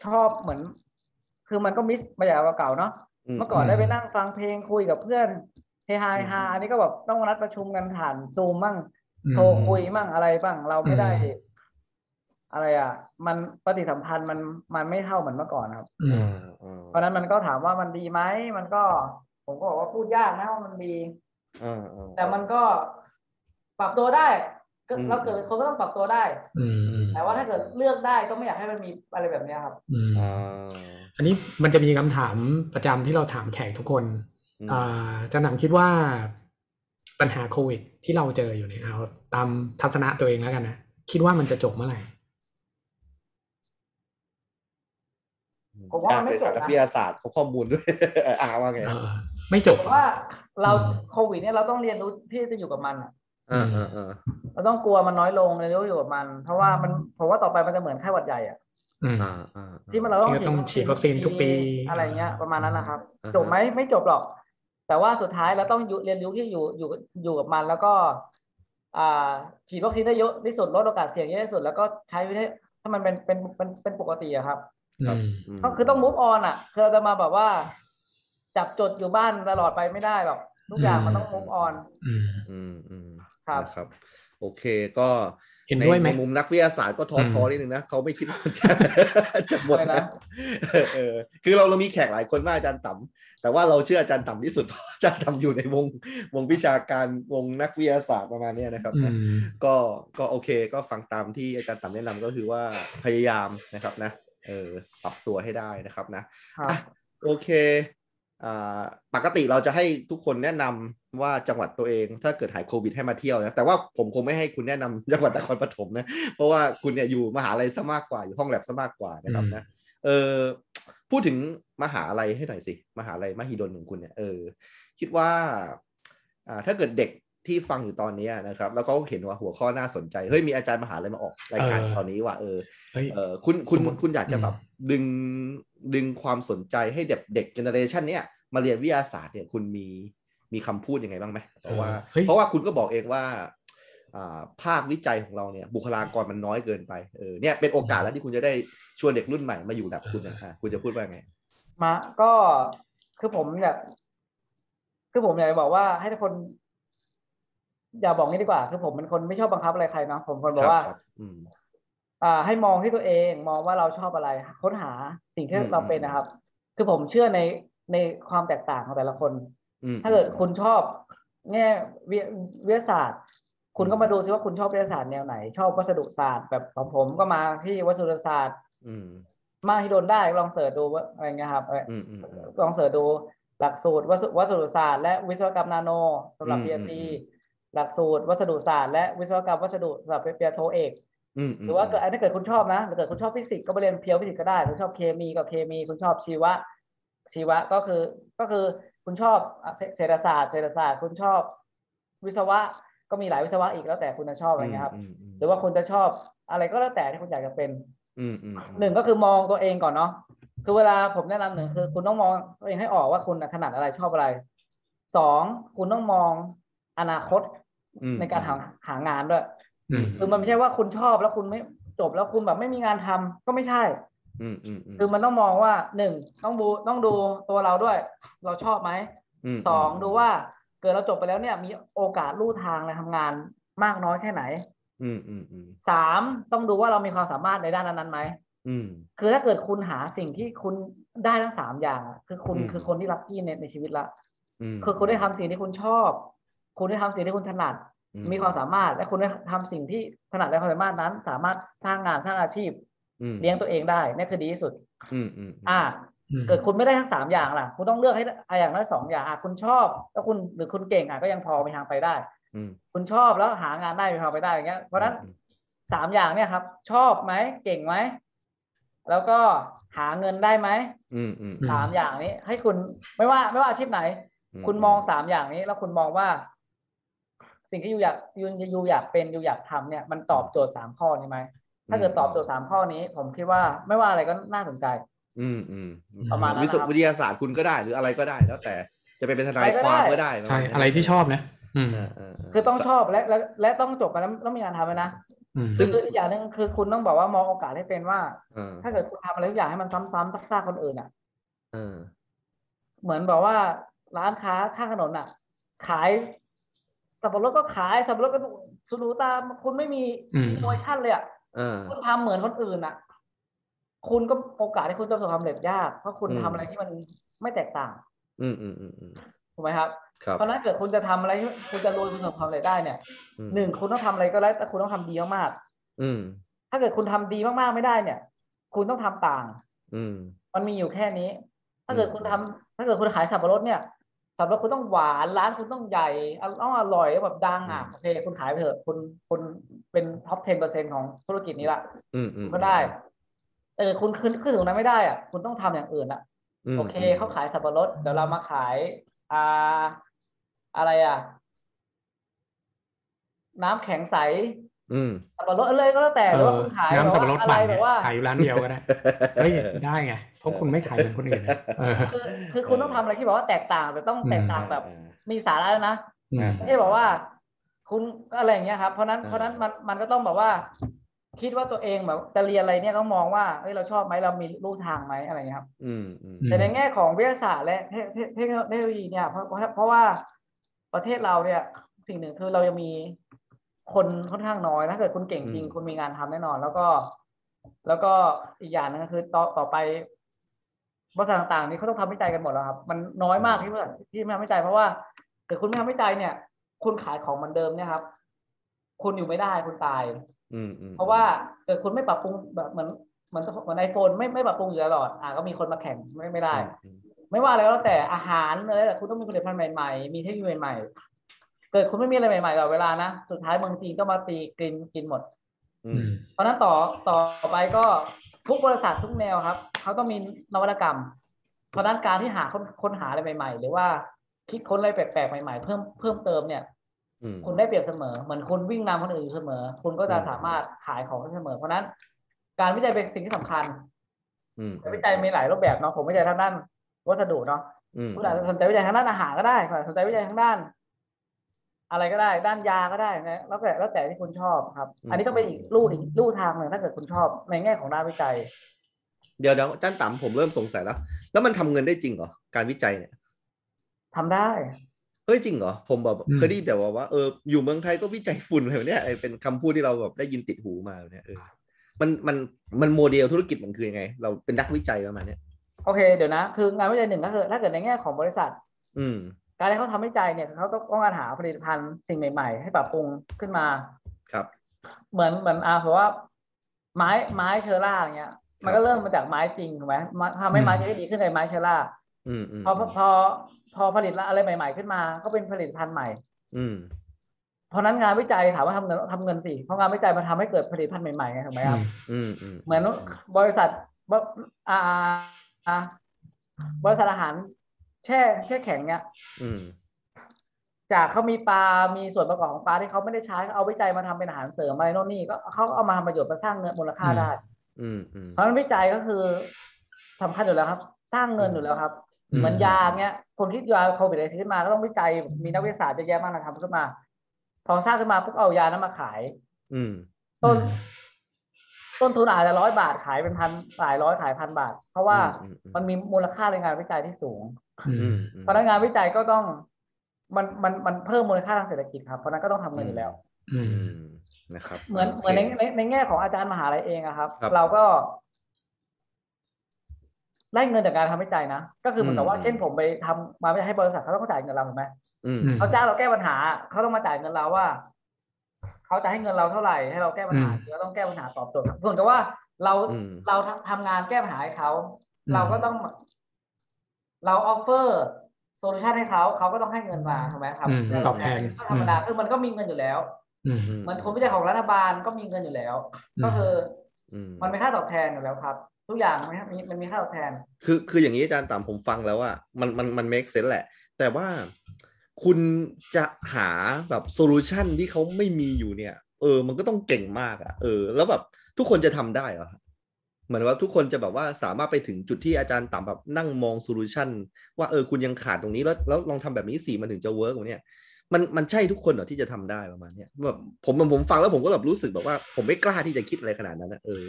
Speaker 4: ชอบเหมือน คือมันก็มิสมาจากเก่าๆเนาะเมื่อก่อน
Speaker 3: อืม
Speaker 4: ได้ไปนั่งฟังเพลงคุยกับเพื่อนเฮฮา
Speaker 2: อืม
Speaker 4: เฮฮาอันนี้ก็แบบต้องนัดประชุมกันผ่านซูมมั่ง
Speaker 3: อืม
Speaker 4: โทรคุยมั่งอะไรบ้างเราไม่ได้
Speaker 3: อืม
Speaker 4: อะไรอ่ะ มันปฏิสัมพันธ์มันมันไม่เท่าเหมือนเมื่อก่อนครับ
Speaker 3: อืม
Speaker 2: อ่าอ่า
Speaker 4: เพราะฉะนั้นมันก็ถามว่ามันดีไหมมันก็ ผมก็บอกว่าพูดยากนะว่ามันดี
Speaker 2: อ่าอ่า
Speaker 4: แต่มันก็ปรับตัวได้ก็
Speaker 2: อืม
Speaker 4: เราเกิดเป็นคนก็ต้องปรับตัวได้
Speaker 3: อืมอืม
Speaker 4: แต่ว่าถ้าเกิดเลือกได้ก็ไม่อยากให้มันมีอะไรแบบเนี้ยครับ
Speaker 3: อืม
Speaker 2: อ่า
Speaker 3: อันนี้มันจะมีคำถามประจำที่เราถามแขกทุกคน
Speaker 2: อืม
Speaker 3: อ่าจะหนำคิดว่า ปัญหาโควิด ที่เราเจออยู่เนี่ยเอาตามทัศนะตัวเองแล้วกันนะคิดว่ามันจะจบเมื่อไหร่
Speaker 4: ผมว่ามัน น
Speaker 2: ไป
Speaker 4: ไม่จ
Speaker 2: สา
Speaker 4: บ
Speaker 2: ร
Speaker 4: นะ
Speaker 2: วิทยาศาสตร์เขาข้อมูลด้วย เอออ่าว่าไง
Speaker 3: เออ ไม่จบเห
Speaker 4: เพ
Speaker 3: รอ
Speaker 4: ราะว่าเรา
Speaker 3: อืม
Speaker 4: โควิดเนี่ยเราต้องเรียนรู้ที่จะอยู่กับมันอะ
Speaker 2: อ่าอ่าอ่า
Speaker 4: เราต้องกลัวมันน้อยลงเรียนรู้อยู่กับมัน เพราะว่ามันผมว่าต่อไปมันจะเหมือนไข้หวัดใหญ่อะ
Speaker 3: อืม
Speaker 2: อ่าอ่า
Speaker 4: ที่มันเรา
Speaker 3: ที่ก็ต้องฉีดวัคซีนทุกปี
Speaker 4: อะไรเงี้ยประมาณนั้นนะครับ
Speaker 2: อ่าฮะ
Speaker 4: จบไหมไม่จบหรอก แต่ว่าสุดท้ายเราต้องอยู่เรียนรู้ที่อยู่อยู่อยู่กับมันแล้วก็ อ่าฉีดวัคซีนได้เยอะที่สุดลดโอกาสเสี่ยงเยอะที่สุดแล้วก็ใช้วิธีถ้ามันเป็นเป็นเป็นเป็นปกติอะครับ
Speaker 3: อืม
Speaker 4: ก็คือต้อง move on อ่ะคือเราจะมาแบบว่า จับจดอยู่บ้านตลอดไปไม่ได้หรอกทุกอย่างมันต้อง move on
Speaker 3: อืม
Speaker 2: อืมอืม
Speaker 4: ครับ
Speaker 2: นะครับ โอเคก็
Speaker 3: เห็นด้วยไหม
Speaker 2: ในมุมนักวิทยาศาสตร์ก็ท้อท้อนิดนึงนะเขาไม่คิดว่าจะ จะหมด
Speaker 4: อะไร
Speaker 2: นะ
Speaker 4: นะ
Speaker 2: เออเออคือเราเรามีแขกหลายคนมากอาจารย์ต่ำแต่ว่าเราเชื่ออาจารย์ต่ำที่สุด เพราะอาจารย์ต่ำอยู่ในวง วงวิชาการวงนักวิทยาศาสตร์ประมาณเนี้ยนะครับ
Speaker 3: อืม
Speaker 2: ก็ก็โอเคก็ฟังตามที่อาจารย์ต่ำแนะนำก็คือว่าพยายามนะครับนะเออปรับตัวให้ได้นะครับนะ
Speaker 4: ครับ
Speaker 2: โอเคอ่าปกติเราจะให้ทุกคนแนะนำว่าจังหวัดตัวเองถ้าเกิดหายโควิดให้มาเที่ยวนะ แต่ว่าผมคงไม่ให้คุณแนะนำ จังหวัดนครปฐมนะ เพราะว่าคุณเนี่ยอยู่มหาลัยซะมากกว่าอยู่ห้องแลบซะมากกว่านะครับนะ เออพูดถึงมหาลัยให้หน่อยสิ มหาลัยมหิดลของคุณเนี่ยเออ คิดว่าอ่า ถ้าเกิดเด็กที่ฟังอยู่ตอนเนี้ยนะครับ แล้วเขาเห็นว่าหัวข้อน่าสนใจเฮ้ยมีอาจารย์มหาลัยมาออกรายการ
Speaker 3: เออ
Speaker 2: ตอนนี้ว่าเออ
Speaker 3: เฮ้ย
Speaker 2: เออคุณคุณ
Speaker 3: สมมุติ
Speaker 2: คุณอยากจะ
Speaker 3: อืม
Speaker 2: แบบดึงดึงความสนใจให้เด็กเด็กเจเนอเรชันเนี้ยมาเรียนวิทยาศาสตร์เนี่ยคุณมีมีคำพูดยังไงบ้างไหมเพราะว่า
Speaker 3: เฮ้ย
Speaker 2: เพราะว่าคุณก็บอกเองว่าอ่าภาควิจัยของเราเนี่ย บุคลากรมันน้อยเกินไปเออเนี่ยเป็นโอกาสแล้วที่คุณจะได้ชวนเด็กรุ่นใหม่มาอยู่แบบคุณนะอ่ะคุณจะพูดว่าไง
Speaker 4: มาก็คือผมอยากคือผมอยากจะบอกว่าให้ทุกคน อย่าบอกนี้ดีกว่า คือผมเป็นคนไม่ชอบบังคับอะไรใครเนาะผมคนบ
Speaker 2: ค
Speaker 4: อ
Speaker 2: รั
Speaker 4: กว่า
Speaker 2: ครับอืม
Speaker 4: อ่า ให้มองที่ตัวเอง มองว่าเราชอบอะไร ค้นหาสิ่งที่
Speaker 2: อืม
Speaker 4: เราเป็นนะครับ คือผมเชื่อในในความแตกต่างของแต่ละคน
Speaker 2: อืม
Speaker 4: ถ้าเกิดคุณชอบแง่วิวิทยาศาสตร์ คุณก็มาดูซิว่าคุณชอบวิทยาศาสตร์แนวไหน ชอบวัสดุศาสตร์แบบของผมก็มาที่วัสดุศาสตร์
Speaker 2: อืม
Speaker 4: มาที่โดนได้ลองเสิร์ชดูว่าอะไรเงี้ยครับเอ่อ
Speaker 2: อืมอืมอืม
Speaker 4: ลองเสิร์ชดูหลักสูตรวัสวัสดุศาสตร์และวิศวกรรมนาโนสำหรับ
Speaker 2: อืม
Speaker 4: PhD
Speaker 2: อืม
Speaker 4: หลักสูตรวัสดุศาสตร์และวิศวกรรมวัสดุสำหรับเปียโทเอก
Speaker 2: อืมม
Speaker 4: หรือว่าเกิดถ้าเกิดคุณชอบนะถ้าเกิดคุณชอบฟิสิกส์ก็ไปเรียนเพียวฟิสิกส์ก็ได้คุณชอบเคมีก็เคมี คุณชอบชีวะ ชีวะก็คือก็คือคุณชอบอ่ะเศเศรษฐศาสตร์เศรษฐศาสตร์คุณชอบ วิศวะก็มีหลายวิศวะอีกแล้วแต่คุณจะชอบอะไรเงี้ยครับ
Speaker 2: มมม
Speaker 4: หรือว่าคุณจะชอบอะไรก็แล้วแต่ที่คุณอยากจะเป็น
Speaker 2: อืมอืม
Speaker 4: หนึ่งก็คือมองตัวเองก่อนเนาะ คือเวลาผมแนะนำหนึ่งคือ คุณต้องมองตัวเองให้ออกว่าคุณน่ะถนัดอะไรชอบอะไร สองคุณต้องมองอนาคต
Speaker 2: อืม
Speaker 4: ในการหาหางานด้วย
Speaker 3: อืม
Speaker 4: คือมันไม่ใช่ว่าคุณชอบแล้วคุณไม่จบแล้วคุณแบบไม่มีงานทำก็ไม่ใช่
Speaker 2: อืมอืมอืม
Speaker 4: คือมันต้องมองว่าหนึ่งต้องดูต้องดูตัวเราด้วย เราชอบไหม
Speaker 2: ม
Speaker 4: สองดูว่าเกิดเราจบไปแล้วเนี่ยมีโอกาสลู่ทางในทำงานมากน้อยแค่ไหน
Speaker 2: อืมอืมอืม
Speaker 4: สามต้องดูว่าเรามีความสามารถในด้านนั้นๆไหม
Speaker 2: อืม
Speaker 4: คือถ้าเกิดคุณหาสิ่งที่คุณได้ทั้งสามอย่างอะคือคุณ
Speaker 2: อืม
Speaker 4: คือคนที่ลัคกี้ในในชีวิตละ
Speaker 2: อืม
Speaker 4: คือคุณได้ทำสิ่งที่คุณชอบ คุณได้ทำสิ่งที่คุณถนัด
Speaker 2: อื
Speaker 4: มีความสามารถและคุณได้ทำสิ่งที่ถนัดและความสามารถนั้น สามารถสร้างงานสร้างอาชีพ
Speaker 2: อืม
Speaker 4: เลี้ยงตัวเองได้นี่คือดีที่สุด
Speaker 2: อืมอืม
Speaker 4: อ่า
Speaker 3: อืม
Speaker 4: เกิดคุณไม่ได้ทั้งสามอย่างล่ะ คุณต้องเลือกให้ได้อ่ะอย่างน้อยสองอย่างอ่ะคุณชอบแล้วคุณหรือคุณเก่งอ่ะก็ยังพอมีทางไปได้
Speaker 2: อืม
Speaker 4: คุณชอบแล้วหางานได้มีทางไปได้อย่างเงี้ย เพราะฉะนั้น
Speaker 2: อืม
Speaker 4: สามอย่างเนี่ยครับ ชอบไหมเก่งไหมแล้วก็หาเงินได้ไหม
Speaker 2: อืมอืม
Speaker 4: สามอย่างนี้ให้คุณไม่ว่าไม่ว่าอาชีพไหน คุณมองสามอย่างนี้ แล้วคุณมองว่า สิ่งที่อยู่อยากอยู่อยู่อยากเป็นอยู่อยากทำเนี่ย มันตอบโจทย์สามข้อนี้ไหมถ้าเกิดตอบโจทย์สามข้อนี้ ผมคิดว่าไม่ว่าอะไรก็น่าสนใจ
Speaker 2: อืมอืม
Speaker 4: ประมาณนั้น
Speaker 2: วิศว
Speaker 4: นะครับ
Speaker 2: วิทยาศาสตร์คุณก็ได้หรืออะไรก็ได้ แล้วแต่จะไปเป็นทนาย
Speaker 4: ไปก็
Speaker 2: ค
Speaker 4: ได้
Speaker 2: วามก็ได้เน
Speaker 3: ใช่อะไรที่ชอบนะ อืม
Speaker 2: เออเออเ
Speaker 4: คือต้องชอบและและและต้องจบมาแล้วต้องมีงานทำไว้นะ
Speaker 3: อืม
Speaker 2: ซึ่ง
Speaker 4: คืออีกอย่างหนึ่งคือคุณต้องบอกว่ามองโอกาสให้เป็นว่า
Speaker 2: เออ
Speaker 4: ถ้าเกิดคุณทำอะไรทุกอย่างให้มันซ้ำๆซากๆคนอื่นอ่ะ
Speaker 2: เออ
Speaker 4: เหมือนแบบว่าร้านค้าข้างถนนอ่ะ ขายสับปะรดก็ขายสับปะรดก็สุรูตาคุณไม่มี
Speaker 3: อืม
Speaker 4: โปรโมชั่นเลยอ่ะ
Speaker 2: เออ
Speaker 4: คุณทำเหมือนคนอื่นอ่ะ คุณก็โอกาสที่คุณจะประสบความสำเร็จยาก เพราะคุณ
Speaker 2: อืม
Speaker 4: ทำอะไรที่มันไม่แตกต่าง
Speaker 2: อืมอืมอืมอืม
Speaker 4: ถูกไหมครับ
Speaker 2: ครับ
Speaker 4: เพราะฉะนั้นเกิดคุณจะทำอะไรที่คุณจะรวยคุณประสบความสำเร็จได้เนี่ย
Speaker 2: อืม
Speaker 4: หนึ่งคุณต้องทำอะไรก็ได้แต่คุณต้องทำดีมาก
Speaker 2: อืม
Speaker 4: ๆถ้าเกิดคุณทำดีมากๆไม่ได้เนี่ย คุณต้องทำต่าง
Speaker 2: อืม
Speaker 4: มันมีอยู่แค่นี้ ถ้าเกิด
Speaker 2: อืม
Speaker 4: คุณทำถ้าเกิดคุณขายสับปะรดเนี่ย สำหรับคุณต้องหวานร้านคุณต้องใหญ่อร่อยอร่อยแบบดังอ่ะโอเคคุณขายไปเถอะคุณคุณเป็นท็อป 10%ของธุรกิจนี้ละ
Speaker 2: อืมอืม
Speaker 4: ก็ได้เออคุณขึ้นขึ้นถึงนั้นไม่ได้อ่ะคุณต้องทำอย่างอื่นละ
Speaker 2: ม
Speaker 4: โอเคเขาขายสับปะรดเดี๋ยวเรามาขายอ่าอะไรอ่ะ น้ำแข็งใส
Speaker 2: อืม
Speaker 4: สับปะรดอะไรก็แล้วแต่
Speaker 3: เอ
Speaker 4: หรือว่า
Speaker 3: อ
Speaker 4: คุณขาย
Speaker 3: น้ำสับปะรด
Speaker 4: แบบ
Speaker 3: ปั่
Speaker 4: ว่าน อะ
Speaker 3: เนี่ย
Speaker 4: ไรแบบว่า
Speaker 3: ขายอยู่ร้านเดียวก็ได้เฮ้ยได้ไงเพราะคุณไม่ขายเหมือนคนอื่นนะเออ
Speaker 4: คือคือคุณต้องทำอะไรที่แบบว่าแตกต่างแต่ต้องแตกต่างแบบ มีสาระนะ
Speaker 3: อืม
Speaker 4: ไม่ใช่บอกว่า คุณอะไรอย่างเงี้ยครับเพราะนั้น
Speaker 2: อ่า
Speaker 4: เพราะนั้นมันมันก็ต้องแบบว่า คิดว่าตัวเองแบบจะเรียนอะไรเนี่ยต้องมองว่าเฮ้ยเราชอบไหมเรามีลู่ทางไหมอะไรอย่างเงี้ยครับ
Speaker 2: อืมอืม
Speaker 3: อืม
Speaker 4: แต่ในแง่ของวิทยาศาสตร์และเทเทเทคโนโลยีเนี่ยเพราะเพราะเพราะว่าประเทศเราเนี่ย สิ่งหนึ่งคือเรายังมีคนค่อนข้างน้อยนะถ้าเกิดคุณเก่งจริงคุณมีงานทำแน่นอน แล้วก็ แล้วก็อีกอย่างหนึงก็คือต่อต่อไปบริษัทต่างๆนี่เขาต้องทำวิจัยกันหมดแล้วครับ มันน้อยมากที่บริษัทที่ไม่ทำวิจัยเพราะว่าเกิดคุณไม่ทำวิจัยเนี่ย คุณขายของเหมือนเดิมเนี่ยครับ คุณอยู่ไม่ได้คุณตาย
Speaker 2: อืมอืม
Speaker 4: เพราะว่าเกิดคุณไม่ปรับปรุงแบบเหมือนเหมือนเหมือนไอโฟนไม่ไม่ปรับปรุงอยู่ตลอดอ่ะก็มีคนมาแข่งไม่ไม่ได้
Speaker 2: อืม
Speaker 4: ไม่ว่าอะไรก็แล้วแต่อาหารอะไรแต่คุณต้องมีผลิตภัณฑ์ใหม่ๆ มีเทคโนโลยีใหม่ๆ เกิดคุณไม่มีอะไรใหม่ๆตลอดเวลานะ สุดท้ายเมืองจีนก็มาตีกินกินหมด
Speaker 2: อื
Speaker 3: อื
Speaker 2: ม
Speaker 3: ม
Speaker 4: เพราะฉะนั้นต่อต่อไปก็ทุกบริษัททุกแนวครับ เขาต้องมีนวัตกรรม เพราะฉะนั้นการที่หาค้นค้นหาอะไรใหม่ ๆ หรือว่าคิดค้นอะไรแปลกๆใหม่ๆ เพิ่มเพิ่มเติมเนี่ย
Speaker 2: อืม
Speaker 4: คุณได้เปรียบเสมอ เหมือนคุณวิ่งนำคนอื่นอยู่เสมอ คุณก็จะ
Speaker 2: อืม
Speaker 4: สามารถขายของได้เสมอ เพราะฉะนั้น การวิจัยเป็นสิ่งที่สำคัญ
Speaker 2: อืม
Speaker 4: แต่วิจัยมีหลายรูปแบบเนาะผมวิจัยทางด้านวัสดุเนาะ
Speaker 2: อืม
Speaker 4: คุณอาจจะสนใจวิจัยทางด้านอาหารก็ได้คุณอาจจะสนใจวิจัยทางด้าน อะไรก็ได้ ด้านยาก็ได้นะแล้วแต่แล้วแต่ที่คุณชอบครับ อันนี้ก็เป็นอีกลู่อีกลู่ทางหนึ่งถ้าเกิดคุณชอบในแง่ของด้านวิจัย
Speaker 2: เดี๋ยวเดี๋ยวจ้านต่ำผมเริ่มสงสัยแล้ว แล้วมันทำเงินได้จริงเหรอ การวิจัยเนี่ย
Speaker 4: ทำได้
Speaker 2: เฮ้ยจริงเหรอ ผมแบบ
Speaker 3: อืม
Speaker 2: เคยได้ยินแต่ว่าว่าเอออยู่เมืองไทยก็วิจัยฝุ่นอะไรแบบเนี่ยไอ้เป็นคำพูดที่เราแบบได้ยินติดหูมาแบบเนี่ยเออมันมันมันโมเดลธุรกิจมันคือยังไง เราเป็นนักวิจัยประมาณเนี้ย
Speaker 4: โอเค เดี๋ยวนะ คืองานวิจัยหนึ่งก็คือถ้าเกิดในแง่ของบริษัท
Speaker 2: อืม
Speaker 4: การที่เขาทำวิจัยเนี่ยคือเขาต้องต้องการหาผลิตภัณฑ์สิ่งใหม่ ๆ ให้ปรับปรุงขึ้นมา
Speaker 2: ครับ
Speaker 4: เหมือนเหมือนอาเพราะว่า ไม้ไม้เชอร่าอย่างเงี้ย มันก็เริ่มมาจากไม้จริงถูกไหมมาทำให้ไม้จริงให้ดีขึ้นเลยไม้เชอร่า
Speaker 2: อืมอืม
Speaker 4: พอพอพอพอผลิตละอะไรใหม่ ๆ ขึ้นมา ก็เป็นผลิตภัณฑ์ใหม่
Speaker 2: อืม
Speaker 4: เพราะฉะนั้นงานวิจัยถามว่าทำเงินทำเงินสิ เพราะงานวิจัยมันทำให้เกิดผลิตภัณฑ์ใหม่ๆไงถูกไหมครับ
Speaker 2: อืมอืม
Speaker 4: เหมือนบริษัทบอ่าอ่าบริษัทอาหารแช่แช่แข็งเนี่ย
Speaker 2: อืม
Speaker 4: จากเขามีปลา มีส่วนประกอบของปลาที่เขาไม่ได้ใช้เขาเอาวิจัยมาทำเป็นอาหารเสริมอะไรโน่นนี่ก็เขาเอามาทำประโยชน์มาสร้างเงินมูลค่าได้
Speaker 2: อืมอืม
Speaker 4: เพราะฉะนั้นวิจัยก็คือสำคัญอยู่แล้วครับ สร้างเงินอยู่แล้วครับ
Speaker 2: อืม
Speaker 4: เหมือนยาเนี้ยคนคิดยาโควิดอะไรขึ้นมาก็ต้องวิจัยมีนักวิทยาศาสตร์เยอะแยะมากนะทำขึ้นมา พอสร้างขึ้นมาปุ๊บเอายานั้นมาขาย
Speaker 2: อืม
Speaker 4: ต้นต้นทุนอาจจะร้อยบาทขายเป็นพันหลายร้อยขายพันบาท เพราะว่า
Speaker 2: อืม
Speaker 4: มันมีมูลค่าในงานวิจัยที่สูง
Speaker 3: อื
Speaker 2: อื
Speaker 3: ม
Speaker 2: มอืม
Speaker 4: เพราะฉะนั้นงานวิจัยก็ต้องมันมันมันเพิ่มมูลค่าทางเศรษฐกิจครับเพราะฉะนั้นก็ต้องทำเงินอยู่แล้ว
Speaker 3: อื
Speaker 2: อื
Speaker 3: ม
Speaker 2: มนะครับ
Speaker 4: เหมือนเหมือนใน
Speaker 2: โค
Speaker 4: ในในแง่ของอาจารย์มหาลัยเองอะครับ
Speaker 2: ครับ
Speaker 4: เราก็ได้เงินจากการทำวิจัยนะก็คือเหมือนกับว่า
Speaker 2: อืม
Speaker 4: เช่นผมไปทำมาไม่ให้บริษัทเขาต้องจ่ายเงินเราถูกไหม
Speaker 2: อืม
Speaker 3: อืม
Speaker 4: เขาจ้างเราแก้ปัญหาเขาต้องมาจ่ายเงินเราว่าเขาจะให้เงินเราเท่าไหร่ให้เราแก้ปัญหา
Speaker 3: อืม
Speaker 4: เราต้องแก้ปัญหาตอบโจทย์เหมือนกับว่าเรา
Speaker 2: อืม
Speaker 4: เราทำทำงานแก้ปัญหาให้เขาเราก็ต้อง เราออฟเฟอร์โซลูชันให้เขาเขาก็ต้องให้เงินมาถูกไหมครับ
Speaker 3: อืมตอบแทน
Speaker 4: ก็ธรรมดาคือมันก็มีเงินอยู่แล้ว
Speaker 3: อืม
Speaker 4: เหมือนทุนวิจัยของรัฐบาลก็มีเงินอยู่แล้ว
Speaker 3: อืม
Speaker 4: ก็คือ
Speaker 2: อืม
Speaker 4: มันมีค่าตอบแทนอยู่แล้วครับ ทุกอย่างมันมีมันมีค่าตอบแทน
Speaker 2: คือคืออย่างนี้อาจารย์ตามผมฟังแล้วว่ามันมันมัน make sense แหละ แต่ว่าคุณจะหาแบบโซลูชันที่เขาไม่มีอยู่เนี่ย เออ มันก็ต้องเก่งมากอะ่ะ เออ แล้วแบบทุกคนจะทำได้เหรอเหมือนว่าทุกคนจะแบบว่าสามารถไปถึงจุดที่อาจารย์ต่ำแบบนั่งมองโซลูชันว่าเออคุณยังขาดตรงนี้แล้วแล้วลองทำแบบนี้สิมันถึงจะเวิร์กเนี่ย มันมันใช่ทุกคนเหรอที่จะทำได้ประมาณเนี้ยแบบผมผมผมฟังแล้วผมก็แบบรู้สึกแบบว่า ผมไม่กล้าที่จะคิดอะไรขนาดนั้นนะเออ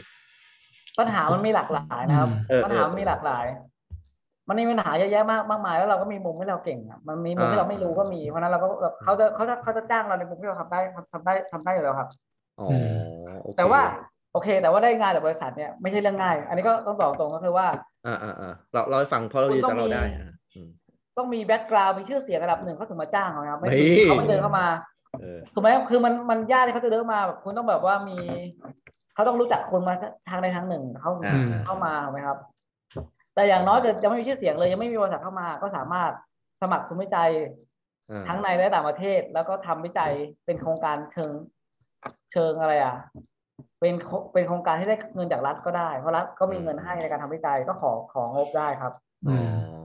Speaker 4: ปัญหามันมีหลากหลายนะครับ
Speaker 3: อืม
Speaker 2: เออ
Speaker 4: ปัญหามันมีหลากหลาย มันมีปัญหาเยอะแยะมากมากมายแล้วเราก็มีมุมที่เราเก่งอะมันมีมุม
Speaker 2: อ่า
Speaker 4: ที่เราไม่รู้ก็มี เพราะฉะนั้นเราก็แบบเขาจะเขาจะเขาจะจ้างเราในมุมที่เราทำได้ทำทำได้ทำได้อยู่แล้วครับ
Speaker 2: อ๋อโอเค
Speaker 4: แต่ว่าโอเค แต่ว่าได้งานจากบริษัทเนี่ยไม่ใช่เรื่องง่าย อันนี้ก็ต้องบอกตรงก็คือว่า
Speaker 2: อ่าอ่าอ่าเราเราให้ฟังเพราะเราจะเราได้อ่ะอืม
Speaker 4: ต้องมีแบ็กกราวด์มีชื่อเสียงระดับหนึ่งเขาถึงมาจ้างเรานะครับไม่
Speaker 2: นี่
Speaker 4: เขาไม่เดินเข้ามา
Speaker 2: เออ
Speaker 4: ถูกไหมคือมันมันยากที่เขาจะเดินมาแบบคุณต้องแบบว่ามี เขาต้องรู้จักคนมาทางใดทางหนึ่งเขา
Speaker 2: อ่า
Speaker 4: เข้ามาถูกไหมครับ แต่อย่างน้อยจะยังไม่มีชื่อเสียงเลยยังไม่มีบริษัทเข้ามาก็สามารถ สมัครทุนวิจัย
Speaker 2: อ่า
Speaker 4: ทั้งในและต่างประเทศแล้วก็ทำวิจัยเป็นโครงการเชิงเชิงอะไรอ่ะ เป็นโคเป็นโครงการที่ได้เงินจากรัฐก็ได้ เพราะรัฐก็มีเงินให้ในการทำวิจัยก็ขอของงบได้ครับ
Speaker 2: อ๋อ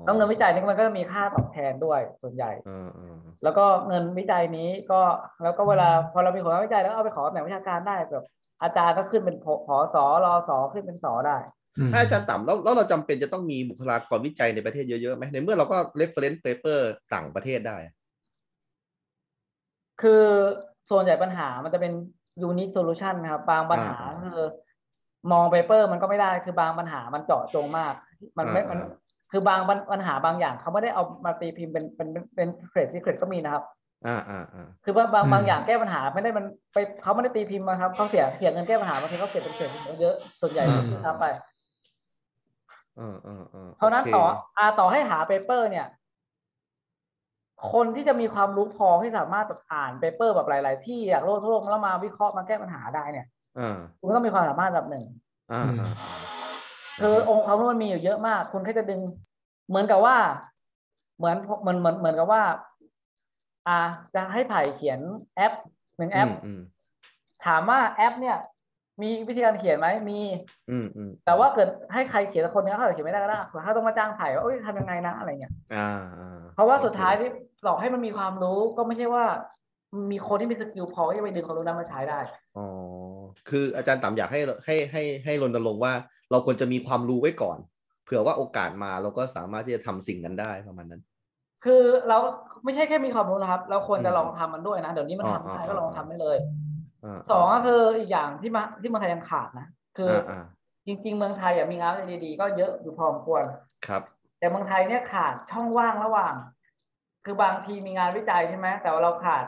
Speaker 4: แล้วเงินวิจัยนี่มันก็มีค่าตอบแทนด้วยส่วนใหญ่
Speaker 2: อ่าอ่า
Speaker 4: แล้วก็เงินวิจัยนี้ก็แล้วก็เวลาพอเรามีผลงานวิจัยแล้วเอาไปขอตำแหน่งวิชาการได้แบบอาจารย์ก็ขึ้นเป็นผผอสรอสอขึ้นเป็นสอได้
Speaker 3: ม
Speaker 2: ถ้าอาจารย์ต่ำแล้วแล้วเราจำเป็นจะต้องมีบุคลากรวิจัยในประเทศเยอะๆไหมในเมื่อเราก็ reference paper ต่างประเทศได้
Speaker 4: คือส่วนใหญ่ปัญหามันจะเป็น unique solution ครับ บางปัญหา
Speaker 2: อ่า
Speaker 4: คือ มองเปเปอร์มันก็ไม่ได้คือบางปัญหามันเจาะจงมาก มันไม่
Speaker 2: อ่ามั
Speaker 4: มันคือบางปัญปัญหาบางอย่างเขาไม่ได้เอามาตีพิมพ์เป็นเป็นเป็นเทรดซีเครตก็มีนะครับ
Speaker 2: ่าอ่าอ่า
Speaker 4: คือว่าบางบางอย่างแก้ปัญหาไม่ได้มันไปเขาไม่ได้ตีพิมพ์มาครับเขาเสียเสียเงินแก้ปัญหาบางทีเขาเสียเป็นเทรดเยอะส่วนใหญ่ที่ทำไป
Speaker 2: อ่าอ่าอ่า
Speaker 4: เพราะฉะนั้น
Speaker 2: โค
Speaker 4: ต่ออาต่อให้หาเปเปอร์เนี่ย คนที่จะมีความรู้พอที่สามารถแบบอ่านเปเปอร์แบบหลาย ๆ ที่จากโลกทั่วโลกแล้วมาวิเคราะห์มาแก้ปัญหาได้เนี่ย
Speaker 2: อ่า
Speaker 4: คุณก็ต้องมีความสามารถระดับหนึ่ง
Speaker 2: อ่าอ่า
Speaker 4: คือองค์ความรู้มันมีอยู่เยอะมาก คุณแค่จะดึง เหมือนกับว่า เหมือนเหมือนเหมือนเหมือนกับว่า อ่า จะให้ไผ่เขียนแอปหนึ่งแอป
Speaker 2: อืม
Speaker 4: ถามว่าแอป เนี่ย มีวิธีการเขียนไหมมี
Speaker 2: อืมอืม
Speaker 4: แต่ว่าเกิดให้ใครเขียนสักคนนึงเขาอาจจะเขียนไม่ได้ก็ได้เขาต้องมาจ้างไผ่ว่าเอ้ยทำยังไงนะอะไรเงี้ย
Speaker 2: อ่าอ่า
Speaker 4: เพราะว่าสุด
Speaker 2: โอค
Speaker 4: ท้ายที่หลอกให้มันมีความรู้ก็ไม่ใช่ว่า มีคนที่มีสกิลพอที่จะไปดึงความรู้นั้นมาใช้ได้
Speaker 2: อ๋อ คืออาจารย์ต่ำอยากให้ให้ให้ให้รณรงค์ว่า เราควรจะมีความรู้ไว้ก่อน เผื่อว่าโอกาสมาเราก็สามารถที่จะทำสิ่งนั้นได้ประมาณนั้น
Speaker 4: คือเราไม่ใช่แค่มีความรู้นะครับ เราควรจะ
Speaker 2: อืม
Speaker 4: ลองทำมันด้วยนะ เดี๋ยวนี้มัน
Speaker 2: อ๋อ
Speaker 4: ทำได้
Speaker 2: อ๋อ
Speaker 4: ก็ลองทำ
Speaker 2: อ๋อ
Speaker 4: ได้เลย
Speaker 2: อ่า
Speaker 4: สองก็คืออีกอย่างที่มาที่เมืองไทยยังขาดนะคืออ
Speaker 2: อ่า
Speaker 4: จริง ๆ เมืองไทยอ่ะมีงานวิจัยดีๆก็เยอะอยู่พอสมควร
Speaker 2: ๆครับ
Speaker 4: แต่เมืองไทยเนี่ยขาดช่องว่างระหว่าง คือบางทีมีงานวิจัยใช่ไหมแต่ว่าเราขาด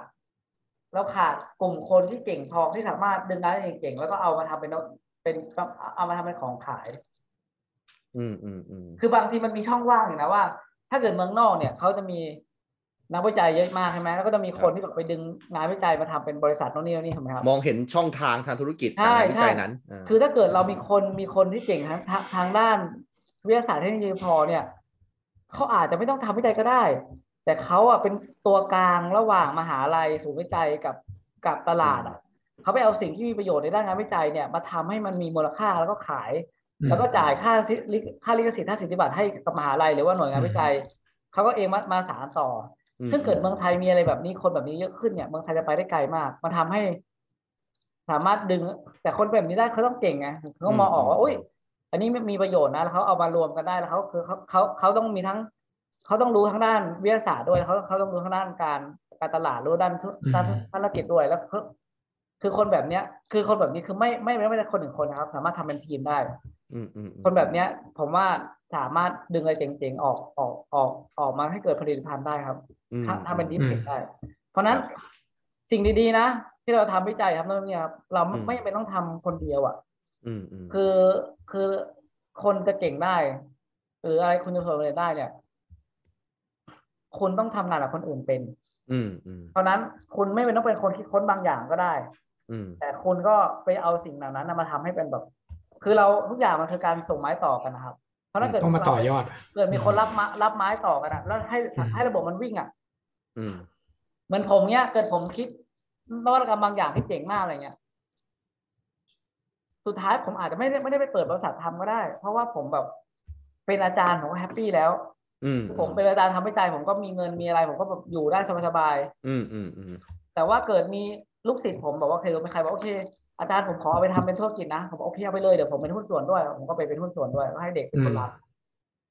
Speaker 4: เราขาดกลุ่มคนที่เก่งพอที่สามารถดึงงานวิจัยเก่งๆแล้วก็เอามาทำเป็นเป็นเอามาทำเป็นของขาย
Speaker 2: อืมอืมอืม
Speaker 4: คือบางทีมันมีช่องว่างอยู่นะว่า ถ้าเกิดเมืองนอกเนี่ยเขาจะมีนักวิจัยเยอะมากใช่ไหมแล้วก็จะมีคนที่แบบไปดึงงานวิจัยมาทำเป็นบริษัทโน่นนี่โน่นนี่ถูกไหมครับ
Speaker 2: มองเห็นช่องทางทางธุรกิจ
Speaker 4: ใช่
Speaker 2: จากงานวิจัย
Speaker 4: ใช่
Speaker 2: นั้นอ่า
Speaker 4: คือถ้าเกิดเรามีคนมีคนที่เก่งทางทางทางด้านวิทยาศาสตร์เทคโนโลยีพอเนี่ยเขาอาจจะไม่ต้องทำวิจัยก็ได้ แต่เขาอ่ะเป็นตัวกลางระหว่างมหาลัยศูนย์วิจัยกับกับตลาดอ่ะเขาไปเอาสิ่งที่มีประโยชน์ในด้านงานวิจัยเนี่ยมาทำให้มันมีมูลค่าแล้วก็ขาย แล้วก็จ่ายค่าสิลิค่าลิขสิทธิ์ค่าสิทธิบัตรให้กับมหาลัยหรือว่าหน่วยงานวิจัยเขาก็เองมามาสารต่ออซึ่งเกิดเมืองไทยมีอะไรแบบนี้คนแบบนี้เยอะขึ้นเนี่ยเมืองไทยจะไปได้ไกลมากมันทำให้ สามารถดึง แต่คนแบบนี้ได้เขาต้องเก่งไงเขาก็มองออกว่าอุ้ย อันนี้มันมีประโยชน์นะแล้วเขาเอามารวมกันได้แล้วเขาคือเขาเขาเขาต้องมีทั้งเขาต้องรู้ทั้งด้านวิทยาศาสตร์ด้วยเขาเขาต้องรู้ทั้งด้านการการตลาดรู้ด้านธุด้านธุรกิจด้วยแล้วคือคือคนแบบเนี้ย คือคนแบบนี้คือไม่ไม่ไม่ได้คนหนึ่งคนนะครับ สามารถทำเป็นทีมได้
Speaker 2: อืมอืมอืม
Speaker 4: คนแบบเนี้ย ผมว่าสามารถดึงอะไรเจ๋งๆออกออกออกออกมาให้เกิดผลิตภัณฑ์ได้ครับ
Speaker 2: อืม
Speaker 4: ถ้าถ้ามันดิฟเฟกได้ เพราะฉะนั้นสิ่งดีๆนะ ที่เราทำวิจัยทำเรื่องเนี้ยครับเรา
Speaker 2: อืม
Speaker 4: ไม่จำเป็นต้องทำคนเดียวอ่ะ
Speaker 2: อืมอืม
Speaker 4: คือคือคนจะเก่งได้ หรืออะไรคุณจะประสบความสำเร็จได้เนี่ยคุณต้องทำงานกับคนอื่นเป็น
Speaker 2: อืมอืม
Speaker 4: เพราะฉะนั้นคุณไม่เป็นต้องเป็นคนคิดค้นบางอย่างก็ได้
Speaker 2: อืม
Speaker 4: แต่คุณก็ไปเอาสิ่งเหล่านั้นนะมาทำให้เป็นแบบ คือเราทุกอย่างมันคือการส่งไม้ต่อกันนะครับ เพราะถ้าเกิด
Speaker 3: ต้องมาต่อยอด
Speaker 4: เกิดมีคนรับมารับไม้ต่อกันอะแล้วให้ให้ระบบมันวิ่งอะ
Speaker 2: อืม
Speaker 4: เหมือนผมเนี้ยเกิดผมคิดนวัตกรรมบางอย่างที่เจ๋งมากอะไรเงี้ย สุดท้ายผมอาจจะไม่ได้ไม่ได้ไปเปิดบริษัททำก็ได้ เพราะว่าผมแบบเป็นอาจารย์ผมก็แฮปปี้แล้ว
Speaker 2: อืม
Speaker 4: ผมเป็นอาจารย์ทำวิจัยผมก็มีเงินมีอะไรผมก็แบบอยู่ได้สบาย
Speaker 2: อืมอืมอืม
Speaker 4: ๆแต่ว่าเกิดมีลูกศิษย์ผมบอกว่าเคยรู้ไหมใครบอกโอเค อาจารย์ผมขอเอาไปทำเป็นธุรกิจนะผมบอกโอเคเอาไปเลยเดี๋ยวผมเป็นหุ้นส่วนด้วย ผมก็ไปเป็นหุ้นส่วนด้วยก็ให้เด็กเป็นคนรับ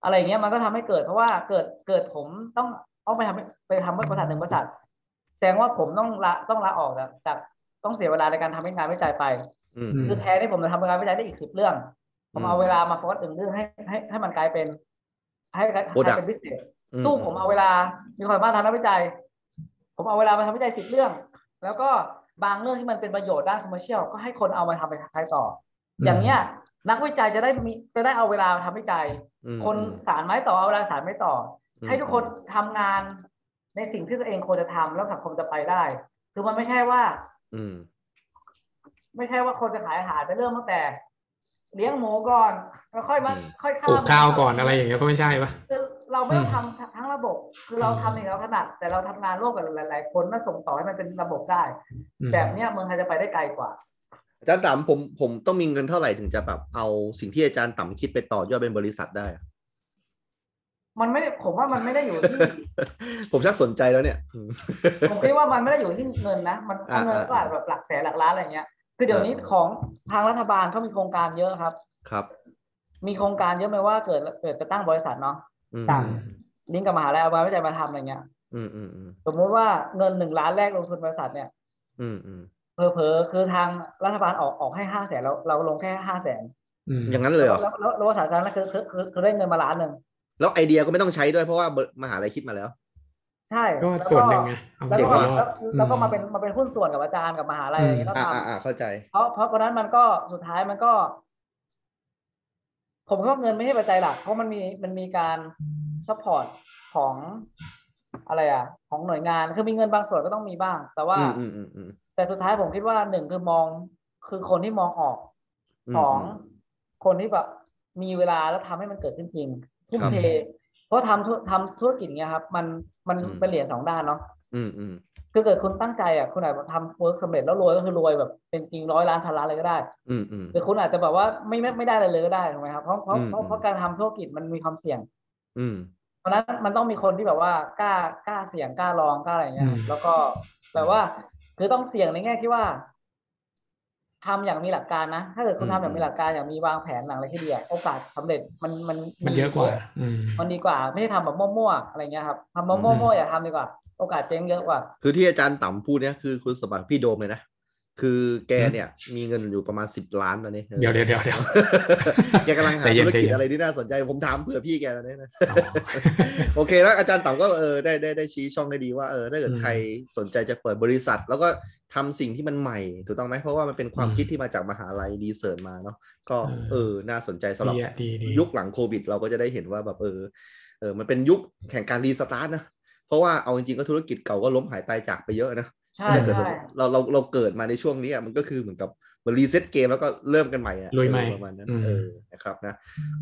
Speaker 4: อะไรเงี้ยมันก็ทำให้เกิดเพราะว่าเกิดเกิดผมต้องต้องไปทำไปทำบริษัทหนึ่งบริษัท แสดงว่าผมต้องละต้องลาออกจากจากต้องเสียเวลาในการทำให้งานวิจัยไป
Speaker 2: อืม
Speaker 3: ม
Speaker 4: คือแทนที่ผมจะทำงานวิจัยได้อีกสิบเรื่อง ผมเอา
Speaker 2: อืม
Speaker 4: เวลามาโฟกัสถึงเรื่องให้ให้ให้มันกลายเป็น ให้กลาย
Speaker 2: Product
Speaker 4: เป็นบิสเนสสู้ผมเอาเวลา มีความสามารถทางด้านวิจัย ผมเอาเวลามาทำวิจัยสิบเรื่อง แล้วก็บางเรื่องที่มันเป็นประโยชน์ด้านคอมเมอร์เชียลก็ให้คนเอามาทำไปขายต่อออย่างเงี้ย นักวิจัยจะได้มีจะได้เอาเวลามาทำวิจัย
Speaker 2: อืม
Speaker 4: คน
Speaker 2: อืม
Speaker 4: สารไม้ต่อเอาเวลาสารไม้ต่อ
Speaker 2: อืม
Speaker 4: ให้ทุกคนทำงานในสิ่งที่ตัวเองควรจะทำแล้วสังคมจะไปได้ คือมันไม่ใช่ว่า
Speaker 2: อืม
Speaker 4: ไม่ใช่ว่าคนจะขายอาหารจะเริ่มตั้งแต่ เลี้ยงหมูก่อนแล้วค่อยมา
Speaker 2: อืม
Speaker 4: ค่อย
Speaker 3: ปลูกข้าวก่อน
Speaker 4: หมู
Speaker 3: อะไรอย่างเงี้ยก็ไม่ใช่ปะ
Speaker 4: คือเราไม่ต้อง
Speaker 3: อืม
Speaker 4: ทำทั้งระบบ คือเรา
Speaker 3: อืม
Speaker 4: ทำเองเราถนัดแต่เราทำงานร่วมกับหลาย ๆ คนมาส่งต่อให้มันเป็นระบบได้
Speaker 3: อืม
Speaker 4: แบบเนี้ยเมืองไทยจะไปได้ไกลกว่า
Speaker 2: อาจารย์ต่ำผมผมต้องมีเงินเท่าไหร่ถึงจะแบบเอาสิ่งที่อาจารย์ต่ำคิดไปต่อยอดเป็นบริษัทได้อะ
Speaker 4: มันไม่ได้ผมว่ามันไม่ได้อยู่ที่
Speaker 2: ผมชักสนใจแล้วเนี่ยอืม
Speaker 4: ผมคิดว่ามันไม่ได้อยู่ที่เงินนะ มัน
Speaker 2: อ่า
Speaker 4: เงินก็อาจแบบหลักแสนหลักล้านอะไรเงี้ย คือเดี๋ยวนี้
Speaker 2: เออ
Speaker 4: ของทางรัฐบาลเขามีโครงการเยอะครับ
Speaker 2: ครับ
Speaker 4: มีโครงการเยอะไหมว่าเกิดเกิดจะตั้งบริษัทเนาะ
Speaker 2: อืม
Speaker 4: ต่าง ลิงก์กับมหาลัยเอาไว้ไม่ได้มาทำอะไรเงี้ย
Speaker 2: อืมอืมอืม
Speaker 4: สมมติว่าเงินหนึ่งล้านแรกลงทุนบริษัทเนี่ย
Speaker 2: อืมอืม
Speaker 4: เผลอๆคือทางรัฐบาลออกออกให้ห้าแสนเราเราลงแค่ห้าแสน
Speaker 3: อืม
Speaker 2: อย่างนั้นเลยเหรอ
Speaker 4: แล้วแล้วแล้วบริษัทนั้นคือคือคือคือได้เงินมาล้านหนึ่ง
Speaker 2: แล้วไอเดียก็ไม่ต้องใช้ด้วยเพราะว่าเบอร์มหาลัยคิดมาแล้ว
Speaker 4: ใช่
Speaker 3: ก็
Speaker 4: แล้ว
Speaker 3: ส่วนหนึ่งไงเอาไป
Speaker 4: แล้ว
Speaker 2: จ๋
Speaker 4: ก็
Speaker 2: งว่ะ
Speaker 4: แล้วแล้วก็มาเป็นมาเป็นหุ้นส่วนกับอาจารย์กับมหาลัยอะไรเงี้ยก็
Speaker 2: อ่า
Speaker 4: ทำ
Speaker 2: อ่าอ่าเข้าใจ
Speaker 4: เพราะเพราะเพราะฉะนั้นมันก็สุดท้ายมันก็ ผมว่าเงินไม่ใช่ปัจจัยหลัก เพราะมันมีมันมีการซัพพอร์ตของอะไรอ่ะ ของหน่วยงานคือมีเงินบางส่วนก็ต้องมีบ้าง แต่ว่า
Speaker 2: อืมอืมอืมอืม
Speaker 4: แต่สุดท้ายผมคิดว่าหนึ่งคือมองคือคนที่มองออกสองคนที่แบบมีเวลาแล้วทำให้มันเกิดขึ้นจริงทุ่มเท เพราะทำธุทำธุรกิจเนี้ยครับ มันมันเป็นเหรียญสองด้านเนาะ
Speaker 2: อืมอืม
Speaker 4: คือเกิดคุณตั้งใจอ่ะคุณอาจจะทำเวิร์กสำเร็จแล้วรวยก็คือรวยแบบเป็นจริงร้อยล้านพันล้านเลยก็ได้
Speaker 2: อืมอืม
Speaker 4: หรือคุณอาจจะแบบว่าไม่ไม่ไม่ได้อะไรเลยก็ได้ถูกไหมครับเพราะเพราะ
Speaker 2: อืม
Speaker 4: เพราะ
Speaker 2: อืม
Speaker 4: เพราะการทำธุรกิจมันมีความเสี่ยง
Speaker 2: อืม
Speaker 4: เพราะฉะนั้นมันต้องมีคนที่แบบว่ากล้ากล้าเสี่ยงกล้าลองกล้าอะไรเงี้ยแล้วก็แบบว่าคือต้องเสี่ยงในแง่ที่ว่าทำอย่างมีหลักการนะถ้าเกิดคุณ
Speaker 2: อืม
Speaker 4: ทำอย่างมีหลักการอย่างมีวางแผนหลังอะไรที่ดีอะโอกาสสำเร็จมันมัน
Speaker 3: มันเยอะกว่า อืม
Speaker 4: มันดีกว่า ไม่ใช่ทำแบบมั่วๆอะไรเงี้ยครับทำแบบ
Speaker 3: อื
Speaker 4: มั่ว
Speaker 3: ม
Speaker 4: ๆอย่าทำดีกว่า โอกาสเจ๊งเยอะกว่า
Speaker 2: คือที่อาจารย์ต่ำพูดเนี่ยคือคุณสมบัติพี่โดมเลยนะ คือแกเนี่ย มีเงินอยู่ประมาณสิบล้านตอนนี้
Speaker 3: เดี๋ยวเดี๋ยวเดี๋ย วเดี๋ยว
Speaker 2: แกกำลังหา
Speaker 3: ใจเย็น
Speaker 2: ธุรกิจ
Speaker 3: ใจเย็น
Speaker 2: อะไรที่น่าสนใจผมถามเผื่อพี่แกตอนนี้นะ
Speaker 3: อ๋อ
Speaker 2: โอเคแล้วอาจารย์ต่ำก็เออได้ได้ได้ชี้ช่องได้ดีว่าเออถ้าเกิด
Speaker 3: อืม
Speaker 2: ใครสนใจจะเปิดบริษัท แล้วก็ทำสิ่งที่มันใหม่ถูกต้องไหมเพราะว่ามันเป็นความ
Speaker 3: อืม
Speaker 2: คิดที่มาจากมหาลัยดีเซิร์นมาเนาะก็
Speaker 3: อืม
Speaker 2: เออน่าสนใจสำหรับ
Speaker 3: ดีอะดีดี
Speaker 2: ยุคหลังโควิด เราก็จะได้เห็นว่าแบบเออเออมันเป็นยุคแห่งการรีสตาร์ทนะเพราะว่าเอาจริงๆก็ธุรกิจเก่าก็ล้มหายตายจากไปเยอะนะ
Speaker 4: ใช่
Speaker 2: ถ้าเกิดสม
Speaker 4: ใช่
Speaker 2: มติเราเราเราเกิดมาในช่วงนี้อะมันก็คือเหมือนกับเหมันรีเซ็ตเกมแล้วก็เริ่มกันใหม่อะ
Speaker 3: ลุยใหม่
Speaker 2: เออประมาณนั้น
Speaker 3: อืม
Speaker 2: เออนะครับนะ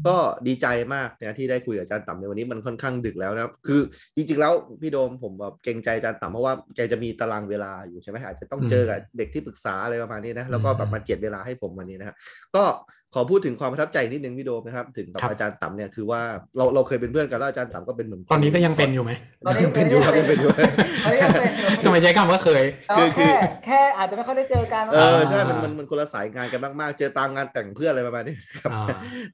Speaker 2: ก็ดีใจมากนะที่ได้คุยกับอาจารย์ต่ำในวันนี้มันค่อนข้างดึกแล้วนะครับคือจริงๆแล้วพี่โดมผมแบบเกรงใจอาจารย์ต่ำเพราะว่าแกจะมีตารางเวลาอยู่ใช่ไหมอาจจะต้องเจอกับเด็กที่ปรึกษาอะไรประมาณนี้นะแล้วก็แบบมาเจียดเวลาให้ผมวันนี้นะครับก็ขอพูดถึงความประทับใจนิดนึงพี่โดมนะครับถึงกับ
Speaker 3: ครับ
Speaker 2: อาจารย์ต่ำเนี่ยคือว่าเราเราเคยเป็นเพื่อนกันแล้วอาจารย์ต่ำก็เป็นเหมือน
Speaker 3: ตอนนี้ก็ยังเป็นอยู่ไหม
Speaker 4: ตอนนี้
Speaker 2: เป็นอยู่ครับยังเป็นอยู่
Speaker 4: ตอนนี้ยังเป็นอยู่
Speaker 3: ทำไมใช้คำว่าเคย
Speaker 4: แล้ว
Speaker 2: คือคือ
Speaker 4: แค่แค่อาจจะไม่ค่อยได้เจอกัน
Speaker 2: เออใช่
Speaker 3: อ่ามั
Speaker 2: มันมันมันคนละสายงานกันมากๆ เจอตามงานแต่งเพื่อนอะไรประมาณนี้ ครับ
Speaker 3: อ่า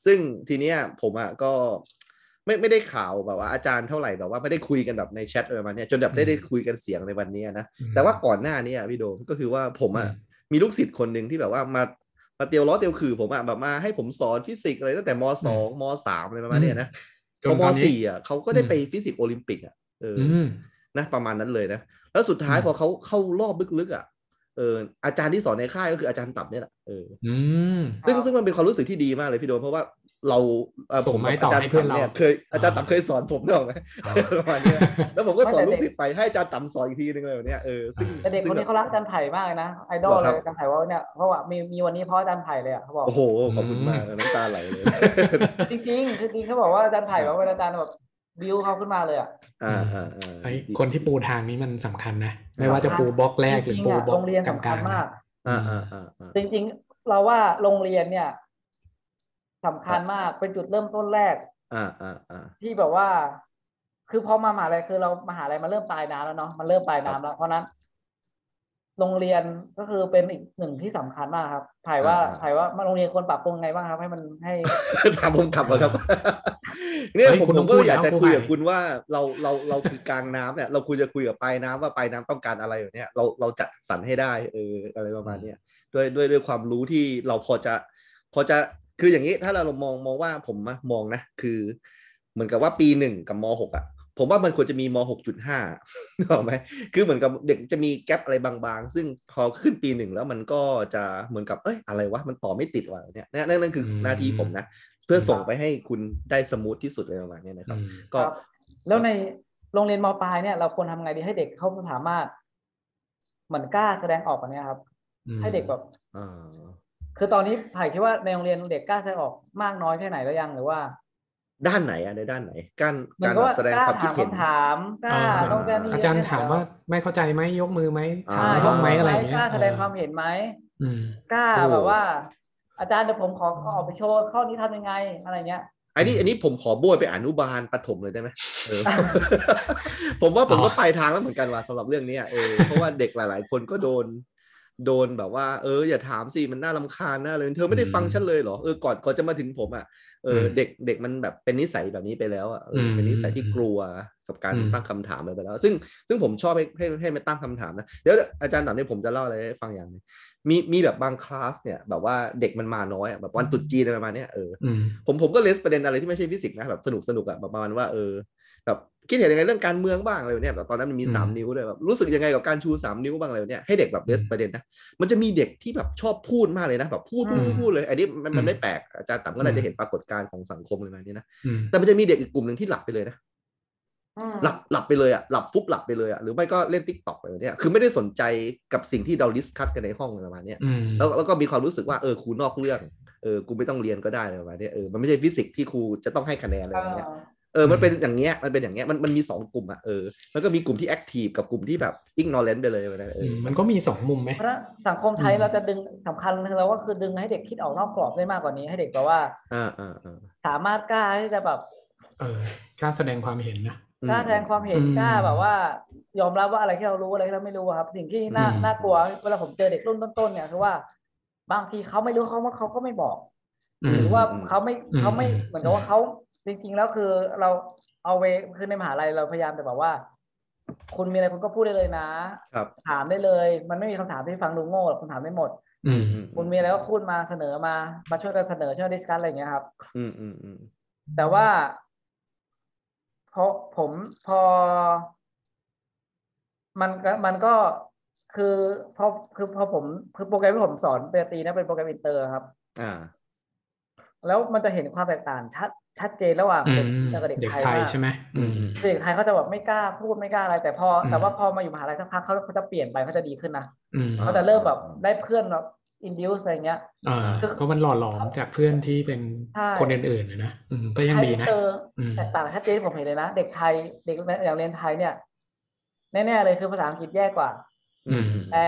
Speaker 2: ซึ่งทีเนี้ยผมอ่ะก็ไม่ไม่ได้ข่าวแบบว่าอาจารย์เท่าไหร่แบบว่าไม่ได้คุยกันแบบในแชทอะไรประมาณเนี้ยจนแบบได้
Speaker 3: อืม
Speaker 2: ได้คุยกันเสียงในวันเนี้ยนะแต่ว่าก่อนหน้านี้อะพี่โดมก็คือว่าผมอ่ะมีลูกศิษย์คนหนึ่งที่แบบว่ามามาเตียวล้อเตียวขื่อผมอ่ะแบบมาให้ผมสอนฟิสิกส์อะไรตั้งแต่มสองมสามอะไรประมาณเนี้ยนะ
Speaker 3: จ
Speaker 2: พอน ม
Speaker 3: ตอนนี้
Speaker 2: สี่อ่ะเขาก็ได้
Speaker 3: อืม
Speaker 2: ไปฟิสิกส์โอลิมปิกอ่ะเอออ
Speaker 3: อืม
Speaker 2: นะประมาณนั้นเลยนะ แล้วสุดท้าย
Speaker 3: อืม
Speaker 2: พอเขาเข้ารอบลึกๆอ่ะเอออาจารย์ที่สอนในค่ายก็คืออาจารย์ตับเนี่ยแหละเออ
Speaker 3: อืม
Speaker 2: ซึ่งซึ่งมันเป็นความรู้สึกที่ดีมากเลยพี่โดมเพราะว่าเราเอ่อ
Speaker 3: ส่งไม้
Speaker 2: กับ
Speaker 3: ต่อ
Speaker 2: จาร
Speaker 3: ให้
Speaker 2: ย์
Speaker 3: เพื่อนเรา
Speaker 2: ยเคยอาจารย์ตับเคยสอนผมด้วย ไหม
Speaker 3: อ่า
Speaker 2: ประมาณเนี้ยแล้วผมก็สอนลูกศิษย์ไปให้อาจารย์ตับสอนอีกทีนึงเลยแบบเนี้ยเออซึ่ง
Speaker 4: แต่เด็กคนนี้เขารักอาจารย์ไผ่มากเลยนะไอดอลเลยอาจารย์ไผ่ว่าเนี่ยเพราะว่ามีมีวันนี้เพราะอาจารย์ไผ่เลยอ่ะเขาบอก
Speaker 2: โอ้โหขอบคุณมากนะน้ำตาไหลเลย
Speaker 4: จริงจริงๆคือจริงเขาบอกว่าอาจารย์ไผ่ว่าเวลาอาจารย์แบบบิวเขาขึ้นมาเลยอ่ะ
Speaker 2: อ่าอ่าอ่า
Speaker 3: ไอ้คนที่ปูทางนี้มันสำคัญนะ ไม่ว่าจะปูบล็อกแรกหรือ
Speaker 4: จงๆ
Speaker 3: ปู
Speaker 4: อะ
Speaker 3: บล็อ
Speaker 4: โร
Speaker 3: ก
Speaker 4: งเรียน
Speaker 3: กลาง
Speaker 4: สำคัญ
Speaker 3: ๆ
Speaker 4: มา
Speaker 3: นะ
Speaker 4: ก
Speaker 2: อ่าอ่าอ่าอ่า
Speaker 4: จริง ๆ เราว่าโรงเรียนเนี่ยสำคัญมากเป็นจุดเริ่มต้นแรก
Speaker 2: อ่าอ่าอ่า
Speaker 4: ที่แบบว่า คือพอมามหาลัยคือเรามหาลัยมันเริ่มปลายน้ำแล้วเนาะมันเริ่มปลายน้ำแล้วเพราะฉะนั้น โรงเรียนก็คือเป็นอีกหนึ่งที่สำคัญมากครับไผ่ว่า
Speaker 2: อ่า
Speaker 4: ไผ่ว่าโรงเรียนควรปรับปรุงไงบ้างครับ ให้มันให้
Speaker 2: ถามผมกลับมาครับ เนี่ย
Speaker 3: เฮ้ย
Speaker 2: ผม
Speaker 3: คุณ
Speaker 2: ผ
Speaker 3: ต้อ
Speaker 2: ม
Speaker 3: ง
Speaker 2: ก็
Speaker 3: พูด
Speaker 2: อยากจะ
Speaker 3: แล้ว
Speaker 2: คุยกับ
Speaker 3: พูดไป
Speaker 2: คุณว่าเราเราเราคือกลางน้ำเนี่ยเราควรจะคุยกับปลายน้ำว่าปลายน้ำต้องการอะไรแบบเนี้ยเราเราจัดสรรให้ได้เอออะไรประมาณเนี้ยด้วยด้วยด้วยความรู้ที่เราพอจะ พอจะคืออย่างนี้ถ้าเรามองมองว่าผมอะมองนะคือ เหมือนกับว่าปีหนึ่งกับมหกอ่ะ ผมว่ามันควรจะมีมหกจุดห้าถูกไหมคือเหมือนกับเด็กจะมีแกลบอะไรบางๆ ซึ่งพอขึ้นปีหนึ่งแล้วมันก็จะเหมือนกับเอ้ยอะไรวะมันต่อไม่ติดว่ะเนี่ยนั่นนั่นนั่นคืออ
Speaker 3: ม
Speaker 2: หน้าที่ผมนะ เพื่อส่งไปให้คุณได้สมูทที่สุดเลยประมาณเนี้ยนะครับ
Speaker 3: อืม
Speaker 2: ก็
Speaker 4: ครับแล้วในโรงเรียนมปลายเนี่ยเราควรทำไงดีให้เด็กเขาสามารถ เหมือนกล้าแสดงออกแบบเนี้ยครับ ให้เด็กแบบ
Speaker 2: อ่า
Speaker 4: คือตอนนี้ไผ่คิดว่าในโรงเรียนเด็กกล้าแสดงออกมากน้อยแค่ไหนแล้วยังหรือว่า
Speaker 2: ด้านไหนอะในด้านไหน การ
Speaker 4: เหมือ
Speaker 2: การ
Speaker 4: น
Speaker 2: แบ
Speaker 4: ก็
Speaker 2: บแสดง
Speaker 4: กล้า
Speaker 2: ความคิดเห็
Speaker 4: ถาม
Speaker 2: น
Speaker 4: คำถามกล้า
Speaker 3: อ่า
Speaker 4: ต้องการนี่
Speaker 2: อา
Speaker 3: จารย์ถามว่าไม่เข้าใจไหมยกมือไหม
Speaker 2: อ่า
Speaker 3: ถาม
Speaker 4: ใช่
Speaker 3: ยกไหมอะไรอย่าง
Speaker 4: ก
Speaker 3: เงี้ย
Speaker 4: ล้าแสดงความเห็นไหม
Speaker 3: อืม
Speaker 4: กล้า
Speaker 2: โอ้
Speaker 4: แบบว่า อาจารย์เดี๋ยวผมขอออกไปโชว์ข้อนี้ทำยังไงอะไรเงี้ย
Speaker 2: ไอ้นี่อันนี้ผมขอโบยไปอนุบาลปฐมเลยได้ไหมเอ อ ผมว่าผมก็ไปทางแล้วเหมือนกันว่าสำหรับเรื่องเนี้ยเออเพราะว่าเด็กหลาย ๆ คนก็โดน โดนแบบว่าเอออย่าถามสิมันน่าลำคาญน่าเลย เธอไม่ได้ฟังฉันเลยเหรอเออก่อนก่อนจะมาถึงผมอ่ะเอออ
Speaker 3: ม
Speaker 2: เด็กเด็กมันแบบเป็นนิสัยแบบนี้ไปแล้วอ่ะเอออ
Speaker 3: ม
Speaker 2: เป็นนิสัยที่กลัวกับการ
Speaker 3: อืม
Speaker 2: ตั้งคำถามอะไรไปแล้ว ซึ่งซึ่งผมชอบให้ให้ให้มันตั้งคำถามนะเดี๋ยวอาจารย์ตอนนี้ผมจะเล่าอะไรให้ฟังอย่างหนึงมีมีแบบบางคลาสเนี่ย แบบว่าเด็กมันมาน้อยอะแบบวันตรุษจีนอะไรประมาณเนี้ยเออ
Speaker 3: อืม
Speaker 2: ผมผมก็เลสประเด็นอะไรที่ไม่ใช่ฟิสิกส์นะแบบสนุกสนุกอะแบบประมาณว่าเออแบบคิดเห็นยังไงเรื่องการเมืองบ้างอะไรแบบเนี้ยแบบตอนนั้นมันมี
Speaker 3: อืม
Speaker 2: สามนิ้วด้วยแบบรู้สึกยังไงกับการชูสามนิ้วบ้างอะไรแบบเนี้ยให้เด็กแบบเลสประเด็นนะมันจะมีเด็กที่แบบชอบพูดมากเลยนะแบบพูดพูดพูดพูดเลยอันนี้มันมันไม่แปลกอาจารย์ต่ำก็น่าจะเห็นปรากฏการณ์ของสังคมอะไรแบบนี้นะ
Speaker 3: อืม
Speaker 2: แต่มันจะมีเด็กอีกกลุ่มหนึ่งที่หลับไปเลยนะ
Speaker 4: อืม
Speaker 2: หลับหลับไปเลยอะหลับฟุบหลับไปเลยอะหรือไม่ก็เล่นทิกตอกอะไรแบบเนี้ยคือไม่ได้สนใจกับสิ่งที่เราดิสคัตกันในห้องอะไรประมาณเนี้ย
Speaker 3: อืม
Speaker 2: แล้วแล้วก็มีความรู้สึกว่าเออครูนอกเรื่องเออกูไม่ต้องเรียนก็ได้อะไรประมาณเนี้ยเออมันไม่ใช่ฟิสิกส์ที่ครูจะต้องให้คะแนนอะไรอย่างเงี้ยเออมันเป็นอย่างเงี้ยมันเป็นอย่างเงี้ยมันมันมีสองกลุ่มอ่ะเออแล้วก็มีกลุ่มที่แอคทีฟกับกลุ่มที่แบบอิกนอร์เลนไปเลยอะไรเอ
Speaker 3: อื
Speaker 2: อ
Speaker 3: มมันก็มีสองมุมไหม
Speaker 4: เพราะฉะนั้นสังคมไทย
Speaker 3: อืม
Speaker 4: เราจะดึงสำคัญคือเราก็คือดึงให้เด็กคิดออกนอกกรอบได้มากกว่านี้ให้เด็กแบบว่า
Speaker 2: อ่าอ่าอ่า
Speaker 4: สามารถกล้าที่จะแบบ
Speaker 3: เออกล้าแสดงความเห็นนะ
Speaker 2: อืม
Speaker 4: กล้าแสดงความเห็น
Speaker 3: อืม
Speaker 4: กล้าแบบว่า ยอมรับว่าอะไรที่เรารู้อะไรที่เราไม่รู้อะครับ สิ่งที่น่า
Speaker 3: อืม
Speaker 4: น่ากลัวเวลาผมเจอเด็กรุ่นต้นๆเนี่ยคือว่า บางทีเขาไม่รู้เขาว่าเขาก็ไม่บอก
Speaker 3: อืม
Speaker 4: หรือว่า
Speaker 2: อืม
Speaker 4: เขาไม่
Speaker 3: อืม
Speaker 4: เขาไม่
Speaker 3: อืม
Speaker 4: เหมือนกับว่าเขาจริง ๆ แล้วคือเราเอาเวคือในมหาลัยเราพยายามจะบอกว่า คุณมีอะไรคุณก็พูดได้เลยนะ
Speaker 2: ครับ
Speaker 4: ถามได้เลย มันไม่มีคำถามที่ฟังดูโง่หรอกคุณถามได้หมด
Speaker 3: อืม
Speaker 2: อืม
Speaker 4: คุณมีอะไรก็พูดมาเสนอมามาช่วยกันเสนอช่วยดิสคัสอะไรอย่างเงี้ยครับ
Speaker 2: อืมอืมอืม
Speaker 4: แต่ว่าพอผมพอ มันก็มันก็คือพอคือพอผมคือโปรแกรมที่ผมสอนปริญญาตรีนะเป็นโปรแกรมอินเตอร์ครับ
Speaker 2: อ่า
Speaker 4: แล้วมันจะเห็นความแตกต่างชัดชัดเจนระหว่าง
Speaker 3: อื
Speaker 4: เด็ก
Speaker 3: ม
Speaker 4: กับเด็ก
Speaker 3: เด็ก
Speaker 4: ไทย
Speaker 3: ไทย
Speaker 4: มาก
Speaker 3: ใช่ไหมอืม
Speaker 4: คือเด็กไทยเขาจะแบบไม่กล้าพูดไม่กล้าอะไร แต่พออ
Speaker 3: ม
Speaker 4: แต่ว่าพอมาอยู่มหาลัยสักพักเขาเขาจะเปลี่ยนไปเขาจะดีขึ้นนะ
Speaker 3: อืม
Speaker 2: อ่า
Speaker 4: เขาจะเริ่มแบบได้เพื่อนแบบอินดิวอะไรเงี้ย
Speaker 3: อ่า
Speaker 4: คือ
Speaker 3: ก็มันหล่อหลอมจากเพื่อนที่เป็น
Speaker 4: ใช่
Speaker 3: คนอื่นๆนะนะอืมก็ยังดีนะ
Speaker 4: ไทยเจอ
Speaker 3: อืม
Speaker 4: แตกต่างชัดเจนผมเห็นเลยนะ เด็กไทยเด็กอย่างเรียนไทยเนี่ย แน่ๆเลยคือภาษาอังกฤษแย่กว่า
Speaker 2: อืม
Speaker 4: แต่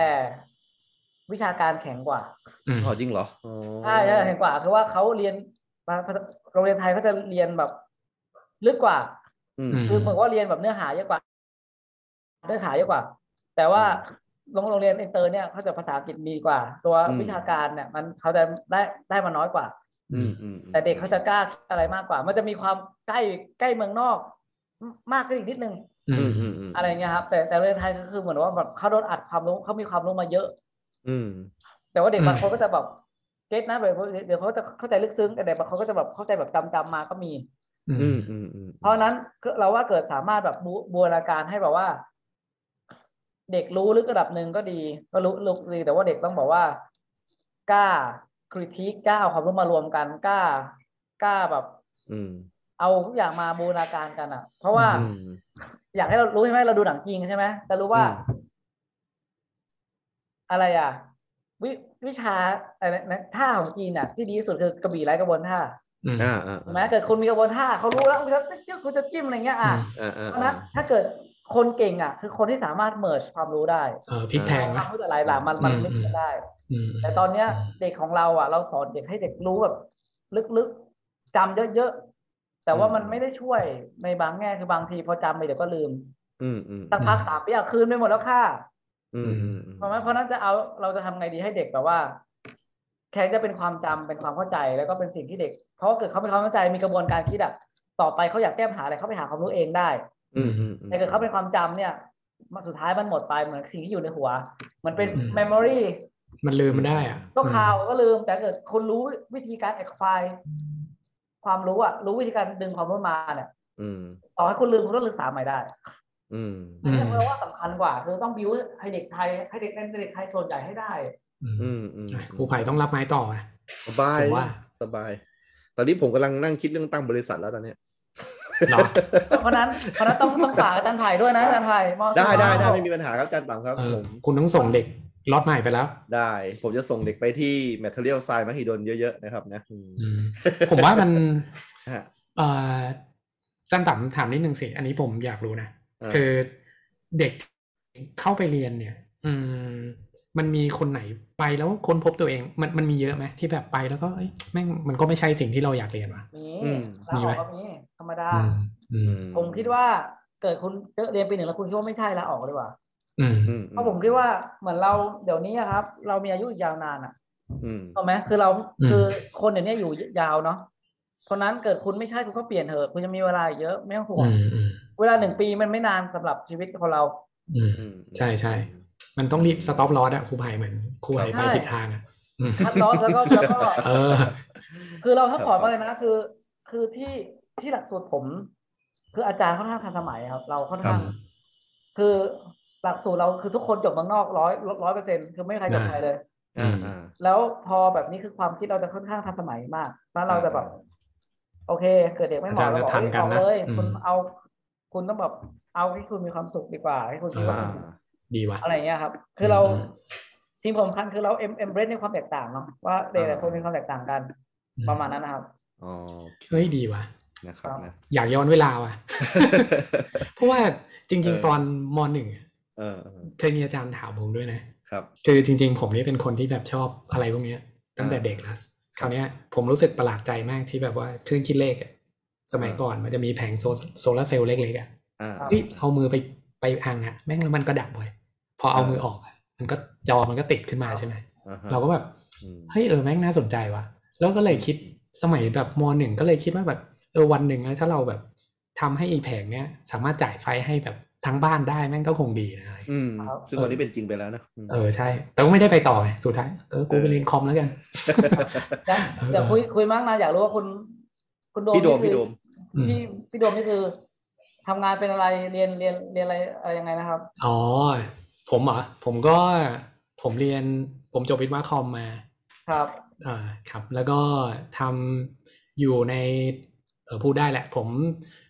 Speaker 4: วิชาการแข็งกว่า
Speaker 3: อืม
Speaker 2: อ๋อจริงเหรออ๋อ
Speaker 4: ใช่ใช่แข็งกว่าคือว่าเขาเรียนมาโรงเรียนไทยเขาจะเรียนแบบลึกกว่า
Speaker 2: อืม
Speaker 4: คือเหมือนว่าเรียนแบบเนื้อหาเยอะกว่า เนื้อหาเยอะกว่า แต่ว่าโรงโรงเรียนอินเตอร์เนี่ยเขาจะภาษาอังกฤษมีกว่า ตัว
Speaker 2: อืม
Speaker 4: วิชาการเนี่ย มันเขาจะได้ได้มาน้อยกว่า
Speaker 2: อืมอืม
Speaker 4: แต่เด็กเขาจะกล้าคิดอะไรมากกว่า มันจะมีความใกล้ใกล้เมืองนอก มากขึ้นอีกนิดนึง
Speaker 3: อื
Speaker 2: อื
Speaker 3: ม
Speaker 2: มอืมอืม
Speaker 4: อะไรเงี้ยครับแต่แต่เรื่องไทยก็คือเหมือนว่าแบบเขาโดนอัดความรู้เขามีความรู้มาเยอะ
Speaker 2: อืม
Speaker 4: แต่ว่าเด็กบางคนก็จะแบบเก็ตนะแบบเดี๋ยวเขาจะเข้าใจลึกซึ้งแต่เด็กบางคนก็จะแบบเข้าใจแบบจำจำๆมาก็มี
Speaker 3: อื
Speaker 2: อืม
Speaker 3: ม
Speaker 2: อืมอืม
Speaker 4: เพราะฉะนั้นก็เราว่าเกิดสามารถแบบบูบูรณาการให้แบบว่า เด็กรู้ลึกระดับหนึ่งก็ดี ก็รู้ลึกดีแต่ว่าเด็กต้องบอกว่ากล้าคริติกล้าเอาความรู้มารวมกันกล้ากล้าแบบ
Speaker 2: อืม
Speaker 4: เอาทุกอย่างมาบูรณาการกันอ่ะ เพราะว่า
Speaker 2: อืม
Speaker 4: อยากให้เรารู้ใช่ไหมเราดูหนังจริงใช่ไหมแต่รู้ว่า อะไรอ่ะ วิวิชาอะไรนะท่าของจีนอ่ะ ที่ดีที่สุดคือกระบี่ไร้กระบวนท่า
Speaker 3: อืม
Speaker 2: อ่าอ่า
Speaker 4: ใช่ไหมเกิดคนมีกระบวนท่าเขารู้แล้วเขาจะเขาจะจิ้มอะไรเงี้ยอ่ะ
Speaker 2: อ่าอ่า
Speaker 4: เพราะฉะนั้นถ้าเกิดคนเก่งอ่ะ คือคนที่สามารถเมิร์ความรู้ได้
Speaker 3: เออพลิกแพง
Speaker 4: ค
Speaker 3: นะ
Speaker 4: วามรู้แต่หลายหลังมันมัน
Speaker 3: อืม
Speaker 4: ลึกกันได้
Speaker 3: อืม
Speaker 4: แต่ตอนเนี้ยเด็กของเราอ่ะ เราสอนเด็กให้เด็กรู้แบบ ลึกๆจำเยอะๆแต่ว่ามันไม่ได้ช่วยในบางแง่คือบางทีพอจำไปเดี๋ยวก็ลืม
Speaker 2: อืมอืม
Speaker 4: สักพักสามปีอ่ะคืนไปหมดแล้วค่ะ
Speaker 2: อืมอืม
Speaker 4: เพราะฉะนั้นเพราะฉะนั้นจะเอาเราจะทำไงดีให้เด็กแบบว่า แค่จะเป็นความจำเป็นความเข้าใจแล้วก็เป็นสิ่งที่เด็ก เพราะว่าเกิดเขาเป็นความเข้าใจมีกระบวนการคิดอ่ะต่อไปเขาอยากแก้ปัญหาอะไรเขาไปหาความรู้เองได้
Speaker 2: อืมอืม
Speaker 4: แต่เกิดเขาเป็นความจำเนี่ยมันสุดท้ายมันหมดไปเหมือนสิ่งที่อยู่ในหัวเหมันเป็น
Speaker 3: อืม
Speaker 4: เมมโมรี
Speaker 3: มันลืมมันได้อ่ะ
Speaker 4: ก็ข่าวก็ลืม แต่เกิดคนรู้วิธีการ acquire ความรู้อ่ะรู้วิธีการดึงความรู้มาเนี่ย
Speaker 2: อืม
Speaker 4: ต่อให้คุณลืมคุณก็ศึกษาใหม่ได้
Speaker 2: อืม
Speaker 4: อันนี้เราว่าสำคัญกว่า คือต้องบิวให้เด็กไทยให้เด็กให้เด็กไทยส่วนใหญ่ให้ได้
Speaker 3: อืม
Speaker 2: อืมอืม
Speaker 3: อ่ะครูไผ่ต้องรับไม้ต่อนะ
Speaker 2: สบาย
Speaker 3: ผมว่า
Speaker 2: สบาย ตอนนี้ผมกำลังนั่งคิดเรื่องตั้งบริษัทแล้วตอนเนี้ย
Speaker 3: เหรอ
Speaker 4: เพราะฉะนั้นเพราะฉะนั้นต้องต้องฝากอาจารย์ไผ่ด้วยนะอาจารย์ไผ่มอ
Speaker 2: ได้ได้ได้
Speaker 4: ม
Speaker 2: ไม่มีปัญหาครับอาจารย์ปังครับ
Speaker 3: เอ
Speaker 2: ผ
Speaker 3: อ
Speaker 2: ม
Speaker 3: คุณต้องส่งเด็ก ล็อตใหม่ไปแล้ว
Speaker 2: ได้ ผมจะส่งเด็กไปที่ Material Science มหิดลเยอะๆนะครับนะอืม
Speaker 3: อืมผมว่ามัน
Speaker 2: ฮะ
Speaker 3: เอ่อจันต่ำถามนิดนึงสิ อันนี้ผมอยากรู้นะ
Speaker 2: า
Speaker 3: คือเด็กเข้าไปเรียนเนี่ย อืม มันมีคนไหนไปแล้วค้นพบตัวเอง มันมันมีเยอะไหมที่แบบไปแล้วก็เอ้ยแม่งมันก็ไม่ใช่สิ่งที่เราอยากเรียนว่ะ
Speaker 4: มี
Speaker 2: อืม
Speaker 4: ลาออกก็มีธรรมดา
Speaker 3: อืม อืม
Speaker 4: ผมคิดว่าเกิดคุณเรียนปีหนึ่งแล้วคุณคิดว่าไม่ใช่ลาออกเลยว่ะ
Speaker 3: อืม
Speaker 2: อืม
Speaker 4: เพราะผมคิดว่าเหมือนเราเดี๋ยวนี้อะครับ เรามีอายุอีกยาวนานอ่ะ
Speaker 2: อืม
Speaker 4: ถูกไหมคือเรา
Speaker 3: อืม
Speaker 4: คือคนเดี๋ยวนี้อยู่ยาวเนาะเพราะนั้นเกิดคุณไม่ใช่คุณก็เปลี่ยนเถอะคุณจะมีเวลาอีกเยอะไม่ต้องห่ว
Speaker 3: อื
Speaker 4: ง
Speaker 3: มอืม
Speaker 4: เวลาหนึ่งปีมันไม่นานสำหรับชีวิตของเรา
Speaker 3: อืม
Speaker 2: อืม
Speaker 3: ใช่ใช่ มันต้องรีบสต็อปลอสอะครูไผ่เหมือนครูไผ่ไป
Speaker 4: ใช่
Speaker 3: ผิดทางอะอืม
Speaker 4: คัดลอสแล้วก็แล้วก็
Speaker 3: เออ
Speaker 4: คือเราถ้าขอมาเลยนะคือ คือที่ที่หลักสูตรผม คืออาจารย์ค่อนข้างทันสมัยครับ เราค่อนข้าง
Speaker 3: ครับ
Speaker 4: คือหลักสูตรเราคือทุกคนจบเมืองนอกร้อยร้อยเปอร์เซ็นคือไม่มีใครจบ
Speaker 3: อ่า
Speaker 4: ไทยเลย
Speaker 2: อ่าอ่า
Speaker 4: แล้วพอแบบนี้คือความคิดเราจะค่อนข้างทันสมัยมากแล้วเราจะแบบ โอเค เกิดเด็กไม่เห
Speaker 3: อา
Speaker 4: มาะ
Speaker 3: จารย์
Speaker 4: เราบอก
Speaker 3: จะทันกัน
Speaker 4: เอา
Speaker 3: นะ
Speaker 4: เลย
Speaker 3: อืม
Speaker 4: คุณเอา คุณต้องแบบเอาให้คุณมีความสุขดีกว่าให้คุณคิดว่า
Speaker 2: อ่า
Speaker 3: ดีว่ะ
Speaker 4: อะไรอย่างเงี้ยครับ คือเรา
Speaker 3: อืม
Speaker 4: ทีมสำคัญคือเราเอ็มเอ็มเบรสในความแตกต่างเนาะว่าเด็กแต่ละคนมีความแตกต่างกัน ประมาณนั้นนะครับ
Speaker 2: อ๋อ
Speaker 3: เฮ้ยดีว่ะ
Speaker 2: นะครับนะ
Speaker 3: อยากย้อนเวลาว่ะ เพราะว่าจริง
Speaker 2: เออ
Speaker 3: ๆ ตอนมหนึ่งอะ
Speaker 2: เออเออ
Speaker 3: เคยมีอาจารย์ถามผมด้วยนะ
Speaker 2: ครับ
Speaker 3: คือจริง ๆ ผมนี่เป็นคนที่แบบชอบอะไรพวกเนี้ยตั้งแต่เด็กแล้วคราวเนี้ยผมรู้สึกประหลาดใจมากที่แบบว่าเครื่องคิดเลขอะสมัย
Speaker 2: อ่า
Speaker 3: ก่อนมันจะมีแผงโซโซลาร์เซลล์เล็กๆอะ
Speaker 2: อ่า
Speaker 4: ครับ
Speaker 3: เฮ้ยเอามือไปไปอังอะแม่งแล้วมันก็ดับเลยพอเอา
Speaker 2: อ่ามื
Speaker 3: มือออกอะมันก็จอมันก็ติดขึ้นมาใช่ไหม
Speaker 2: อ่าฮะ
Speaker 3: เราก็แบบ
Speaker 2: อืม
Speaker 3: เฮ้ยเออแม่งน่าสนใจว่ะ แล้วก็เลยคิดสมัยแบบมหนึ่งก็เลยคิดว่าแบบเออวันหนึ่งแล้วถ้าเราแบบทำให้อีแผงเนี้ยสามารถจ่ายไฟให้แบบทั้งบ้านได้แม่งก็คงดีนะอะไรอย่าง
Speaker 2: อื
Speaker 3: เงี้ย
Speaker 2: ม
Speaker 4: ครับ
Speaker 2: ซึ่งวันนี้เป็นจริงไปแล้วนะม
Speaker 3: เออใช่ แต่ก็ไม่ได้ไปต่อไงสุดท้ายเออกูไปเรียนคอมแล้วกัน
Speaker 4: นะ
Speaker 3: เออ
Speaker 4: เดี๋ยวคุยคุยมากนะอยากรู้ว่าคุณ คุณโดม
Speaker 2: พี่โดม
Speaker 4: นี่
Speaker 2: พี่
Speaker 4: คื
Speaker 2: โดม
Speaker 3: อืม
Speaker 4: อพี่พี่โดมนี่คือทำงานเป็นอะไรเรียนเรียนเรียนอะไรอะไรยังไงนะครับ
Speaker 3: อ๋อ ผมเหรอผมก็ผมเรียนผมจบวิทย์วะคอมมา
Speaker 4: ครับ
Speaker 3: อ่าครับ แล้วก็ทำอยู่ในเออพูดได้แหละ ผม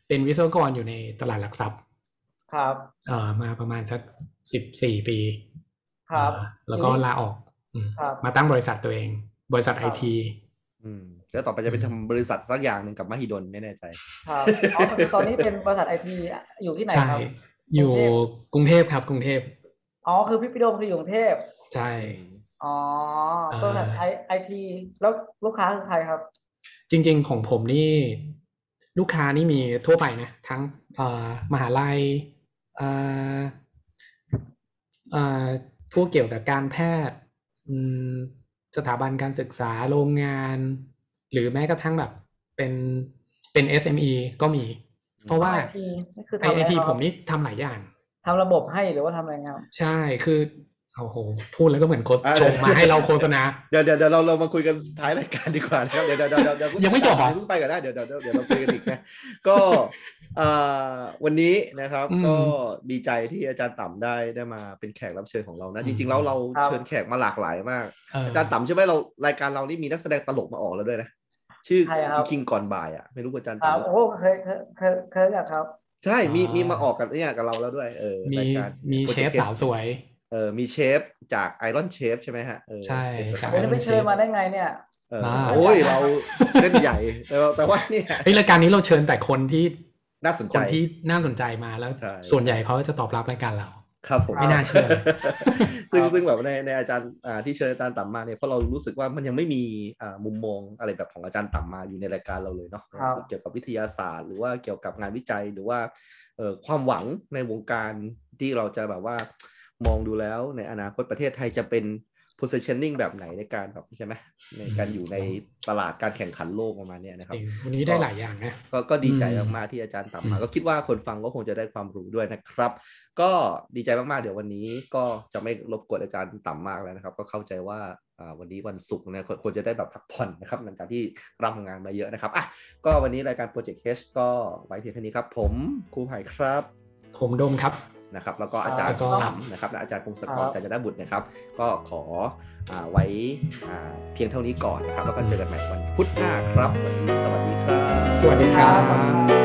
Speaker 3: เป็นวิศวกรอยู่ในตลาดหลักทรัพย์
Speaker 4: ครับ
Speaker 3: เอ่อมาประมาณสักสิบสี่ปี
Speaker 4: ครับ
Speaker 3: อ่าแล้วก็ลาออกอืม
Speaker 4: ครับ
Speaker 3: มาตั้งบริษัทตัวเอง บริษัทไอที
Speaker 2: อืมแล้วต่อไปจะไปทำบริษัทสักอย่างหนึ่งกับมหิดลไม่แน่ใจ
Speaker 4: ครับอ๋อตอนนี้เป็นบริษัทไอทีอยู่ที่ไหน
Speaker 3: ใช่
Speaker 4: ครับ
Speaker 3: อยู่
Speaker 4: กรุงเทพ
Speaker 3: กรุงเทพครับกรุงเทพ
Speaker 4: อ๋อคือพี่พี่โดมคืออยู่กรุงเทพ
Speaker 3: ใช่
Speaker 4: อ๋อ
Speaker 3: อ่า
Speaker 4: บริษัทไอไอทีแล้วลูกค้าคือใครครับ
Speaker 3: จริงๆของผมนี่ลูกค้านี่มีทั่วไปนะ ทั้งเอ่อมหาลัยเอ่อเอ่อพวกเกี่ยวกับการแพทย์อืมสถาบันการศึกษาโรงงาน หรือแม้กระทั่งแบบเป็นเป็น SME ก็มี เพราะว่า
Speaker 4: IT นี่คือทำอะไร
Speaker 3: ไอที
Speaker 4: ครับ
Speaker 3: ผมนี่ทำหลายอย่าง
Speaker 4: ทำระบบให้หรือว่าทำอะไรครับ
Speaker 3: ใช่คือโอ้โหพูดแล้วก็เหมือนโค
Speaker 2: อ่ะ
Speaker 3: ชงมา
Speaker 2: เดี๋ยว
Speaker 3: ให้เราโฆษณา
Speaker 2: เดี๋ยวเดี๋ยวเดี๋ยวเราเรามาคุยกันท้ายรายการดีกว่านะครับเดี๋ยวเดี๋ยวเดี๋ยวเดี๋ยว
Speaker 3: ยังไม่จบเหรอ
Speaker 2: เพิ่งไปก่อนนะเดี๋ยวเดี๋ยวเดี๋ยวเดี๋ยวเราคุยกันอีกนะก็เอ่อวันนี้นะครับ
Speaker 3: อืม
Speaker 2: ก็ดีใจที่อาจารย์ต่ำได้ได้มาเป็นแขกรับเชิญของเรานะ จริง ๆ
Speaker 3: อืม
Speaker 2: แล้วเรา
Speaker 4: ครับ
Speaker 2: เชิญแขกมาหลากหลายมาก
Speaker 3: เออ
Speaker 2: อาจารย์ต่ำใช่ไหมเรารายการเรานี่มีนักแสดงตลกมาออกแล้วด้วยนะชื่อ
Speaker 4: ใช่ครับ
Speaker 2: คิงก่อนบ่ายอ่ะไม่รู้ว่าอาจารย์
Speaker 4: ครับ
Speaker 2: ต่ำ
Speaker 4: โอ้เคยเคยเคยเคยอะครับ
Speaker 2: ใช่มีมีมาออกกันเนี่ยกับเราแล้วด้วยเออ
Speaker 3: มี
Speaker 2: รายการ
Speaker 3: มีเชฟ
Speaker 2: Project Case
Speaker 3: สาวสวย
Speaker 2: เออมีเชฟจากไอรอนเชฟใช่ไหมฮะเออ
Speaker 3: ใช่จาก
Speaker 4: เดี๋ยวจะไปเชิญมาได้ไงเนี่ย
Speaker 2: เออ
Speaker 3: อ่า
Speaker 2: โอ้ยเราเล่นใหญ่แต่ว่าแต่ว่าเนี่ย
Speaker 3: เฮ้ยรายการนี้เราเชิญแต่คนที่
Speaker 2: น่าสน
Speaker 3: ค
Speaker 2: ใจ
Speaker 3: นที่น่าสนใจมาแล้ว
Speaker 2: ใช่
Speaker 3: ส่วนใหญ่เขาจะตอบรับรายการเรา
Speaker 2: ครับผม
Speaker 3: ไม่น่าเชื่อ
Speaker 2: ซึ่ง
Speaker 4: ครับ
Speaker 2: ซึ่งแบบในในอาจารย์อ่าที่เชิญอาจารย์ต่ำมาเนี่ยเพราะเรารู้สึกว่ามันยังไม่มีอ่ามุมมองอะไรแบบของอาจารย์ต่ำมาอยู่ในรายการเราเลยเนาะ
Speaker 4: ครับ
Speaker 2: เกี่ยวกับวิทยาศาสตร์ หรือว่าเกี่ยวกับงานวิจัยหรือว่าเอ่อความหวังในวงการที่เราจะแบบว่ามองดูแล้วในอนาคตประเทศไทยจะเป็น positioning แบบไหนในการแบบใช่ไหมในการอยู่ในตลาดการแข่งขันโลกประมาณเนี้ยนะครับ
Speaker 3: จริงวันนี้ได้หลายอย่างนะ
Speaker 2: ก็ก็ดีใจ
Speaker 3: อืม
Speaker 2: มากๆที่อาจารย์ตามมา
Speaker 3: อืม
Speaker 2: ก็คิดว่าคนฟังก็คงจะได้ความรู้ด้วยนะครับ ก็ดีใจมากๆ เดี๋ยววันนี้ก็จะไม่รบกวนอาจารย์ต่ำมากแล้วนะครับ ก็เข้าใจว่าอ่าวันนี้วันศุกร์นะควรควรจะได้แบบพักผ่อนนะครับหลังจากที่รับงานมาเยอะนะครับอ่ะก็วันนี้รายการ Project Cash ก็ไว้เพียงแค่นี้ครับ ผมครูไผ่ครับ
Speaker 3: ผมโดมครับ
Speaker 2: นะครับ แล้วก็อาจารย์
Speaker 3: ครับ
Speaker 2: ต่ำนะครับและอาจารย์พงศก
Speaker 4: ครั
Speaker 2: ร
Speaker 4: บ
Speaker 2: กาญจนบุตรนะครับ ก็ขออ่าไว้อ่าเพียงเท่านี้ก่อนนะครับ แล้วก็เจอกันใหม่วันพุธหน้าครับวันนี้สวัสดีครับ
Speaker 3: สวัสดีครับ
Speaker 4: ครับ